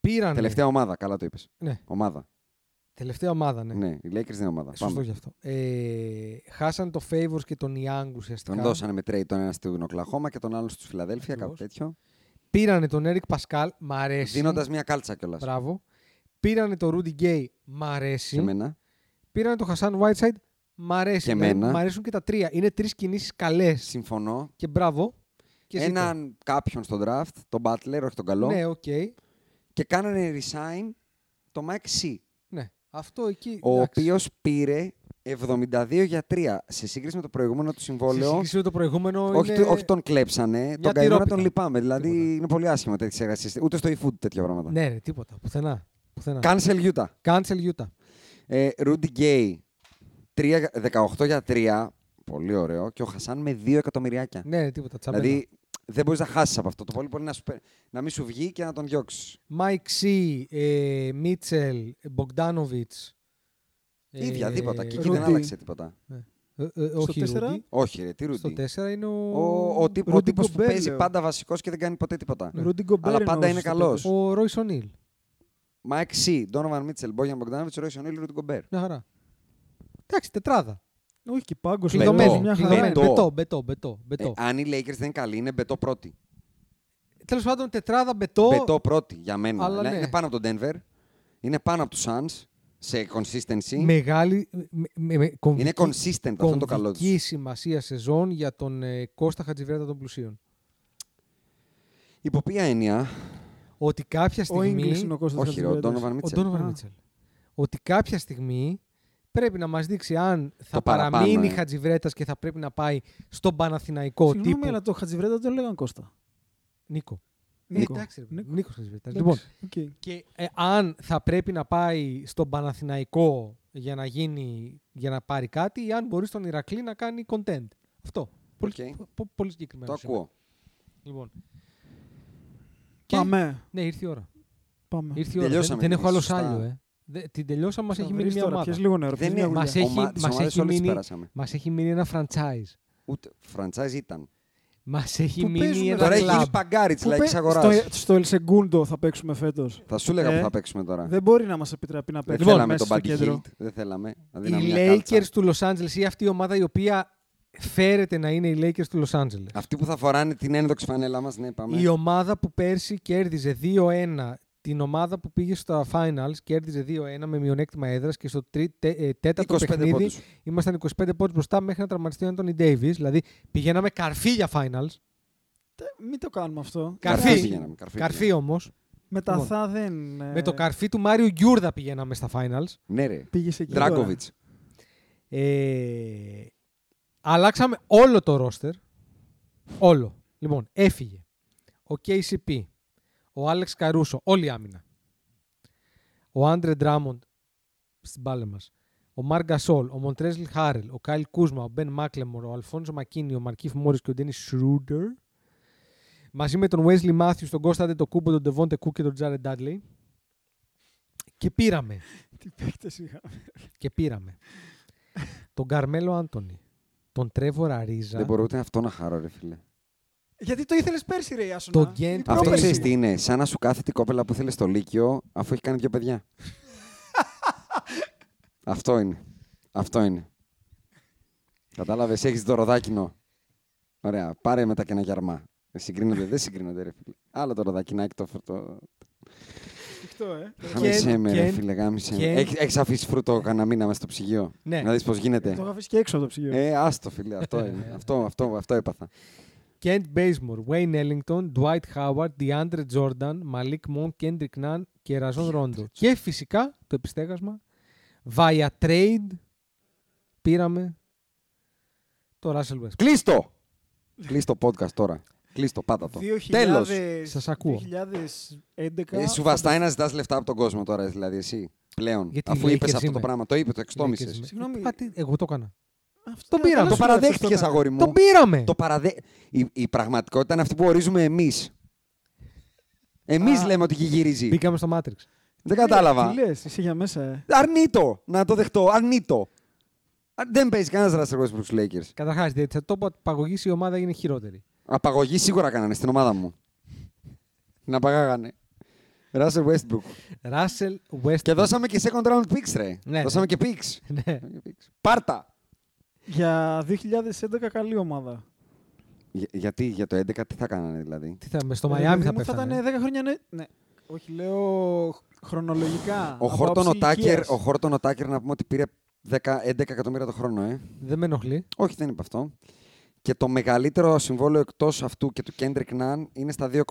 [SPEAKER 5] Πήραν.
[SPEAKER 4] Τελευταία ομάδα, καλά το είπες.
[SPEAKER 5] Ναι.
[SPEAKER 4] Ομάδα.
[SPEAKER 5] Τελευταία ομάδα, ναι.
[SPEAKER 4] Ναι. οι Lakers είναι ομάδα.
[SPEAKER 5] Σωστό
[SPEAKER 4] Πάμε.
[SPEAKER 5] γι' αυτό. Ε, χάσαν το Favors και τον Young ουσιαστικά.
[SPEAKER 4] Τον δώσανε με trade τον ένας στην Οκλαχώμα και τον άλλον στους Φιλαδέλφια, κάτι
[SPEAKER 5] Ακριβώς.
[SPEAKER 4] τέτοιο.
[SPEAKER 5] Πήρανε τον Eric Pascal, μ' αρέσει.
[SPEAKER 4] Δίνοντας μια κάλτσα κιόλας.
[SPEAKER 5] Μπράβο. Πήρανε το Rudy Gay, μ'
[SPEAKER 4] Σε
[SPEAKER 5] αρέσει.
[SPEAKER 4] μένα.
[SPEAKER 5] Πήρανε το Hassan Whiteside, μ' αρέσει.
[SPEAKER 4] Και
[SPEAKER 5] Δηλαδή,
[SPEAKER 4] εμένα.
[SPEAKER 5] Μ' αρέσουν και τα τρία. Είναι τρεις κινήσεις καλές.
[SPEAKER 4] Συμφωνώ.
[SPEAKER 5] Και μπράβο. Και ζήτω.
[SPEAKER 4] έναν κάποιον στον draft, τον Butler, όχι τον καλό,
[SPEAKER 5] Ναι, οκ.
[SPEAKER 4] και κάνανε resign το Mike C,
[SPEAKER 5] Ναι. Αυτό εκεί.
[SPEAKER 4] ο
[SPEAKER 5] εντάξει.
[SPEAKER 4] οποίος πήρε 72 για 3 σε σύγκριση με το προηγούμενο του
[SPEAKER 5] Σε
[SPEAKER 4] συμβόλαιο.
[SPEAKER 5] σύγκριση με το προηγούμενο.
[SPEAKER 4] Όχι,
[SPEAKER 5] είναι...
[SPEAKER 4] το- όχι τον κλέψανε, τον καημένο
[SPEAKER 5] τυρόπιτα.
[SPEAKER 4] τον λυπάμαι. Δηλαδή
[SPEAKER 5] Τίποτα.
[SPEAKER 4] είναι πολύ άσχημα τέτοιες εργασίες. Ούτε στο eFood τέτοια πράγματα.
[SPEAKER 5] Ναι, ρε, τίποτα. Πουθενά. Πουθενά.
[SPEAKER 4] Cancel Utah.
[SPEAKER 5] Cancel Utah.
[SPEAKER 4] Ε, Rudy Gay, 3, 18 για 3. Πολύ ωραίο. Και ο Χασάν με 2 εκατομμυριάκια.
[SPEAKER 5] Ναι, ρε, τίποτα. Τσαμπέλα.
[SPEAKER 4] δηλαδή δεν μπορείς να χάσεις από αυτό. Το πολύ πολύ να, σου πε- να μην σου βγει και να τον διώξεις.
[SPEAKER 5] Mike C, ε, Mitchell, Bogdanovic.
[SPEAKER 4] Ίδια, τίποτα. Και εκεί
[SPEAKER 6] Rudy.
[SPEAKER 4] δεν άλλαξε τίποτα.
[SPEAKER 5] Ε, ε, όχι,
[SPEAKER 6] τέσσερα?
[SPEAKER 5] Rudy.
[SPEAKER 4] Όχι, ρε, τι
[SPEAKER 5] Στο
[SPEAKER 4] Ρούντι.
[SPEAKER 5] 4 είναι ο.
[SPEAKER 4] Ο, ο, τύπ- ο
[SPEAKER 6] Rudy
[SPEAKER 4] τύπος που
[SPEAKER 6] Gobert,
[SPEAKER 4] παίζει
[SPEAKER 6] λέω.
[SPEAKER 4] πάντα βασικός και δεν κάνει ποτέ τίποτα.
[SPEAKER 6] Ρούντι Γκομπέρ
[SPEAKER 4] Αλλά πάντα
[SPEAKER 6] εννοούσε
[SPEAKER 4] είναι
[SPEAKER 6] στο
[SPEAKER 4] καλός.
[SPEAKER 6] πέντε.
[SPEAKER 5] Ο Royce O'Neal.
[SPEAKER 4] Μάικ Σι, Ντόνοβαν Μίτσελ, Μπόγιαν Μπογκδάνοβιτ, Ρόι Σονίλ, Ρούντι Γκομπέρ.
[SPEAKER 5] Μια χαρά. Εντάξει, τετράδα.
[SPEAKER 6] Όχι και πάγκος.
[SPEAKER 4] Κλειδωμένο,
[SPEAKER 6] αλλά
[SPEAKER 5] Κλειδωμένη.
[SPEAKER 6] μια χαρά.
[SPEAKER 5] κλειδωμένη.
[SPEAKER 4] Μπετό.
[SPEAKER 5] Μπετό, μπετό, μπετό.
[SPEAKER 4] Ε,
[SPEAKER 5] μπετό.
[SPEAKER 4] αν οι Lakers δεν είναι καλοί, είναι μπετό πρώτη.
[SPEAKER 5] Τέλος πάντων, τετράδα μπετό.
[SPEAKER 4] Μπετό πρώτη για μένα.
[SPEAKER 5] Αλλά
[SPEAKER 4] Δηλαδή,
[SPEAKER 5] ναι.
[SPEAKER 4] Είναι πάνω από τον Denver, είναι πάνω από τους Suns σε consistency.
[SPEAKER 5] Μεγάλη. με- με- με-
[SPEAKER 4] Είναι
[SPEAKER 5] κομβική-
[SPEAKER 4] consistent, αυτό είναι το καλό
[SPEAKER 5] κομβική
[SPEAKER 4] του.
[SPEAKER 5] σημασία σεζόν για τον ε, Κώστα Χατζιβέρτα των Πλουσίων.
[SPEAKER 4] Υπό ποια έννοια.
[SPEAKER 5] Ότι κάποια
[SPEAKER 6] Ο Ίγκλης είναι
[SPEAKER 5] στιγμή.
[SPEAKER 6] ο Κώστας
[SPEAKER 4] Όχι, ρε, ο
[SPEAKER 6] Χατζηβέργας.
[SPEAKER 4] Ντόνοβαν
[SPEAKER 5] Ο
[SPEAKER 4] Μίτσελ.
[SPEAKER 5] Ντόνοβαν Μίτσελ. Ότι κάποια στιγμή πρέπει να μας δείξει αν θα
[SPEAKER 4] Το παραπάνω,
[SPEAKER 5] παραμείνει
[SPEAKER 4] ε.
[SPEAKER 5] Χατζιβρέτα και θα πρέπει να πάει στον Παναθηναϊκό
[SPEAKER 6] Συγγνώμη,
[SPEAKER 5] τύπο.
[SPEAKER 6] αλλά το Χατζιβρέτα το λέγαν Κώστα.
[SPEAKER 5] Νίκο. Ε,
[SPEAKER 6] Νίκο.
[SPEAKER 5] Εντάξει, ρε,
[SPEAKER 6] Νίκο.
[SPEAKER 5] Νίκος Χατζηβρέτας.
[SPEAKER 6] Εντάξει,
[SPEAKER 5] Λοιπόν,
[SPEAKER 6] οκ.
[SPEAKER 5] και ε, αν θα πρέπει να πάει στον Παναθηναϊκό για να, γίνει, για να πάρει κάτι ή αν μπορεί στον Ηρακλή να κάνει content. Αυτό. Πολύ,
[SPEAKER 4] Οκ.
[SPEAKER 5] πο- πο- πολύ συγκεκριμένο.
[SPEAKER 4] Το
[SPEAKER 5] σήμερα.
[SPEAKER 4] ακούω.
[SPEAKER 5] Λοιπόν. Και-
[SPEAKER 6] Πάμε.
[SPEAKER 5] Ναι, ήρθε η ώρα.
[SPEAKER 6] Πάμε.
[SPEAKER 5] Ήρθε η ώρα. Δεν,
[SPEAKER 4] Τελειώσαμε,
[SPEAKER 5] δεν έχω άλλο
[SPEAKER 4] σωστά.
[SPEAKER 5] άλλο. Ε. Δε- την τελειώσαμε, μας
[SPEAKER 6] Θα
[SPEAKER 5] έχει
[SPEAKER 6] βρεις
[SPEAKER 5] μείνει μια
[SPEAKER 6] τώρα,
[SPEAKER 5] ομάδα.
[SPEAKER 6] πιες λίγο νερό,
[SPEAKER 4] Δεν
[SPEAKER 6] πιες μια
[SPEAKER 4] είναι.
[SPEAKER 6] γουλιά.
[SPEAKER 5] Μας έχει-
[SPEAKER 4] ομα- τις
[SPEAKER 5] μας
[SPEAKER 4] ομάδες
[SPEAKER 5] έχει
[SPEAKER 4] όλες τις
[SPEAKER 5] μείνει-
[SPEAKER 4] περάσαμε.
[SPEAKER 5] Μας έχει μείνει ένα franchise.
[SPEAKER 4] Ούτε franchise ήταν.
[SPEAKER 5] Μας έχει
[SPEAKER 6] Πού
[SPEAKER 5] μείνει
[SPEAKER 6] παίζουνε
[SPEAKER 5] ένα
[SPEAKER 4] Τώρα έχει γίνει
[SPEAKER 5] κλαμπ.
[SPEAKER 4] παγκάριτ,
[SPEAKER 6] Πού
[SPEAKER 4] λαϊκής
[SPEAKER 6] παί-
[SPEAKER 4] αγοράς.
[SPEAKER 6] στο- Στο El Segundo θα παίξουμε φέτος.
[SPEAKER 4] Θα σου έλεγα
[SPEAKER 6] Ε,
[SPEAKER 4] που θα παίξουμε τώρα.
[SPEAKER 6] Δεν μπορεί να μας επιτραπεί να
[SPEAKER 4] Δεν
[SPEAKER 6] παίξουμε Λοιπόν,
[SPEAKER 4] θέλαμε
[SPEAKER 6] μέσα
[SPEAKER 4] τον
[SPEAKER 6] στο
[SPEAKER 4] Buddy Hield.
[SPEAKER 6] κέντρο.
[SPEAKER 4] Δεν θέλαμε. Δηλαδή, να
[SPEAKER 5] Οι
[SPEAKER 4] μια κάλτσα.
[SPEAKER 5] Lakers του Los Angeles ή αυτή η ομάδα η οποία φέρεται να είναι οι Lakers του Los Angeles.
[SPEAKER 4] Αυτοί που θα φοράνε την ένδοξη φανέλα μας, ναι, πάμε.
[SPEAKER 5] Η ομάδα που πέρσι κέρδιζε 2-1 την ομάδα που πήγε στα finals κέρδιζε 2-1 με μειονέκτημα έδρας και στο τρί, τε, ε, τέταρτο
[SPEAKER 4] 25
[SPEAKER 5] παιχνίδι
[SPEAKER 4] πόντους.
[SPEAKER 5] ήμασταν 25 πόντους μπροστά μέχρι να τραυματιστεί ο Anthony Davis. Δηλαδή πηγαίναμε καρφί για finals.
[SPEAKER 6] Μην το κάνουμε αυτό.
[SPEAKER 5] Καρφί.
[SPEAKER 4] πηγαίναμε, καρφί
[SPEAKER 5] Καρφί
[SPEAKER 4] πηγαίναμε.
[SPEAKER 5] όμως.
[SPEAKER 6] Με τα
[SPEAKER 5] Λοιπόν,
[SPEAKER 6] θα δεν. ε,
[SPEAKER 5] Με το καρφί του Μάριου Γκιούρδα πηγαίναμε στα finals.
[SPEAKER 4] Ναι, ρε.
[SPEAKER 6] Πήγες εκεί.
[SPEAKER 4] Ντράγκοβιτ.
[SPEAKER 5] Ε, αλλάξαμε όλο το ρόστερ. Όλο. Λοιπόν, έφυγε. Ο KCP, ο Άλεξ Καρούσο, όλη η άμυνα. Ο Άντρε Ντράμοντ στην πάλε μας. Ο Μαρ Γκασόλ, ο Μοντρέζλ Χάρελ, ο Κάιλ Κούσμα, ο Μπεν Μάκλεμορ, ο Αλφόνσο Μακίνι, ο Μαρκίφ Μόρις και ο Ντένις Σρούντερ. Μαζί με τον Wesley Μάθιου, τον Κώστα Αντετοκούμπο, τον Ντεβόντε Κού και τον Τζάρε Ντάντλεϊ. Και πήραμε.
[SPEAKER 6] Τι παίκτες είχαμε.
[SPEAKER 5] Και πήραμε. τον Καρμέλο Άντωνη. Τον Τρέβορ Αρίζα.
[SPEAKER 4] Δεν μπορώ ούτε αυτό να χαρώ, ρε φίλε.
[SPEAKER 6] Γιατί το ήθελες πέρσι, ρε Ιάσονα.
[SPEAKER 5] Τον Γκέντ.
[SPEAKER 6] Η
[SPEAKER 4] Αυτό
[SPEAKER 6] πρόπερση.
[SPEAKER 4] ξέρεις τι είναι. Σαν να σου κάθεται η κόπελα που θέλεις στο Λύκειο αφού έχει κάνει δύο παιδιά. αυτό είναι. Αυτό είναι. Κατάλαβες, έχεις το ροδάκινο. Ωραία, πάρε μετά και ένα γιαρμά. Συγκρίνονται, δεν συγκρίνονται, ρε φίλε. Άλλο το ροδακινάκι το. το...
[SPEAKER 6] Φυκτό, ε.
[SPEAKER 4] Γάμισε με, ρε
[SPEAKER 5] Γκέντ,
[SPEAKER 4] φίλε, γάμισε με.
[SPEAKER 5] Γκέντ.
[SPEAKER 4] Έχεις αφήσει φρούτο κανένα μήνα μέσα στο ψυγείο.
[SPEAKER 5] Ναι.
[SPEAKER 4] Να δεις πώς
[SPEAKER 6] Το είχα
[SPEAKER 4] γίνεται.
[SPEAKER 6] αφήσει και έξω από το ψυγείο.
[SPEAKER 4] Ε, άστο, φίλε, αυτό είναι. αυτό, αυτό, αυτό έπαθα.
[SPEAKER 5] Kent Basemore, Wayne Ellington, Dwight Howard, DeAndre Jordan, Malik Monk, Kendrick Nunn και Razon Rondo. Και φυσικά το επιστέγασμα via trade πήραμε το Russell Westbrook.
[SPEAKER 4] Κλείστο! Κλείστο podcast τώρα. Κλείστο, πάτα το.
[SPEAKER 6] 2000...
[SPEAKER 4] Τέλος.
[SPEAKER 5] Σας ακούω.
[SPEAKER 6] 2011.
[SPEAKER 4] Ε, σου βαστάει να ζητάς λεφτά από τον κόσμο τώρα, δηλαδή εσύ. Πλέον.
[SPEAKER 5] Γιατί
[SPEAKER 4] αφού
[SPEAKER 5] Lakers
[SPEAKER 4] είπες αυτό
[SPEAKER 5] είμαι.
[SPEAKER 4] το πράγμα, το είπε, το
[SPEAKER 5] Lakers
[SPEAKER 4] εξτόμησε.
[SPEAKER 5] με.
[SPEAKER 6] Συγγνώμη.
[SPEAKER 5] Μα τι, εγώ το έκανα.
[SPEAKER 6] Αυτό
[SPEAKER 5] Το
[SPEAKER 6] είναι
[SPEAKER 5] πήρα,
[SPEAKER 6] καλό
[SPEAKER 4] Το
[SPEAKER 6] σου λάθος,
[SPEAKER 4] παραδέχτηκε,
[SPEAKER 6] έκανα.
[SPEAKER 4] αγόρι μου.
[SPEAKER 5] Το πήραμε!
[SPEAKER 4] Το παραδέ... η, η πραγματικότητα είναι αυτή που ορίζουμε εμείς. Εμείς
[SPEAKER 6] Α.
[SPEAKER 4] λέμε ότι γυρίζει.
[SPEAKER 5] Μπήκαμε στο Matrix.
[SPEAKER 4] Δεν
[SPEAKER 6] Ε,
[SPEAKER 4] κατάλαβα.
[SPEAKER 6] Τι λες, είσαι για μέσα. ε.
[SPEAKER 4] Αρνείτο! Να το δεχτώ. Αρνείτο. Α, Δεν παίζει κανένας Russell Westbrook στου Lakers.
[SPEAKER 5] Καταρχά, διότι θα το πω ότι παγωγής η ομάδα είναι χειρότερη.
[SPEAKER 4] Απαγωγή σίγουρα κάνανε στην ομάδα μου. Να παγάγανε. Russell Westbrook.
[SPEAKER 5] Russell Westbrook.
[SPEAKER 4] Και δώσαμε και second round picks, ρε.
[SPEAKER 5] Ναι.
[SPEAKER 4] Δώσαμε και picks.
[SPEAKER 5] Ναι.
[SPEAKER 4] Πάρτα.
[SPEAKER 6] Για 2011 καλή ομάδα.
[SPEAKER 4] Για- γιατί για το 11 τι θα κάνανε δηλαδή.
[SPEAKER 5] Τι θα, μες στο
[SPEAKER 6] Ρε,
[SPEAKER 5] Μαϊάμι
[SPEAKER 6] παιδί
[SPEAKER 5] θα
[SPEAKER 6] Ε, μου,
[SPEAKER 5] πέφτανε.
[SPEAKER 6] Θα ήταν 10 χρόνια. Ναι. ναι. Όχι, λέω χρονολογικά.
[SPEAKER 4] Ο
[SPEAKER 6] από
[SPEAKER 4] Χόρτον ο,
[SPEAKER 6] άψη
[SPEAKER 4] Τάκερ,
[SPEAKER 6] ηλικίας.
[SPEAKER 4] ο Χόρτον ο Τάκερ να πούμε ότι πήρε 10, 11 εκατομμύρια το χρόνο, ε.
[SPEAKER 5] Δεν με ενοχλεί.
[SPEAKER 4] Όχι, δεν είπα αυτό. Και το μεγαλύτερο συμβόλαιο εκτός αυτού και του Kendrick Nunn είναι στα 2,6.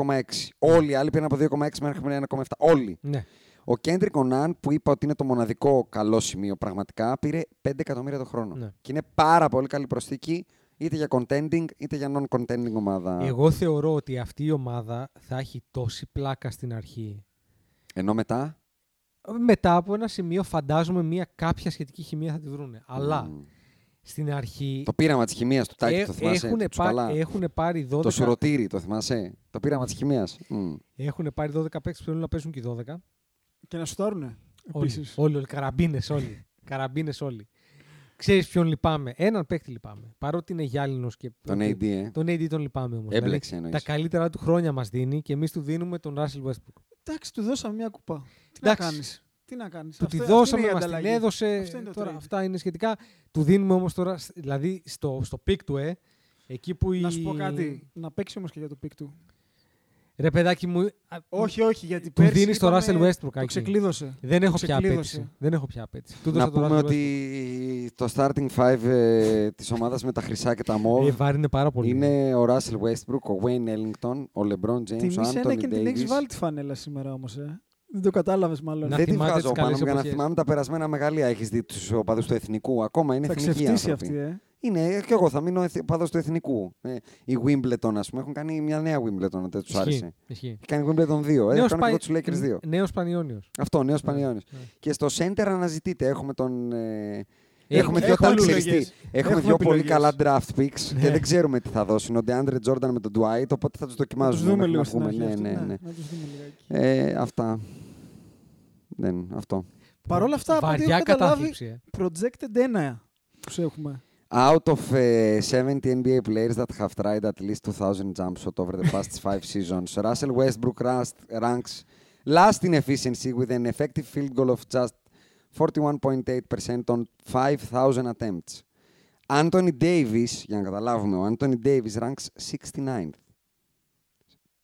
[SPEAKER 4] Όλοι οι άλλοι πήραν από 2,6 μέχρι 1,7. Όλοι.
[SPEAKER 5] Ναι.
[SPEAKER 4] Ο Kendrick ο Nunn, που είπα ότι είναι το μοναδικό καλό σημείο πραγματικά, πήρε 5 εκατομμύρια το χρόνο.
[SPEAKER 5] Ναι.
[SPEAKER 4] Και είναι πάρα πολύ καλή προσθήκη είτε για contending είτε για non-contending ομάδα.
[SPEAKER 5] Εγώ θεωρώ ότι αυτή η ομάδα θα έχει τόση πλάκα στην αρχή.
[SPEAKER 4] Ενώ μετά.
[SPEAKER 5] Μετά από ένα σημείο φαντάζομαι μια κάποια σχετική χημεία θα τη βρούνε. Αλλά
[SPEAKER 4] μ,
[SPEAKER 5] στην αρχή ε,
[SPEAKER 4] Το πείραμα της χημία του Τάκη, το θυμάσαι.
[SPEAKER 5] έχουν,
[SPEAKER 4] του Τσουκαλά.
[SPEAKER 5] πάρει 12,
[SPEAKER 4] Το σουρωτήρι, το θυμάσαι. Το πείραμα της χημία.
[SPEAKER 5] έχουνε πάρει 12 παίκτες που θέλουν να παίζουν και οι 12.
[SPEAKER 6] Και να σουτάρουνε.
[SPEAKER 5] Όλοι,
[SPEAKER 6] Επίσης.
[SPEAKER 5] όλοι, όλοι, καραμπίνες όλοι. καραμπίνες όλοι. Ξέρεις ποιον λυπάμαι. Έναν παίκτη λυπάμαι. Παρότι είναι γυάλινος και...
[SPEAKER 4] Τον
[SPEAKER 5] ότι-
[SPEAKER 4] AD, ε.
[SPEAKER 5] Τον AD τον λυπάμαι όμως. Δηλαδή,
[SPEAKER 4] Έμπλεξε
[SPEAKER 5] τα
[SPEAKER 4] εννοείς.
[SPEAKER 5] καλύτερα του χρόνια μας δίνει και εμείς του δίνουμε τον Russell Westbrook.
[SPEAKER 6] Εντάξει, του δώσαμε μια κουπά. Τι να
[SPEAKER 5] Εντάξει.
[SPEAKER 6] κάνεις. Τι να κάνεις.
[SPEAKER 5] Του τη δώσαμε, μας την έδωσε.
[SPEAKER 6] Αυτό είναι το
[SPEAKER 5] Τώρα,
[SPEAKER 6] trade.
[SPEAKER 5] αυτά είναι σχετικά. Του δίνουμε όμως τώρα, σ- δηλαδή στο, στο πικ του, ε, εκεί που η...
[SPEAKER 6] Να σου πω κάτι. Να παίξει όμως και για το πικ του.
[SPEAKER 5] Ρε παιδάκι μου, α,
[SPEAKER 6] Όχι, όχι, γιατί
[SPEAKER 5] του
[SPEAKER 6] πέρσι.
[SPEAKER 5] δίνεις το
[SPEAKER 6] είπαμε,
[SPEAKER 5] Russell Westbrook.
[SPEAKER 6] Το
[SPEAKER 5] Άκη.
[SPEAKER 6] ξεκλείδωσε.
[SPEAKER 5] Δεν έχω πια
[SPEAKER 6] ξεκλείδωσε.
[SPEAKER 5] απέτηση. Δεν έχω πια απέτηση. Του
[SPEAKER 4] Να
[SPEAKER 5] δώσα το
[SPEAKER 4] πούμε
[SPEAKER 5] Russell
[SPEAKER 4] ότι το starting five ε, της ομάδας με τα χρυσά και τα
[SPEAKER 5] Westbrook. Ε,
[SPEAKER 4] μόβ
[SPEAKER 5] βάρινε πάρα πολύ.
[SPEAKER 4] είναι ο Russell Westbrook, ο Wayne Ellington, ο LeBron James, ο
[SPEAKER 6] Τιμή ένα
[SPEAKER 4] Anthony
[SPEAKER 6] και την έχεις
[SPEAKER 4] Davis.
[SPEAKER 6] βάλει τη φανέλα σήμερα όμως. Ε. Δεν το κατάλαβες μάλλον.
[SPEAKER 5] Να
[SPEAKER 4] Δεν τη
[SPEAKER 5] θυμάται
[SPEAKER 4] βγάζω
[SPEAKER 5] τις
[SPEAKER 4] πάνω
[SPEAKER 5] καλές
[SPEAKER 4] μου για να
[SPEAKER 5] εποχές.
[SPEAKER 4] θυμάμαι τα περασμένα μεγαλεία. Έχεις δει τους οπαδούς του Εθνικού. Ακόμα είναι
[SPEAKER 6] θα
[SPEAKER 4] εθνικοί
[SPEAKER 6] ξεφτύσει
[SPEAKER 4] άνθρωποι.
[SPEAKER 6] αυτή, ε.
[SPEAKER 4] Είναι, και εγώ θα μείνω εθ- οπαδός του Εθνικού. Ε, η Wimbledon, ας πούμε, έχουν κάνει μια νέα Wimbledon, αν δεν τους
[SPEAKER 5] Ισχύει,
[SPEAKER 4] άρεσε.
[SPEAKER 5] Ισχύει.
[SPEAKER 4] Έχει κάνει Wimbledon 2. Ε,
[SPEAKER 5] Νέος
[SPEAKER 4] Έχουν
[SPEAKER 5] Πα-
[SPEAKER 4] κάνει και εγώ τους Lakers 2.
[SPEAKER 5] Νέος Πανιόνιος.
[SPEAKER 4] Αυτό, νέος Πανιόνιος.
[SPEAKER 5] Ναι.
[SPEAKER 4] Και στο center αναζητείτε. Έχουμε τον. ε,
[SPEAKER 5] Έχουμε-
[SPEAKER 4] Έχουμε, δύο
[SPEAKER 6] έχουμε
[SPEAKER 4] τάξεις
[SPEAKER 6] επιλογές.
[SPEAKER 4] χειριστή. Έχουμε,
[SPEAKER 6] Έχουμε
[SPEAKER 4] δύο πολύ
[SPEAKER 6] επιλογές.
[SPEAKER 4] καλά draft picks και δεν ξέρουμε τι θα δώσουν. Ο DeAndre Jordan με τον Dwight, οπότε θα τους
[SPEAKER 6] Να του
[SPEAKER 4] δοκιμάζουμε.
[SPEAKER 6] δούμε
[SPEAKER 4] μέχρι
[SPEAKER 6] λίγο
[SPEAKER 4] να
[SPEAKER 6] στην
[SPEAKER 4] βγούμε.
[SPEAKER 6] αρχή.
[SPEAKER 4] Ναι,
[SPEAKER 6] αυτό,
[SPEAKER 4] ναι, ναι.
[SPEAKER 6] Να τους δούμε λιγάκι.
[SPEAKER 4] Ε, αυτά. Δεν, αυτό.
[SPEAKER 6] Παρ' όλα Ε, αυτά, από ό,τι
[SPEAKER 5] Βαριά
[SPEAKER 6] έχω καταλάβει,
[SPEAKER 5] κατάθλιψη. ε.
[SPEAKER 6] projected ένα τους έχουμε.
[SPEAKER 4] Out of ε, 70 NBA players that have tried at least 2,000 jump shot over the past five seasons, Russell Westbrook rast- ranks last in efficiency with an effective field goal of just 41.8% on 5,000 attempts. Anthony Davis, για να καταλάβουμε, ο Anthony Davis ranks 69th.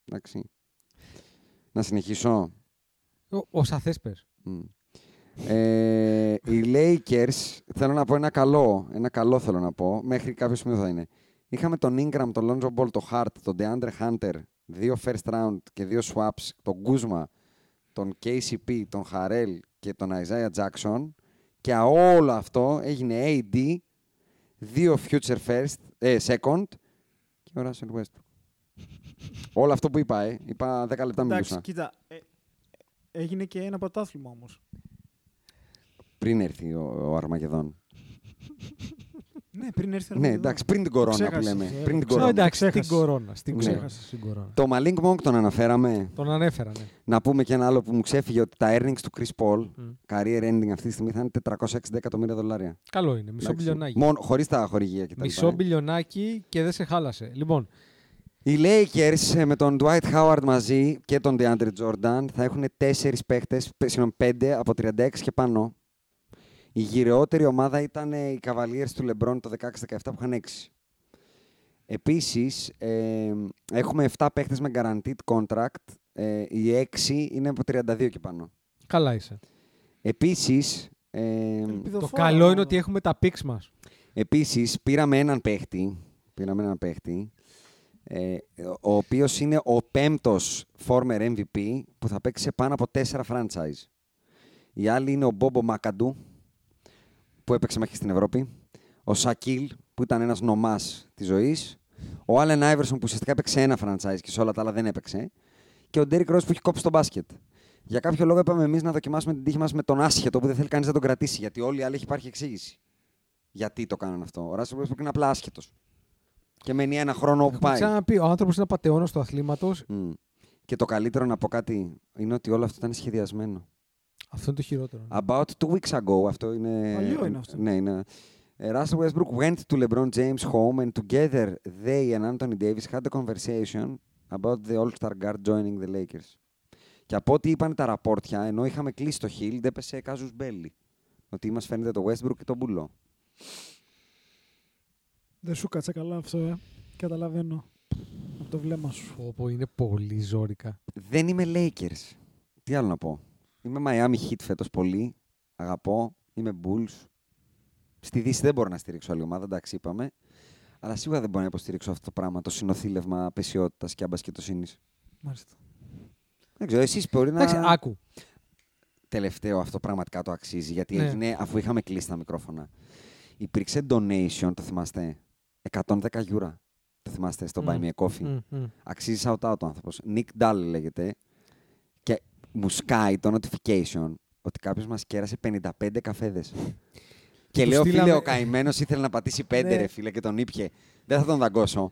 [SPEAKER 4] Εντάξει. Να συνεχίσω.
[SPEAKER 5] Ο- Όσα θες πες.
[SPEAKER 4] Μμ. Ε, οι Lakers, θέλω να πω ένα καλό, ένα καλό θέλω να πω, μέχρι κάποιο σημείο θα είναι. Είχαμε τον Ingram, τον Lonzo Ball, τον Hart, τον DeAndre Hunter, δύο first round και δύο swaps, τον Kuzma, τον KCP, τον Harrell και τον Isaiah Jackson και όλο αυτό έγινε AD, δύο future first, ε, second και ο Russell Westbrook. όλο αυτό που είπα, ε, είπα 10 λεπτά
[SPEAKER 6] Εντάξει,
[SPEAKER 4] μιλούσα.
[SPEAKER 6] κοίτα. ε, έγινε και ένα πρωτάθλημα όμως.
[SPEAKER 4] Πριν έρθει ο, ο Αρμαγεδόν.
[SPEAKER 6] Ναι, πριν έρθει
[SPEAKER 4] Ναι, εντάξει, πριν την κορώνα
[SPEAKER 6] Ξέχασες,
[SPEAKER 4] που λέμε.
[SPEAKER 6] ε.
[SPEAKER 4] Πριν την
[SPEAKER 6] Ξέρω,
[SPEAKER 4] κορώνα.
[SPEAKER 6] εντάξει,
[SPEAKER 5] Στην
[SPEAKER 6] Ξέχασα.
[SPEAKER 5] κορώνα. Στην
[SPEAKER 4] Ναι.
[SPEAKER 5] κορώνα. Στην κορώνα.
[SPEAKER 4] Το Malink Monk τον αναφέραμε.
[SPEAKER 5] Τον ανέφερα, ναι.
[SPEAKER 4] Να πούμε και ένα άλλο που μου ξέφυγε ότι τα earnings του Chris Paul, career ending αυτή τη στιγμή, θα είναι 460 εκατομμύρια δολάρια.
[SPEAKER 5] Καλό είναι. Μισό
[SPEAKER 4] Εντάξει.
[SPEAKER 5] μπιλιονάκι.
[SPEAKER 4] Μόνο, χωρίς τα χορηγία και τα
[SPEAKER 5] Μισό
[SPEAKER 4] λοιπά, ε.
[SPEAKER 5] μπιλιονάκι και δεν σε χάλασε. Λοιπόν,
[SPEAKER 4] Οι Lakers ε, με τον Dwight Howard μαζί και τον DeAndre Jordan θα έχουν 4 παίχτες, πε- συγγνώμη 5 από 36 και πάνω. Η γυρεότερη ομάδα ήταν ε, οι Cavaliers του LeBron το 16-17 που είχαν 6. Επίσης, ε, έχουμε 7 παίχτες με guaranteed contract. Ε, οι 6 είναι από 32 και πάνω.
[SPEAKER 5] καλά είσαι.
[SPEAKER 4] Επίσης, ε,
[SPEAKER 5] Το καλό είναι ότι έχουμε τα πίξ μας.
[SPEAKER 4] επίσης πήραμε έναν παίχτη, πήραμε έναν παίχτη ε, ο οποίος είναι ο πέμπτος former MVP που θα παίξει σε πάνω από τέσσερα franchise. Η άλλη είναι ο Μπόμπο Μακαντού που έπαιξε μέχρι στην Ευρώπη. Ο Σακίλ που ήταν ένας νομάς της ζωής. Ο Άλεν Άιβερσον που ουσιαστικά έπαιξε ένα franchise και σε όλα τα άλλα δεν έπαιξε. Και ο Ντέρικ Ρος που έχει κόψει τον μπάσκετ. Για κάποιο λόγο είπαμε εμείς να δοκιμάσουμε την τύχη μας με τον άσχετο που δεν θέλει κανείς να τον κρατήσει. Γιατί όλοι οι άλλοι έχει υπάρχει εξήγηση. Γιατί το κάνανε αυτό. Ο Ράσελ Westbrook είναι απλά άσχετος. Και μένει ένα χρόνο όπου πάει.
[SPEAKER 5] Ξαναπεί, ο άνθρωπος είναι απαταιώνα του αθλήματος.
[SPEAKER 4] Μμ. Και το καλύτερο να πω κάτι είναι ότι όλο αυτό ήταν σχεδιασμένο.
[SPEAKER 5] Αυτό είναι το χειρότερο.
[SPEAKER 4] About two weeks ago, αυτό είναι.
[SPEAKER 6] Παλιό είναι αυτό.
[SPEAKER 4] Ναι, είναι. Ε, Russell Westbrook went to LeBron James home and together they and Anthony Davis had a conversation about the All-Star guard joining the Lakers. Και από ό,τι είπαν τα ραπόρτια, ενώ είχαμε κλείσει το Hill, δεν έπεσε κάζους μπέλι. Ότι μας φαίνεται το Westbrook και το Μπουλό.
[SPEAKER 6] Δεν σου κάτσε καλά αυτό, ε. Καταλαβαίνω. Από το βλέμμα σου.
[SPEAKER 5] Όπου είναι πολύ ζόρικα.
[SPEAKER 4] Δεν είμαι Lakers. Τι άλλο να πω. Είμαι Miami Heat φέτος πολύ. Αγαπώ. Είμαι Bulls. Στη Δύση δεν μπορώ να στηρίξω άλλη ομάδα, εντάξει είπαμε. Αλλά σίγουρα δεν μπορώ να υποστηρίξω αυτό το πράγμα, το συνοθήλευμα απεσιότητας και αμπασκετοσύνη.
[SPEAKER 6] Μάλιστα.
[SPEAKER 4] Δεν ξέρω, εσείς μπορεί να.
[SPEAKER 5] Εντάξει, άκου.
[SPEAKER 4] Τελευταίο αυτό πραγματικά το αξίζει, γιατί
[SPEAKER 5] Ναι.
[SPEAKER 4] έγινε αφού είχαμε κλείσει τα μικρόφωνα. Υπήρξε donation, το θυμάστε. 110 γιούρα. Το θυμάστε στο
[SPEAKER 5] Μμμ.
[SPEAKER 4] Buy Me a Coffee.
[SPEAKER 5] Μμ, μμ.
[SPEAKER 4] Αξίζει shout out ο άνθρωπος. Nick Dahl λέγεται. Και μου σκάει το notification ότι κάποιος μας κέρασε 55 καφέδες. και
[SPEAKER 5] Τους
[SPEAKER 4] λέω,
[SPEAKER 5] στείλαμε-
[SPEAKER 4] φίλε, ο καημένος ήθελε να πατήσει πέντε,
[SPEAKER 6] Ναι.
[SPEAKER 4] ρε φίλε, και τον ήπια. Δεν θα τον δαγκώσω.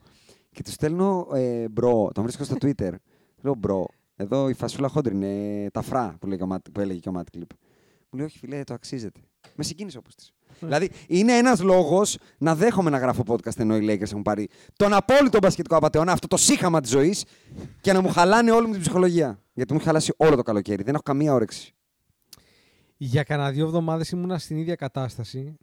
[SPEAKER 4] Και τους στέλνω, ε, μπρο, τον βρίσκω στο Twitter. λέω, μπρο, εδώ η φασούλα χόντρη είναι τα φρά που, λέει, και ο Ματ- που έλεγε και ο Ματ Κλιπ. Μου λέει, όχι, φίλε, το αξίζεται. Με συγκίνησε όπως της. Δηλαδή, είναι ένας λόγος να δέχομαι να γράφω podcast ενώ οι Lakers έχουν πάρει τον απόλυτο μπασκετικό απαταιώνα, αυτό το σύγχαμα της ζωής, και να μου χαλάνε όλη μου την ψυχολογία. Γιατί μου έχει χαλάσει όλο το καλοκαίρι. Δεν έχω καμία όρεξη.
[SPEAKER 5] Για κανένα δύο εβδομάδες ήμουνα στην ίδια κατάσταση.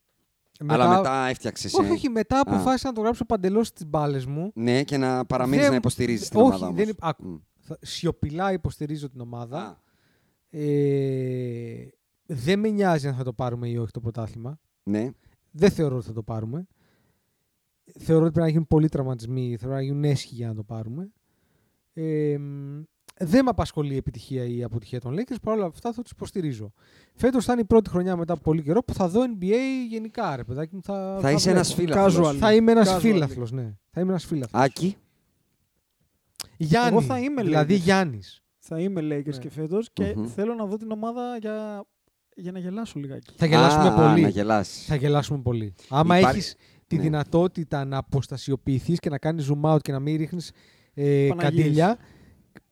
[SPEAKER 4] Αλλά μετά ε. έφτιαξες.
[SPEAKER 5] Όχι, όχι, μετά αποφάσισα να το γράψω παντελώς στις μπάλες μου.
[SPEAKER 4] Ναι, και να παραμείνεις
[SPEAKER 5] Δεν-
[SPEAKER 4] να υποστηρίζεις την
[SPEAKER 5] όχι,
[SPEAKER 4] ομάδα.
[SPEAKER 5] δεν
[SPEAKER 4] όμως.
[SPEAKER 5] υπ- άκου.
[SPEAKER 4] Μμ.
[SPEAKER 5] Θα- Σιωπηλά υποστηρίζω την ομάδα.
[SPEAKER 4] Α,
[SPEAKER 5] Ε, δεν με νοιάζει αν θα το πάρουμε ή όχι το πρωτάθλημα.
[SPEAKER 4] Ναι,
[SPEAKER 5] Δεν θεωρώ ότι θα το πάρουμε. Θεωρώ ότι πρέπει να γίνουν πολλοί τραυματισμοί, θεωρώ να γίνουν έσχοι για να το πάρουμε. Ε, μ, δεν με απασχολεί η επιτυχία ή η αποτυχία των Lakers, παρόλα αυτά θα τους υποστηρίζω. Φέτος θα είναι η πρώτη χρονιά μετά από πολύ καιρό που θα δω NBA γενικά, ρε παιδάκι μου. Θα,
[SPEAKER 4] θα είσαι
[SPEAKER 5] βλέπω.
[SPEAKER 4] ένας φίλο.
[SPEAKER 6] Casual.
[SPEAKER 5] Θα είμαι ένας
[SPEAKER 6] Casual.
[SPEAKER 5] φίλαθλος, ναι. Θα είμαι ένας φίλαθλος.
[SPEAKER 4] Άκη,
[SPEAKER 5] Γιάννη.
[SPEAKER 6] Εγώ θα είμαι,
[SPEAKER 5] δηλαδή
[SPEAKER 6] λέγες.
[SPEAKER 5] Γιάννης.
[SPEAKER 6] Θα είμαι Lakers
[SPEAKER 5] Ναι.
[SPEAKER 6] και φέτος και
[SPEAKER 4] Μμμ.
[SPEAKER 6] θέλω να δω την ομάδα για, για να γελάσω λιγάκι.
[SPEAKER 5] Θα γελάσουμε
[SPEAKER 4] Α,
[SPEAKER 5] πολύ.
[SPEAKER 6] ναι,
[SPEAKER 4] Να γελάσει.
[SPEAKER 5] Θα γελάσουμε πολύ. Άμα
[SPEAKER 4] Υπάρχει-
[SPEAKER 5] έχεις τη
[SPEAKER 4] Ναι.
[SPEAKER 5] δυνατότητα να αποστασιοποιηθείς και να κάνεις zoom out και να μην ρίχνεις ε,
[SPEAKER 6] Παναγίες.
[SPEAKER 5] καντήλια.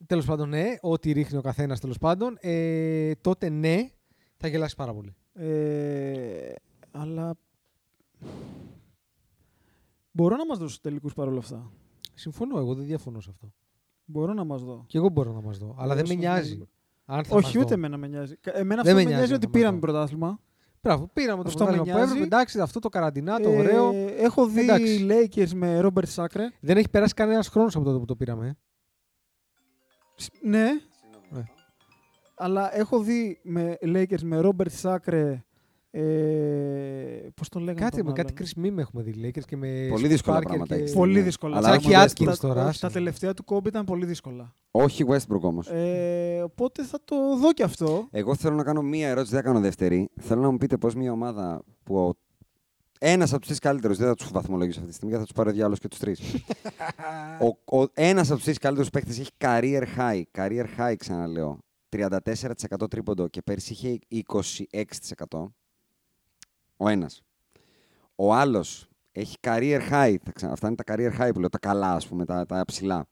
[SPEAKER 5] Τέλος πάντων, ναι, ό,τι ρίχνει ο καθένας τέλος πάντων. Ε, τότε ναι, θα γελάσει πάρα πολύ.
[SPEAKER 6] Ε, αλλά μπορώ να μας δώσω τελικούς παρόλα αυτά.
[SPEAKER 5] Συμφωνώ, εγώ δεν διαφωνώ σε αυτό.
[SPEAKER 6] Μπορώ να μας δω.
[SPEAKER 5] Και εγώ μπορώ να μας δω. Αλλά δεν με
[SPEAKER 6] Μπορώ να μας
[SPEAKER 5] νοιάζει.
[SPEAKER 6] δω.
[SPEAKER 5] Αν θα μας
[SPEAKER 6] Όχι,
[SPEAKER 5] δω.
[SPEAKER 6] ούτε εμένα με νοιάζει. Κα- Εμένα
[SPEAKER 5] Δεν
[SPEAKER 6] αυτό
[SPEAKER 5] με
[SPEAKER 6] με
[SPEAKER 5] νοιάζει
[SPEAKER 6] νοιάζει
[SPEAKER 5] αν
[SPEAKER 6] ότι
[SPEAKER 5] θα μας
[SPEAKER 6] πήραμε
[SPEAKER 5] δω.
[SPEAKER 6] πρωτάθλημα.
[SPEAKER 5] Μπράβο, πήραμε το
[SPEAKER 6] Αυτό με
[SPEAKER 5] πρωτάθλημα που
[SPEAKER 6] νοιάζει.
[SPEAKER 5] έπρεπε. Εντάξει, αυτό το καραντινά, το
[SPEAKER 6] Ε,
[SPEAKER 5] ωραίο.
[SPEAKER 6] Έχω δει
[SPEAKER 5] Εντάξει.
[SPEAKER 6] Lakers με Robert Sacre.
[SPEAKER 5] Δεν έχει περάσει κανένας χρόνος από τότε που το πήραμε. ε.
[SPEAKER 6] Σ- Ναι.
[SPEAKER 5] Ναι.
[SPEAKER 6] Αλλά έχω δει με Lakers με Robert Sacre. Ε, Πώς τον λέγανε.
[SPEAKER 5] Κάτι
[SPEAKER 6] τον
[SPEAKER 5] με κάτι
[SPEAKER 6] άλλον.
[SPEAKER 5] Chris Meme έχουμε δει. Lakers και με.
[SPEAKER 4] Πολύ
[SPEAKER 5] Steve
[SPEAKER 4] δύσκολα
[SPEAKER 5] Parker
[SPEAKER 4] πράγματα.
[SPEAKER 5] και-
[SPEAKER 4] έχεις δει,
[SPEAKER 6] Πολύ
[SPEAKER 4] ναι.
[SPEAKER 6] δύσκολα.
[SPEAKER 4] Αλλά
[SPEAKER 5] Τσάκι
[SPEAKER 4] έχουμε
[SPEAKER 5] Atkins
[SPEAKER 4] Westbrook.
[SPEAKER 6] Τα,
[SPEAKER 5] τώρα,
[SPEAKER 6] όχι,
[SPEAKER 5] άσε
[SPEAKER 6] τα
[SPEAKER 5] με.
[SPEAKER 6] τελευταία του κόμπι ήταν πολύ δύσκολα.
[SPEAKER 4] Όχι Westbrook όμως.
[SPEAKER 6] Ε, οπότε θα το δω κι αυτό.
[SPEAKER 4] Εγώ θέλω να κάνω μία ερώτηση, δεν θα κάνω δεύτερη. Θέλω να μου πείτε πώς μία ομάδα που ο... ένας από τους τρεις καλύτερους, δεν θα τους βαθμολογήσω αυτή τη στιγμή, γιατί θα τους πάρει ο διάλογος και τους τρεις. ο, ο, ένας από τους τρεις καλύτερους παίκτες έχει career high. Career high, ξαναλέω. 34% τρίποντο και πέρσι είχε 26%. Ο ένας. Ο άλλος Έχει career high. τα ξα- Αυτά είναι τα career high που λέω, τα καλά, ας πούμε, τα, τα ψηλά.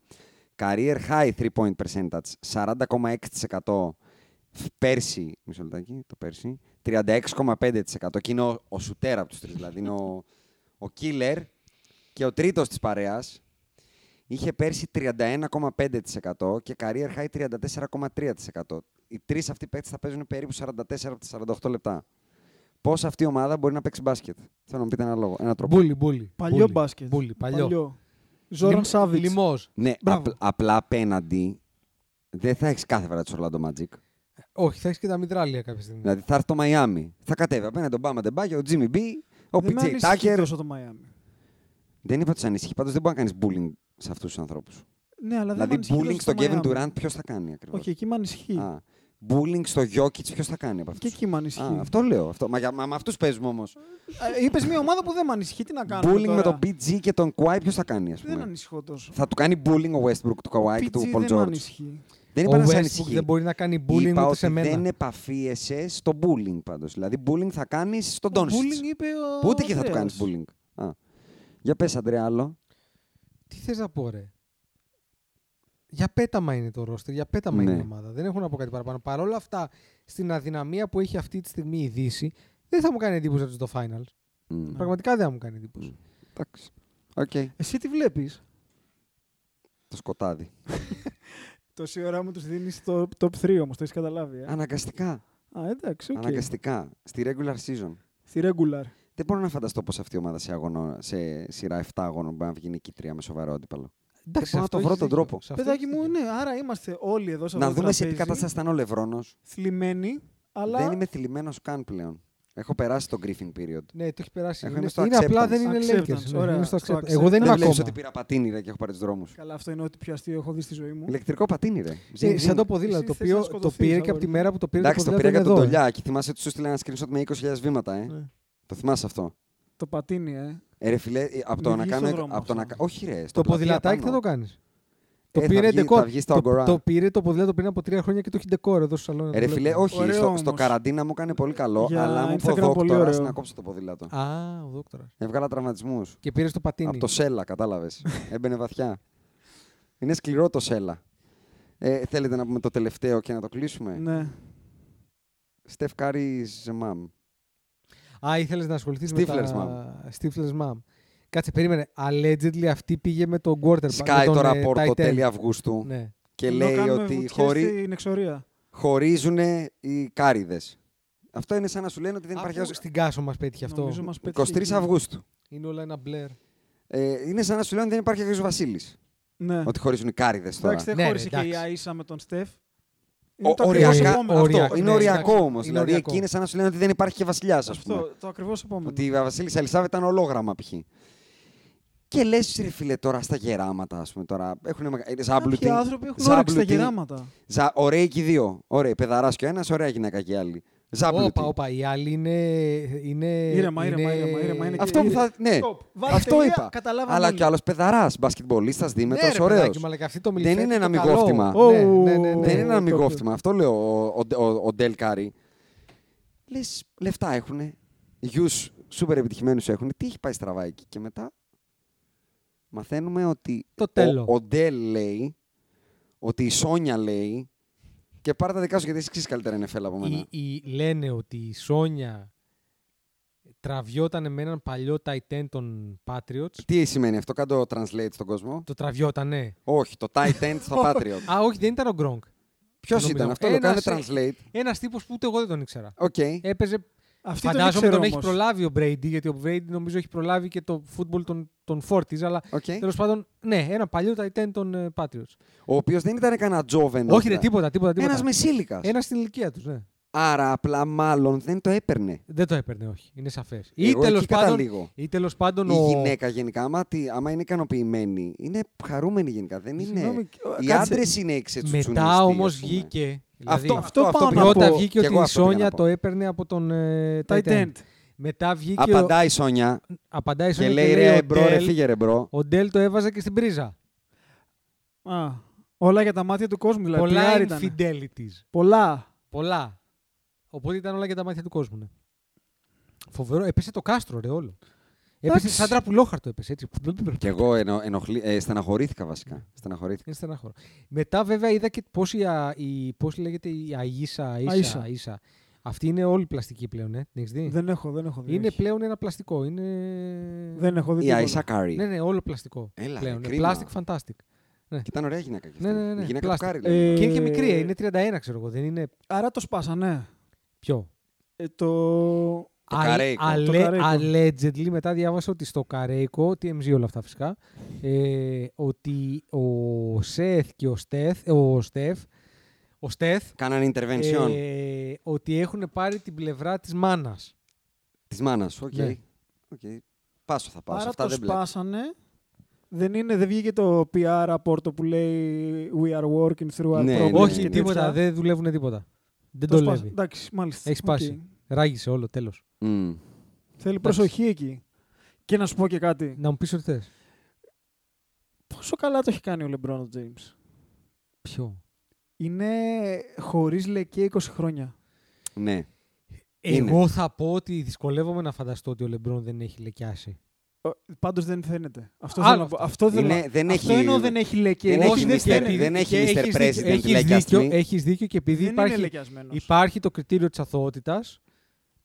[SPEAKER 4] Career high 3 point percentage, 40,6% πέρσι, μισό λεπτάκι, το πέρσι, 36,5%. Και είναι ο, ο σουτέρ από τους τρεις, δηλαδή είναι ο, ο killer και ο τρίτος της παρέας. Είχε πέρσι 31,5% και career high 34,3%. Οι τρεις αυτοί παίκτες θα παίζουν περίπου 44 από τα 48 λεπτά. Πώς αυτή η ομάδα μπορεί να παίξει μπάσκετ. Θέλω να μου πείτε ένα λόγο, ένα τρόπο.
[SPEAKER 5] Μπούλι, μπούλι.
[SPEAKER 6] Παλιό
[SPEAKER 5] μπούλι,
[SPEAKER 6] μπάσκετ.
[SPEAKER 5] Μπούλι, παλιό.
[SPEAKER 6] Ζόραν
[SPEAKER 5] Λιμ-
[SPEAKER 6] Σάβιτ.
[SPEAKER 5] Λιμός.
[SPEAKER 4] Ναι,
[SPEAKER 6] Μπράβο.
[SPEAKER 4] απ- απλά απέναντι δεν θα έχεις κάθε φορά τους Orlando Magic.
[SPEAKER 5] Όχι, θα έχεις και τα μητράλια κάποια στιγμή.
[SPEAKER 4] Δηλαδή θα έρθει το Μαϊάμι. Θα κατέβει απέναντι ο Μπάμα Ντεμπάγια, ο Jimmy B, ο
[SPEAKER 6] Δεν με
[SPEAKER 4] PJ
[SPEAKER 6] ανησυχεί
[SPEAKER 4] Tucker.
[SPEAKER 6] τόσο το Μαϊάμι.
[SPEAKER 4] Δεν είπα του ανησυχεί. Πάντως δεν μπορεί να κάνεις bullying σε αυτούς τους ανθρώπους.
[SPEAKER 6] Ναι, αλλά δεν
[SPEAKER 4] Δηλαδή,
[SPEAKER 6] με ανησυχεί
[SPEAKER 4] bullying στον Kevin
[SPEAKER 6] τόσο το Miami.
[SPEAKER 4] Durant ποιος θα κάνει ακριβώς.
[SPEAKER 6] Όχι, εκεί με ανησυχεί.
[SPEAKER 4] Α, bullying στο Jokic ποιος θα κάνει από
[SPEAKER 6] Και
[SPEAKER 4] αυτούς.
[SPEAKER 6] εκεί με ανησυχεί.
[SPEAKER 4] αυτό λέω. Αυτό. Μα, για- μα με αυτούς παίζουμε όμως.
[SPEAKER 6] Είπες μια ομάδα που δεν με ανησυχεί, τι να κάνω.
[SPEAKER 4] Bullying με τον BG και τον Kawhi ποιος θα κάνει, ας
[SPEAKER 6] Δεν
[SPEAKER 4] πούμε.
[SPEAKER 6] ανησυχώ τόσο.
[SPEAKER 4] Θα του κάνει bullying ο Westbrook, του Kawhi και
[SPEAKER 6] PG
[SPEAKER 4] του Paul
[SPEAKER 6] δεν με
[SPEAKER 4] George.
[SPEAKER 6] ανησυχεί.
[SPEAKER 4] Δεν είπα
[SPEAKER 5] Ο
[SPEAKER 4] να σε
[SPEAKER 5] Westbrook
[SPEAKER 4] ανησυχεί.
[SPEAKER 5] δεν μπορεί να κάνει bullying
[SPEAKER 4] Είπα
[SPEAKER 5] ούτε
[SPEAKER 4] ότι
[SPEAKER 5] σε μένα.
[SPEAKER 4] δεν επαφίεσαι στο bullying πάντως. Δηλαδή, bullying θα κάνεις στον
[SPEAKER 6] Ο Bullying
[SPEAKER 4] Doncic.
[SPEAKER 6] είπε ο
[SPEAKER 4] Που ούτε και θα του κάνεις
[SPEAKER 6] Ανδρέας.
[SPEAKER 4] bullying. Α. Για πες, Αντρέα, άλλο.
[SPEAKER 5] Τι θες να πω, ρε. Για πέταμα είναι το ρόστερ, για
[SPEAKER 4] Ναι.
[SPEAKER 5] πέταμα είναι η ομάδα. Δεν έχω να πω κάτι παραπάνω. Παρ' όλα αυτά, στην αδυναμία που έχει αυτή τη στιγμή η Δύση, δεν θα μου κάνει εντύπωση να τους το finals.
[SPEAKER 4] Μμ.
[SPEAKER 5] Πραγματικά δεν θα μου κάνει εντύπωση.
[SPEAKER 4] Εντάξει. Οκ.
[SPEAKER 6] Εσύ τι βλέπεις.
[SPEAKER 4] Το σκοτάδι.
[SPEAKER 6] Τόση ώρα μου τους δίνεις το top 3 όμως, το έχεις καταλάβει. Ε.
[SPEAKER 4] Αναγκαστικά.
[SPEAKER 6] Α, εντάξει, οκ.
[SPEAKER 4] Αναγκαστικά. Στη regular season.
[SPEAKER 6] Στη regular.
[SPEAKER 4] Δεν μπορώ να φανταστώ πώ αυτή η ομάδα σε, αγωνο, σε σειρά 7 αγώνων μπορεί να βγει νικητρία με σοβαρό αντίπαλο.
[SPEAKER 5] Εντάξει,
[SPEAKER 4] μπορώ να
[SPEAKER 5] σε
[SPEAKER 4] το
[SPEAKER 5] αυτό
[SPEAKER 4] βρω
[SPEAKER 5] έχεις
[SPEAKER 4] τον
[SPEAKER 5] δίκιο.
[SPEAKER 4] τρόπο.
[SPEAKER 5] Σε αυτό
[SPEAKER 6] Παιδάκι
[SPEAKER 5] έχεις
[SPEAKER 6] μου,
[SPEAKER 5] δίκιο.
[SPEAKER 6] ναι, άρα είμαστε όλοι εδώ σε αυτό
[SPEAKER 4] να
[SPEAKER 6] το
[SPEAKER 4] δούμε σε τι
[SPEAKER 6] τραπέζι,
[SPEAKER 4] κατάσταση ήταν ο Λευρόνος.
[SPEAKER 6] Θλιμμένοι, αλλά.
[SPEAKER 4] Δεν είμαι θλιμμένος καν πλέον. Έχω περάσει τον griefing period.
[SPEAKER 5] Ναι, το έχει περάσει.
[SPEAKER 4] Έχω,
[SPEAKER 5] Είναι,
[SPEAKER 4] είμαι στο
[SPEAKER 5] είναι απλά
[SPEAKER 4] acceptance.
[SPEAKER 5] δεν είναι
[SPEAKER 6] Acceptance,
[SPEAKER 5] Lakers. ναι,
[SPEAKER 6] ωραία,
[SPEAKER 5] είναι στο
[SPEAKER 6] στο
[SPEAKER 5] acceptance. Εγώ δεν
[SPEAKER 4] Δεν
[SPEAKER 5] είμαι
[SPEAKER 4] βλέπεις
[SPEAKER 5] ακόμα.
[SPEAKER 4] ότι πήρα πατίνι ρε, και έχω πάρει τους δρόμους.
[SPEAKER 6] Καλά, αυτό είναι ό,τι πιο αστείο έχω δει στη ζωή μου.
[SPEAKER 4] Ηλεκτρικό πατίνι, ρε.
[SPEAKER 5] Ε,
[SPEAKER 4] Ζιν, ζιν.
[SPEAKER 5] σαν το ποδήλατο,
[SPEAKER 6] Εσύ
[SPEAKER 5] το
[SPEAKER 6] θες να
[SPEAKER 5] οποίο το
[SPEAKER 6] σκοτωθείς,
[SPEAKER 5] πήρε και
[SPEAKER 6] αγόρι
[SPEAKER 5] από τη
[SPEAKER 6] μου.
[SPEAKER 5] μέρα που το πήρε
[SPEAKER 4] Εντάξει,
[SPEAKER 5] το
[SPEAKER 4] το πήρα για
[SPEAKER 5] ποδήλατο
[SPEAKER 4] τον
[SPEAKER 5] ήταν εδώ. ε.
[SPEAKER 4] Τολιάκη. Θυμάσαι ότι σου στείλε ένα screenshot με 20.000 βήματα, ε.
[SPEAKER 6] Ναι.
[SPEAKER 4] Το θυμάσαι αυτό.
[SPEAKER 6] Το πατίνι, ε.
[SPEAKER 4] Ε, ρε φιλέ, ε, από το
[SPEAKER 6] Μην
[SPEAKER 4] να
[SPEAKER 6] βγεις
[SPEAKER 4] κάνω.
[SPEAKER 6] στον δρόμο
[SPEAKER 4] από το να...
[SPEAKER 6] αυτό.
[SPEAKER 4] κα- Όχι, ρε.
[SPEAKER 5] ε. Το
[SPEAKER 4] στον πλατεία
[SPEAKER 5] ποδηλατάκι
[SPEAKER 4] πάνω.
[SPEAKER 5] θα το κάνεις.
[SPEAKER 4] Ε,
[SPEAKER 5] Το
[SPEAKER 4] θα
[SPEAKER 5] πήρε
[SPEAKER 4] βγει-
[SPEAKER 5] ντεκόρ.
[SPEAKER 4] θα βγει στα
[SPEAKER 5] Το-
[SPEAKER 4] Agora.
[SPEAKER 5] Το πήρε το ποδήλατο πριν από τρία χρόνια και το έχει ντεκόρ εδώ στο σαλόνι. να
[SPEAKER 4] Ε,
[SPEAKER 5] το
[SPEAKER 4] Ρε φιλέ,
[SPEAKER 5] βλέπουμε.
[SPEAKER 4] όχι.
[SPEAKER 6] Ωραίο
[SPEAKER 4] στο,
[SPEAKER 6] όμως.
[SPEAKER 4] στο καραντίνα μου έκανε πολύ καλό,
[SPEAKER 6] Για
[SPEAKER 4] αλλά μου είπε ο
[SPEAKER 6] Instagram πολύ
[SPEAKER 4] δόκτωρα
[SPEAKER 6] ωραίο.
[SPEAKER 4] να κόψω το ποδήλατο.
[SPEAKER 5] Α, ο δόκτωρας.
[SPEAKER 4] Έβγαλα τραυματισμούς.
[SPEAKER 5] Και πήρες το πατίνι.
[SPEAKER 4] Από το σέλα, κατάλαβες. Έμπαινε βαθιά. Είναι σκληρό το σέλα. Ε, θέλετε να πούμε το τελευταίο και να το κλείσουμε.
[SPEAKER 6] Ναι.
[SPEAKER 4] Στεφ Κάρι Ζεμάμ.
[SPEAKER 5] Α, ήθελες να ασχοληθείς με
[SPEAKER 4] Stifler's
[SPEAKER 5] τα... Stifler's Mom. Κάτσε, περίμενε. Allegedly αυτή πήγε με τον quarterback.
[SPEAKER 4] Σκάει
[SPEAKER 5] με τον,
[SPEAKER 4] το
[SPEAKER 5] ε,
[SPEAKER 4] ραπόρτο
[SPEAKER 5] tight end.
[SPEAKER 4] τέλη Αυγούστου
[SPEAKER 5] Ναι.
[SPEAKER 4] και
[SPEAKER 6] Ενώ
[SPEAKER 4] λέει
[SPEAKER 6] κάνουμε
[SPEAKER 4] ότι
[SPEAKER 6] βουτιές
[SPEAKER 4] χωρί,
[SPEAKER 6] Στην εξορία.
[SPEAKER 4] χωρίζουν οι κάριδες. Αυτό είναι σαν να σου λένε ότι δεν υπάρχει.
[SPEAKER 5] Άκου, Στην κάσο μας πέτυχε αυτό.
[SPEAKER 6] Νομίζω μας πέτυχε
[SPEAKER 4] 23
[SPEAKER 6] εκεί.
[SPEAKER 4] Αυγούστου.
[SPEAKER 5] Είναι όλα ένα μπλερ.
[SPEAKER 4] Ε, είναι σαν να σου λένε ότι δεν υπάρχει Αγίος Βασίλης.
[SPEAKER 6] Ναι.
[SPEAKER 4] Ότι χωρίζουν οι κάριδες τώρα.
[SPEAKER 6] Εντάξει, δεν
[SPEAKER 5] Ναι, ρε,
[SPEAKER 6] χώρισε και η
[SPEAKER 5] εντάξει.
[SPEAKER 6] Αΐσα με τον Στεφ.
[SPEAKER 4] Ο-
[SPEAKER 6] Είναι το ακριβώς
[SPEAKER 4] οριακά,
[SPEAKER 6] επόμενο.
[SPEAKER 4] αυτό,
[SPEAKER 5] οριακό.
[SPEAKER 4] είναι
[SPEAKER 5] Ναι,
[SPEAKER 4] οριακό
[SPEAKER 5] εντάξει.
[SPEAKER 4] όμως.
[SPEAKER 5] Είναι
[SPEAKER 4] Δηλαδή
[SPEAKER 5] οριακό.
[SPEAKER 4] εκεί είναι σαν να σου λένε ότι δεν υπάρχει και βασιλιάς, ας πούμε.
[SPEAKER 6] Αυτό, το ακριβώς επόμενο.
[SPEAKER 4] Ότι η Βασίλισσα Ελισάβετ ήταν ολόγραμμα π.χ. Και λες, ρε φίλε, τώρα στα γεράματα, ας πούμε. Τώρα ε, έχουν μεγάλη.
[SPEAKER 6] Κάποιοι άνθρωποι έχουν όρεξη τα γεράματα.
[SPEAKER 4] Ζα... Ωραίοι και οι δύο. Ωραία, παιδαράς και ο ένας, ωραία γυναίκα και η άλλη. Ζάμπλουτοι.
[SPEAKER 5] Όπα, όπα. Η άλλη είναι. είναι
[SPEAKER 6] Ήρεμα, ήρεμα, ήρεμα, ήρεμα, είναι
[SPEAKER 4] Αυτό που θα. Ναι,
[SPEAKER 6] Stop. Βάλε
[SPEAKER 4] αυτό
[SPEAKER 6] τελεία,
[SPEAKER 4] είπα.
[SPEAKER 6] καταλάβαμε
[SPEAKER 4] Αλλά
[SPEAKER 6] όλοι.
[SPEAKER 4] κι άλλος παιδαράς, μπασκετμπολίστας, δίμετρο,
[SPEAKER 5] Ναι, ρε,
[SPEAKER 4] ωραίο.
[SPEAKER 5] παιδάκι μου, αλλά και αυτή το
[SPEAKER 4] Δεν
[SPEAKER 5] μιλιφέτη
[SPEAKER 4] είναι
[SPEAKER 5] το
[SPEAKER 4] ένα
[SPEAKER 5] καλό.
[SPEAKER 4] μυγόφτημα.
[SPEAKER 5] Ναι, ναι, ναι,
[SPEAKER 6] Ου.
[SPEAKER 5] ναι.
[SPEAKER 4] Δεν είναι ένα
[SPEAKER 6] το
[SPEAKER 4] μυγόφτημα. Αυτό λέω ο, ο, ο, ο Ντέλ Κάρι. Λες, λεφτά έχουν. Γιου σούπερ επιτυχημένου έχουν. Τι έχει πάει στραβά εκεί. Και μετά μαθαίνουμε ότι
[SPEAKER 5] Το τέλο.
[SPEAKER 4] ο, ο Ντέλ λέει ότι η Σόνια λέει. Και πάρε τα δικά σου γιατί εσύ ξέρεις καλύτερα NFL από μένα.
[SPEAKER 5] Η, η- λένε ότι η Σόνια τραβιόταν με έναν παλιό tight end των Patriots.
[SPEAKER 4] Τι σημαίνει αυτό, κάτω translate στον κόσμο.
[SPEAKER 5] Το τραβιότανε.
[SPEAKER 4] Όχι, το tight end στο Patriot.
[SPEAKER 5] Α, όχι, δεν ήταν ο Gronk.
[SPEAKER 4] Ποιος
[SPEAKER 5] Νομίζω.
[SPEAKER 4] ήταν αυτό, λέω, κάνε
[SPEAKER 5] Ένας-
[SPEAKER 4] translate.
[SPEAKER 5] Ένας τύπος που ούτε εγώ δεν τον ήξερα.
[SPEAKER 4] Οκ.
[SPEAKER 5] Έπαιζε.
[SPEAKER 6] Αυτή
[SPEAKER 5] φαντάζομαι
[SPEAKER 6] το ήξερε
[SPEAKER 5] τον έχει
[SPEAKER 6] όμως.
[SPEAKER 5] προλάβει ο Brady, γιατί ο Brady νομίζω έχει προλάβει και το φούτμπολ των, των 40s, αλλά
[SPEAKER 4] οκ.
[SPEAKER 5] τέλος πάντων, ναι, ένα παλιό tight end των ε, Patriots.
[SPEAKER 4] Ο οποίος δεν ήταν κανένα δηλαδή. τζόβεν.
[SPEAKER 5] Όχι, ρε, τίποτα, τίποτα. τίποτα.
[SPEAKER 4] Ένας μεσήλικας.
[SPEAKER 5] Ένας στην ηλικία τους, ναι.
[SPEAKER 4] Άρα απλά μάλλον δεν το έπαιρνε.
[SPEAKER 5] Δεν το έπαιρνε, όχι. Είναι σαφές. Ή
[SPEAKER 4] Εγώ
[SPEAKER 5] τέλο
[SPEAKER 4] εκεί
[SPEAKER 5] πάντων,
[SPEAKER 4] καταλήγω.
[SPEAKER 5] ή τέλος πάντων
[SPEAKER 4] Η
[SPEAKER 5] ο...
[SPEAKER 4] γυναίκα γενικά, άμα, τι- άμα είναι ικανοποιημένη, είναι χαρούμενη γενικά. Δεν είναι...
[SPEAKER 6] Συγγνώμη,
[SPEAKER 4] Οι
[SPEAKER 6] κάτσε.
[SPEAKER 4] άντρες είναι εξετσουτσουνιστοί.
[SPEAKER 5] Ε, Μετά
[SPEAKER 4] ας
[SPEAKER 5] όμως
[SPEAKER 4] πούμε.
[SPEAKER 5] βγήκε.
[SPEAKER 4] Αυτό,
[SPEAKER 5] δηλαδή,
[SPEAKER 4] αυτό,
[SPEAKER 6] πάω
[SPEAKER 4] αυτό
[SPEAKER 6] να
[SPEAKER 4] πήγα
[SPEAKER 5] Πρώτα
[SPEAKER 4] πω.
[SPEAKER 5] βγήκε
[SPEAKER 4] Κι
[SPEAKER 5] ότι
[SPEAKER 4] εγώ
[SPEAKER 5] η
[SPEAKER 4] αυτό πήγα να
[SPEAKER 5] Σόνια
[SPEAKER 4] πω.
[SPEAKER 5] το έπαιρνε από τον ε,
[SPEAKER 6] Tight end.
[SPEAKER 5] Μετά βγήκε. ο-
[SPEAKER 4] Απαντάει η Σόνια
[SPEAKER 5] Απαντάει η
[SPEAKER 4] και
[SPEAKER 5] Σόνια
[SPEAKER 4] λέει ρε
[SPEAKER 5] ο
[SPEAKER 4] μπρο, ρε
[SPEAKER 5] Ντέλ-
[SPEAKER 4] φύγε ρε μπρο.
[SPEAKER 5] Ο Ντέλ το έβαζε και στην πρίζα.
[SPEAKER 6] Α, όλα για τα μάτια του κόσμου. Δηλαδή,
[SPEAKER 5] Πολλά
[SPEAKER 6] PR ήτανε.
[SPEAKER 5] infidelities.
[SPEAKER 6] Πολλά.
[SPEAKER 5] Πολλά. Οπότε ήταν όλα για τα μάτια του κόσμου. Ναι. Φοβερό. Έπεσε το κάστρο, ρε, όλο. Έπεσε σαν τραπουλόχαρτο, έπεσε έτσι.
[SPEAKER 4] Κι εγώ ενο, ενοχλή, ε, στεναχωρήθηκα βασικά. Στεναχωρήθηκα.
[SPEAKER 5] Είναι στεναχωρό. Μετά βέβαια είδα και πώς η, α- η πώς λέγεται η Αΐσα, Αΐσα,
[SPEAKER 6] Αΐσα.
[SPEAKER 5] Αΐσα. Αυτή είναι όλη πλαστική πλέον, ε. Την έχεις δει.
[SPEAKER 6] Δεν έχω, δεν έχω δει.
[SPEAKER 5] είναι
[SPEAKER 6] όχι.
[SPEAKER 5] πλέον ένα πλαστικό. Είναι...
[SPEAKER 6] Δεν έχω δει.
[SPEAKER 4] Η
[SPEAKER 6] τίποτα.
[SPEAKER 4] Αϊσα Κάρι.
[SPEAKER 5] Ναι, ναι, όλο πλαστικό.
[SPEAKER 4] Έλα,
[SPEAKER 5] πλέον.
[SPEAKER 4] ρε,
[SPEAKER 5] Ε,
[SPEAKER 4] κρίμα.
[SPEAKER 5] Plastic fantastic.
[SPEAKER 4] Και ήταν ωραία γυναίκα. κι αυτή.
[SPEAKER 5] Ναι, ναι, ναι.
[SPEAKER 4] Η γυναίκα
[SPEAKER 5] plastic.
[SPEAKER 4] του Κάρι.
[SPEAKER 6] Ε,
[SPEAKER 4] λέει.
[SPEAKER 5] Και είναι και μικρή, ε, είναι 31 ξέρω εγώ, δεν είναι
[SPEAKER 6] Άρα το σπάσανε.
[SPEAKER 5] πιο.
[SPEAKER 6] Ε, το...
[SPEAKER 4] Το
[SPEAKER 5] Α-
[SPEAKER 4] Καρέικο.
[SPEAKER 5] αλε-
[SPEAKER 6] Το Καρέικο.
[SPEAKER 5] allegedly, μετά διάβασα ότι στο Καρέικο, TMZ όλα αυτά φυσικά, ε, ότι ο Σεθ και ο Στεθ, ο Στεφ, ο Στεθ,
[SPEAKER 4] Κάνανε intervention
[SPEAKER 5] ε, ότι έχουν πάρει την πλευρά της μάνας.
[SPEAKER 4] της μάνας. Οκ.
[SPEAKER 5] ναι.
[SPEAKER 4] Οκ. Πάσο θα πάω. σε
[SPEAKER 6] Άρα
[SPEAKER 4] Αυτά
[SPEAKER 6] το
[SPEAKER 4] δεν μπλέκω.
[SPEAKER 6] σπάσανε. Δεν, είναι, δεν βγήκε το PR ραπόρτο που λέει We are working through our
[SPEAKER 4] Ναι,
[SPEAKER 6] problems.
[SPEAKER 4] ναι,
[SPEAKER 5] Όχι,
[SPEAKER 4] ναι.
[SPEAKER 6] και
[SPEAKER 5] τίποτα,
[SPEAKER 6] τέτοια.
[SPEAKER 5] δεν δουλεύουν τίποτα. Δεν
[SPEAKER 6] Το
[SPEAKER 5] το,
[SPEAKER 6] σπάσα-
[SPEAKER 5] λέει.
[SPEAKER 6] Εντάξει, μάλιστα.
[SPEAKER 5] Έχει
[SPEAKER 6] Οκ.
[SPEAKER 5] σπάσει. Ράγισε όλο, τέλος.
[SPEAKER 4] Μμμ.
[SPEAKER 6] Θέλει προσοχή εκεί. Και να σου πω και κάτι.
[SPEAKER 5] Να μου πεις ότι θες.
[SPEAKER 6] Ναι. Πόσο καλά το έχει κάνει ο Λεμπρόν James.
[SPEAKER 5] Ποιο.
[SPEAKER 6] Είναι χωρίς λεκέ 20 χρόνια.
[SPEAKER 4] Ναι. Είναι.
[SPEAKER 5] Εγώ θα πω ότι δυσκολεύομαι να φανταστώ ότι ο Λεμπρόν δεν έχει λεκιάσει.
[SPEAKER 6] Πάντως δεν φαίνεται. Αυτό
[SPEAKER 5] Άλλο
[SPEAKER 6] θέλω να
[SPEAKER 5] αυτό.
[SPEAKER 6] πω. Αυτό, θέλω
[SPEAKER 4] Είναι-
[SPEAKER 6] να-
[SPEAKER 4] δεν
[SPEAKER 6] αυτό
[SPEAKER 4] έχει-
[SPEAKER 6] εννοώ δεν έχει λεκέ.
[SPEAKER 4] δεν
[SPEAKER 6] Όχι,
[SPEAKER 4] έχει
[SPEAKER 6] δεν
[SPEAKER 4] Mr.
[SPEAKER 6] φαίνεται.
[SPEAKER 4] δεν έχει
[SPEAKER 5] Και
[SPEAKER 4] Mr.
[SPEAKER 5] έχεις
[SPEAKER 4] President
[SPEAKER 5] δίκιο- έχεις
[SPEAKER 4] λεκιάστη.
[SPEAKER 5] δίκιο- Έχεις δίκιο και επειδή
[SPEAKER 6] Δεν είναι
[SPEAKER 5] υπάρχει,
[SPEAKER 6] λεκιασμένος.
[SPEAKER 5] υπάρχει το κριτήριο της αθωότητας,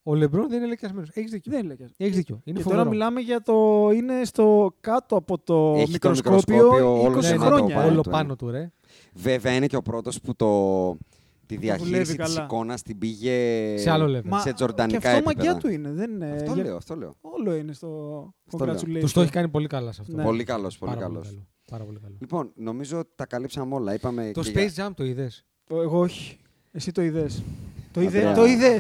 [SPEAKER 5] ο Λεμπρόν δεν είναι λεκιασμένος. Έχεις δίκιο.
[SPEAKER 6] Δεν είναι λεκιασμένος.
[SPEAKER 5] Έχεις δίκιο. Είναι
[SPEAKER 6] και
[SPEAKER 5] φοβερό.
[SPEAKER 6] τώρα μιλάμε για το. Είναι στο κάτω από το
[SPEAKER 4] Έχει το
[SPEAKER 6] μικροσκόπιο,
[SPEAKER 4] μικροσκόπιο όλο
[SPEAKER 6] 20
[SPEAKER 5] Ναι, ναι,
[SPEAKER 4] γεμάτο
[SPEAKER 6] χρόνια.
[SPEAKER 4] πάνω
[SPEAKER 5] Όλο
[SPEAKER 4] του,
[SPEAKER 5] πάνω του, ρε.
[SPEAKER 4] Βέβαια είναι και ο πρώτος που το. Τη διαχείριση της
[SPEAKER 6] καλά.
[SPEAKER 4] εικόνας την πήγε
[SPEAKER 5] Σε άλλο level.
[SPEAKER 6] Μα-
[SPEAKER 4] σε
[SPEAKER 6] Και
[SPEAKER 4] τζορντανικά
[SPEAKER 6] αυτό μαγιά
[SPEAKER 4] επίπεδα.
[SPEAKER 6] του είναι. Δεν είναι.
[SPEAKER 4] Αυτό
[SPEAKER 6] για-
[SPEAKER 4] λέω, αυτό λέω.
[SPEAKER 6] Όλο είναι στο.
[SPEAKER 4] Αυτό λέω.
[SPEAKER 6] congratulations.
[SPEAKER 5] Του το έχει κάνει πολύ καλά σε αυτό.
[SPEAKER 6] Ναι.
[SPEAKER 4] Πολύ καλός, πολύ
[SPEAKER 5] Πάρα
[SPEAKER 4] καλός.
[SPEAKER 5] καλό. Πάρα πολύ καλό.
[SPEAKER 4] Λοιπόν, νομίζω ότι τα καλύψαμε όλα. Είπαμε
[SPEAKER 5] Το
[SPEAKER 4] και για-
[SPEAKER 5] Space Jam το είδες.
[SPEAKER 6] Ε, Εγώ όχι. Εσύ το είδες. Το
[SPEAKER 4] Αντρέα.
[SPEAKER 6] είδε. Το είδε.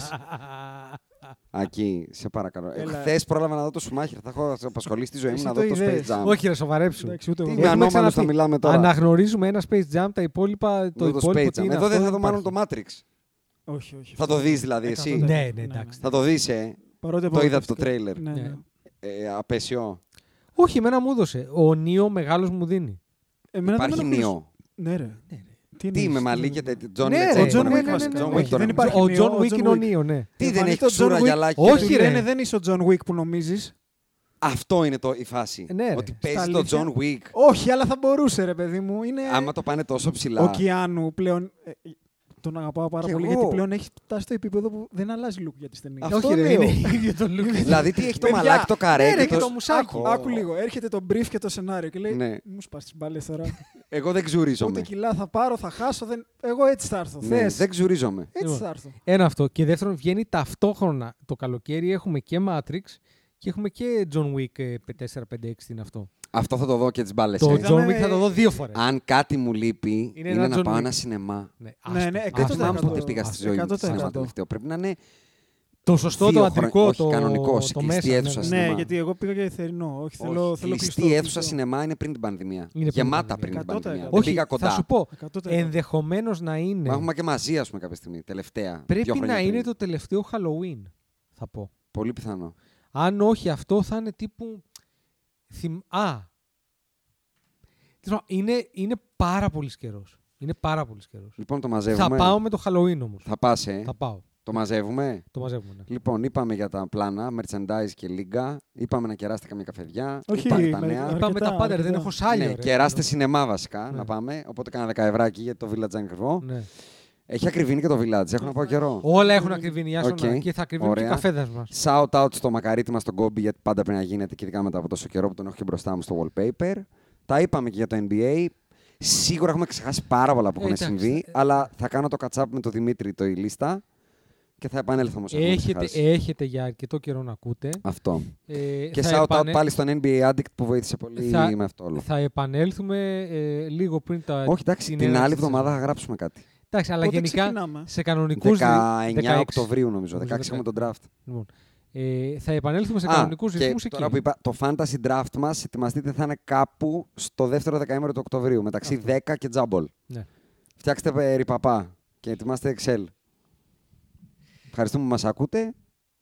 [SPEAKER 4] Ακή, σε παρακαλώ.
[SPEAKER 6] Έλα.
[SPEAKER 4] Χθες πρόλαβα να δω το Σουμάχερ. Θα έχω απασχολήσει τη ζωή μου
[SPEAKER 6] Εσύ
[SPEAKER 4] να
[SPEAKER 6] το
[SPEAKER 4] δω το Space
[SPEAKER 6] είδες.
[SPEAKER 4] Jam.
[SPEAKER 5] Όχι, ρε, σοβαρέψου.
[SPEAKER 6] Εντάξει, ούτε
[SPEAKER 4] Τι
[SPEAKER 6] εγώ.
[SPEAKER 4] με
[SPEAKER 5] Έχουμε
[SPEAKER 4] ανώμαλος θα
[SPEAKER 5] ξαναπεί.
[SPEAKER 4] μιλάμε τώρα.
[SPEAKER 5] Αναγνωρίζουμε ένα Space Jam, τα υπόλοιπα. Το
[SPEAKER 4] Δω το
[SPEAKER 5] υπόλοιπο
[SPEAKER 4] Space
[SPEAKER 5] τι
[SPEAKER 4] Jam.
[SPEAKER 5] είναι
[SPEAKER 4] Εδώ δεν
[SPEAKER 5] αυτό,
[SPEAKER 4] θα δω μάλλον το
[SPEAKER 5] υπάρχει.
[SPEAKER 4] Matrix.
[SPEAKER 6] Όχι, όχι.
[SPEAKER 4] Θα το δεις δηλαδή
[SPEAKER 6] Ε,
[SPEAKER 4] εσύ.
[SPEAKER 6] θα το δω.
[SPEAKER 5] Ναι, ναι, εντάξει.
[SPEAKER 4] Θα το δεις, ε.
[SPEAKER 6] Παρότι
[SPEAKER 4] Το είδα
[SPEAKER 6] απογοητευτικό.
[SPEAKER 4] από το τρέιλερ.
[SPEAKER 6] Ναι, ναι.
[SPEAKER 5] Ναι.
[SPEAKER 4] Ε, απέσιο.
[SPEAKER 5] Όχι, εμένα μου έδωσε. Ο Νίο μεγάλος μου δίνει.
[SPEAKER 6] Εμένα δεν
[SPEAKER 4] Υπάρχει
[SPEAKER 6] με ενοχλεί.
[SPEAKER 4] νιό.
[SPEAKER 6] Ναι, ρε.
[SPEAKER 4] Τι
[SPEAKER 6] εννοείς,
[SPEAKER 4] με μαλλί
[SPEAKER 6] εννοείς.
[SPEAKER 4] και τέτοιο. Τζον
[SPEAKER 5] Ναι,
[SPEAKER 4] Λετζέν.
[SPEAKER 5] ρε, Τζον
[SPEAKER 4] μπορεί να
[SPEAKER 5] Wick,
[SPEAKER 4] μας-
[SPEAKER 5] ναι, ναι,
[SPEAKER 4] Τζον
[SPEAKER 5] ναι,
[SPEAKER 4] Wick
[SPEAKER 5] ναι.
[SPEAKER 4] τώρα.
[SPEAKER 6] Δεν υπάρχει
[SPEAKER 5] Ο
[SPEAKER 6] Neo,
[SPEAKER 5] John
[SPEAKER 6] ο
[SPEAKER 5] Wick
[SPEAKER 6] John
[SPEAKER 5] είναι ο
[SPEAKER 6] Wick.
[SPEAKER 5] Νίο, ναι.
[SPEAKER 4] Τι δεν
[SPEAKER 6] Εμφανίζει
[SPEAKER 4] έχεις
[SPEAKER 6] τον John
[SPEAKER 4] τσούρα
[SPEAKER 6] Wick.
[SPEAKER 4] γυαλάκι.
[SPEAKER 5] Όχι,
[SPEAKER 6] Δεν
[SPEAKER 5] ρε.
[SPEAKER 6] είναι- Δεν είσαι ο John Wick που νομίζεις.
[SPEAKER 4] Αυτό είναι το, η φάση.
[SPEAKER 5] Ναι, ρε.
[SPEAKER 4] Ότι
[SPEAKER 5] Στα
[SPEAKER 4] παίζει το
[SPEAKER 6] αλήθεια.
[SPEAKER 4] John Wick.
[SPEAKER 6] Όχι, αλλά θα μπορούσε, ρε παιδί μου. Είναι
[SPEAKER 4] Άμα το πάνε τόσο ψηλά.
[SPEAKER 6] ο Κιάνου πλέον. ε, Τον αγαπάω πάρα
[SPEAKER 4] Κι
[SPEAKER 6] πολύ
[SPEAKER 4] εγώ.
[SPEAKER 6] γιατί πλέον έχει φτάσει στο επίπεδο που δεν αλλάζει look για τις ταινίες.
[SPEAKER 4] Αυτό
[SPEAKER 5] Όχι, ρε,
[SPEAKER 4] λέω.
[SPEAKER 5] είναι ίδιο το look.
[SPEAKER 4] Δηλαδή τι έχει το
[SPEAKER 6] Παιδιά,
[SPEAKER 4] μαλάκι, το καρέ
[SPEAKER 6] ναι, ρε,
[SPEAKER 4] και το...
[SPEAKER 6] Άκου, άκου λίγο. Έρχεται το brief και το σενάριο και λέει
[SPEAKER 4] Ναι.
[SPEAKER 6] μου σπάς τις μπάλες τώρα.
[SPEAKER 4] Εγώ δεν
[SPEAKER 6] Ούτε
[SPEAKER 4] ξουρίζομαι.
[SPEAKER 6] κιλά θα πάρω, θα χάσω. Δεν... Εγώ έτσι θα έρθω.
[SPEAKER 4] Ναι,
[SPEAKER 6] Θες.
[SPEAKER 4] Δεν ξουρίζομαι.
[SPEAKER 6] Έτσι
[SPEAKER 5] Λοιπόν.
[SPEAKER 6] θα έρθω.
[SPEAKER 5] Ένα αυτό. Και δεύτερον, βγαίνει ταυτόχρονα το καλοκαίρι. Έχουμε και Matrix και έχουμε και John Wick ε, 4, 5, 6 είναι αυτό.
[SPEAKER 4] Αυτό θα το δω και τις μπάλες.
[SPEAKER 5] Το
[SPEAKER 4] ε.
[SPEAKER 5] John
[SPEAKER 6] Είδαμε-
[SPEAKER 5] Wick θα το δω δύο φορές.
[SPEAKER 4] Αν κάτι μου λείπει, είναι,
[SPEAKER 5] Είναι ένα
[SPEAKER 4] να
[SPEAKER 5] John
[SPEAKER 4] πάω
[SPEAKER 5] Wick.
[SPEAKER 4] ένα σινεμά.
[SPEAKER 6] Ναι, ναι,
[SPEAKER 4] Δεν
[SPEAKER 6] Αυτό το
[SPEAKER 4] θυμάμαι
[SPEAKER 6] έκατο.
[SPEAKER 4] πότε πήγα στη
[SPEAKER 6] Αυτό
[SPEAKER 4] ζωή μου. στο
[SPEAKER 6] 100%.
[SPEAKER 4] σινεμά τελευταίο. Πρέπει να είναι
[SPEAKER 5] Το σωστό,
[SPEAKER 4] Δύο
[SPEAKER 5] το
[SPEAKER 4] χρόνια-
[SPEAKER 5] αντρικό,
[SPEAKER 4] όχι,
[SPEAKER 5] το
[SPEAKER 4] κανονικό, σε
[SPEAKER 5] το
[SPEAKER 4] κλειστή
[SPEAKER 5] μέσα. ναι,
[SPEAKER 4] αίθουσα
[SPEAKER 5] ναι.
[SPEAKER 4] στην
[SPEAKER 6] Ναι,
[SPEAKER 4] σινεμά.
[SPEAKER 6] γιατί εγώ πήγα για θερινό. Όχι, θέλω, θέλω
[SPEAKER 4] κλειστή
[SPEAKER 6] κλειστό,
[SPEAKER 4] αίθουσα
[SPEAKER 6] κλειστό.
[SPEAKER 4] σινεμά είναι πριν την πανδημία.
[SPEAKER 5] Είναι πριν
[SPEAKER 4] Γεμάτα
[SPEAKER 5] την
[SPEAKER 4] πριν την
[SPEAKER 6] πανδημία.
[SPEAKER 4] πανδημία.
[SPEAKER 6] Εκατό
[SPEAKER 4] Δεν
[SPEAKER 5] Όχι,
[SPEAKER 4] πήγα
[SPEAKER 5] θα σου
[SPEAKER 4] κοντά.
[SPEAKER 5] πω.
[SPEAKER 6] 100%.
[SPEAKER 5] Ενδεχομένως να είναι.
[SPEAKER 4] Μα έχουμε και μαζί, ας πούμε, κάποια στιγμή. Τελευταία. δύο
[SPEAKER 5] Πρέπει
[SPEAKER 4] χρόνια
[SPEAKER 5] να είναι
[SPEAKER 4] πριν.
[SPEAKER 5] το τελευταίο Halloween, θα πω.
[SPEAKER 4] Πολύ πιθανό.
[SPEAKER 5] Αν όχι αυτό θα είναι τύπου... Θυμ... Α! Τέλος πάντων, Είναι, είναι πάρα πολύς καιρός. Είναι πάρα πολύς καιρός.
[SPEAKER 4] Λοιπόν, το
[SPEAKER 5] Θα
[SPEAKER 4] μαζεύουμε.
[SPEAKER 5] πάω με το Halloween όμως.
[SPEAKER 4] Θα πας, ε.
[SPEAKER 5] Θα πάω.
[SPEAKER 4] Το μαζεύουμε.
[SPEAKER 5] Το μαζεύουμε. ναι.
[SPEAKER 4] Λοιπόν, είπαμε για τα πλάνα, merchandise και λίγκα. Είπαμε να κεράσετε καμία καφεδιά.
[SPEAKER 6] Όχι,
[SPEAKER 4] είπαμε τα
[SPEAKER 6] με-
[SPEAKER 4] νέα.
[SPEAKER 6] αρκετά,
[SPEAKER 5] Είπαμε τα πάντα, ρε, δεν
[SPEAKER 6] αρκετά.
[SPEAKER 5] έχω σάλιο.
[SPEAKER 4] ναι,
[SPEAKER 5] ρε.
[SPEAKER 4] κεράστε σινεμά βασικά
[SPEAKER 5] Ναι.
[SPEAKER 4] να πάμε. Οπότε κάνα δεκαευράκι γιατί το Village είναι ακριβό.
[SPEAKER 5] Ναι.
[SPEAKER 4] Έχει ακριβήνει και το Village, έχω να πάω καιρό.
[SPEAKER 5] Όλα έχουν ακριβήνει, Ιάσονα,
[SPEAKER 4] Οκ.
[SPEAKER 5] και θα ακριβήνουν και οι
[SPEAKER 4] Ωραία.
[SPEAKER 5] καφέδες μας.
[SPEAKER 4] Shout out στο μακαρίτι μας τον Κόμπι, γιατί πάντα πρέπει να γίνεται και ειδικά μετά από τόσο καιρό που τον έχω και μπροστά μου στο wallpaper. Τα είπαμε και για το NBA. Σίγουρα έχουμε ξεχάσει πάρα πολλά που
[SPEAKER 5] Ε,
[SPEAKER 4] έχουν
[SPEAKER 5] εντάξει,
[SPEAKER 4] συμβεί,
[SPEAKER 5] ε.
[SPEAKER 4] αλλά θα κάνω το catch-up με τον Δημήτρη το η λίστα και θα επανέλθω όμως.
[SPEAKER 5] Έχετε, ε- έχετε για αρκετό καιρό να ακούτε.
[SPEAKER 4] Αυτό.
[SPEAKER 5] Ε,
[SPEAKER 4] Και
[SPEAKER 5] θα
[SPEAKER 4] shout out
[SPEAKER 5] επανε-
[SPEAKER 4] πάλι στον NBA Addict που βοήθησε πολύ
[SPEAKER 5] Θα-
[SPEAKER 4] με αυτό όλο.
[SPEAKER 5] Θα επανέλθουμε ε, λίγο πριν τα.
[SPEAKER 4] Όχι, εντάξει, την
[SPEAKER 5] έναρξη
[SPEAKER 4] άλλη
[SPEAKER 5] της
[SPEAKER 4] εβδομάδα θα
[SPEAKER 5] σεζόν.
[SPEAKER 4] γράψουμε κάτι.
[SPEAKER 5] Εντάξει, αλλά
[SPEAKER 6] Πότε
[SPEAKER 5] γενικά
[SPEAKER 6] ξεκινάμε?
[SPEAKER 5] σε κανονικούς.
[SPEAKER 4] 19 Οκτωβρίου νομίζω,
[SPEAKER 5] Νομίζω
[SPEAKER 4] 16 έχουμε τον draft.
[SPEAKER 5] Λοιπόν, ε, θα επανέλθουμε σε
[SPEAKER 4] Α,
[SPEAKER 5] κανονικούς
[SPEAKER 4] και
[SPEAKER 5] ρυθμούς εκεί.
[SPEAKER 4] Τώρα που είπα, το fantasy draft μας, ετοιμαστείτε, θα είναι κάπου στο δεύτερο δεκαήμερο του Οκτωβρίου, μεταξύ 10 και τζάμπολ.
[SPEAKER 5] Ναι.
[SPEAKER 4] Φτιάξτε ε, ρηπαπά και ετοιμάστε Excel. Ευχαριστούμε που μας ακούτε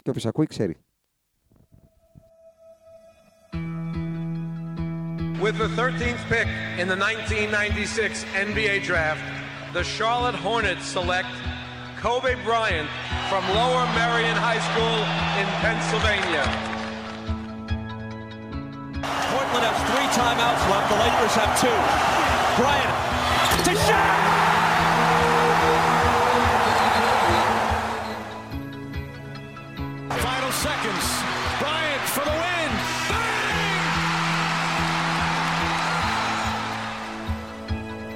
[SPEAKER 4] και όποιος ακούει ξέρει.
[SPEAKER 8] With the 13th pick in the 1996 NBA Draft, the Charlotte Hornets select Kobe Bryant from Lower Merion High School in Pennsylvania.
[SPEAKER 9] Portland has three timeouts left. The Lakers have two. Bryant to Shaq.
[SPEAKER 1] Final seconds. Bryant for the win. Bang!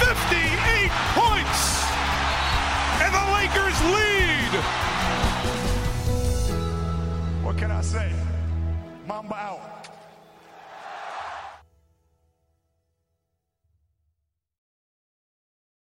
[SPEAKER 2] 58 points! And the Lakers lead!
[SPEAKER 3] What can I say? Mamba out.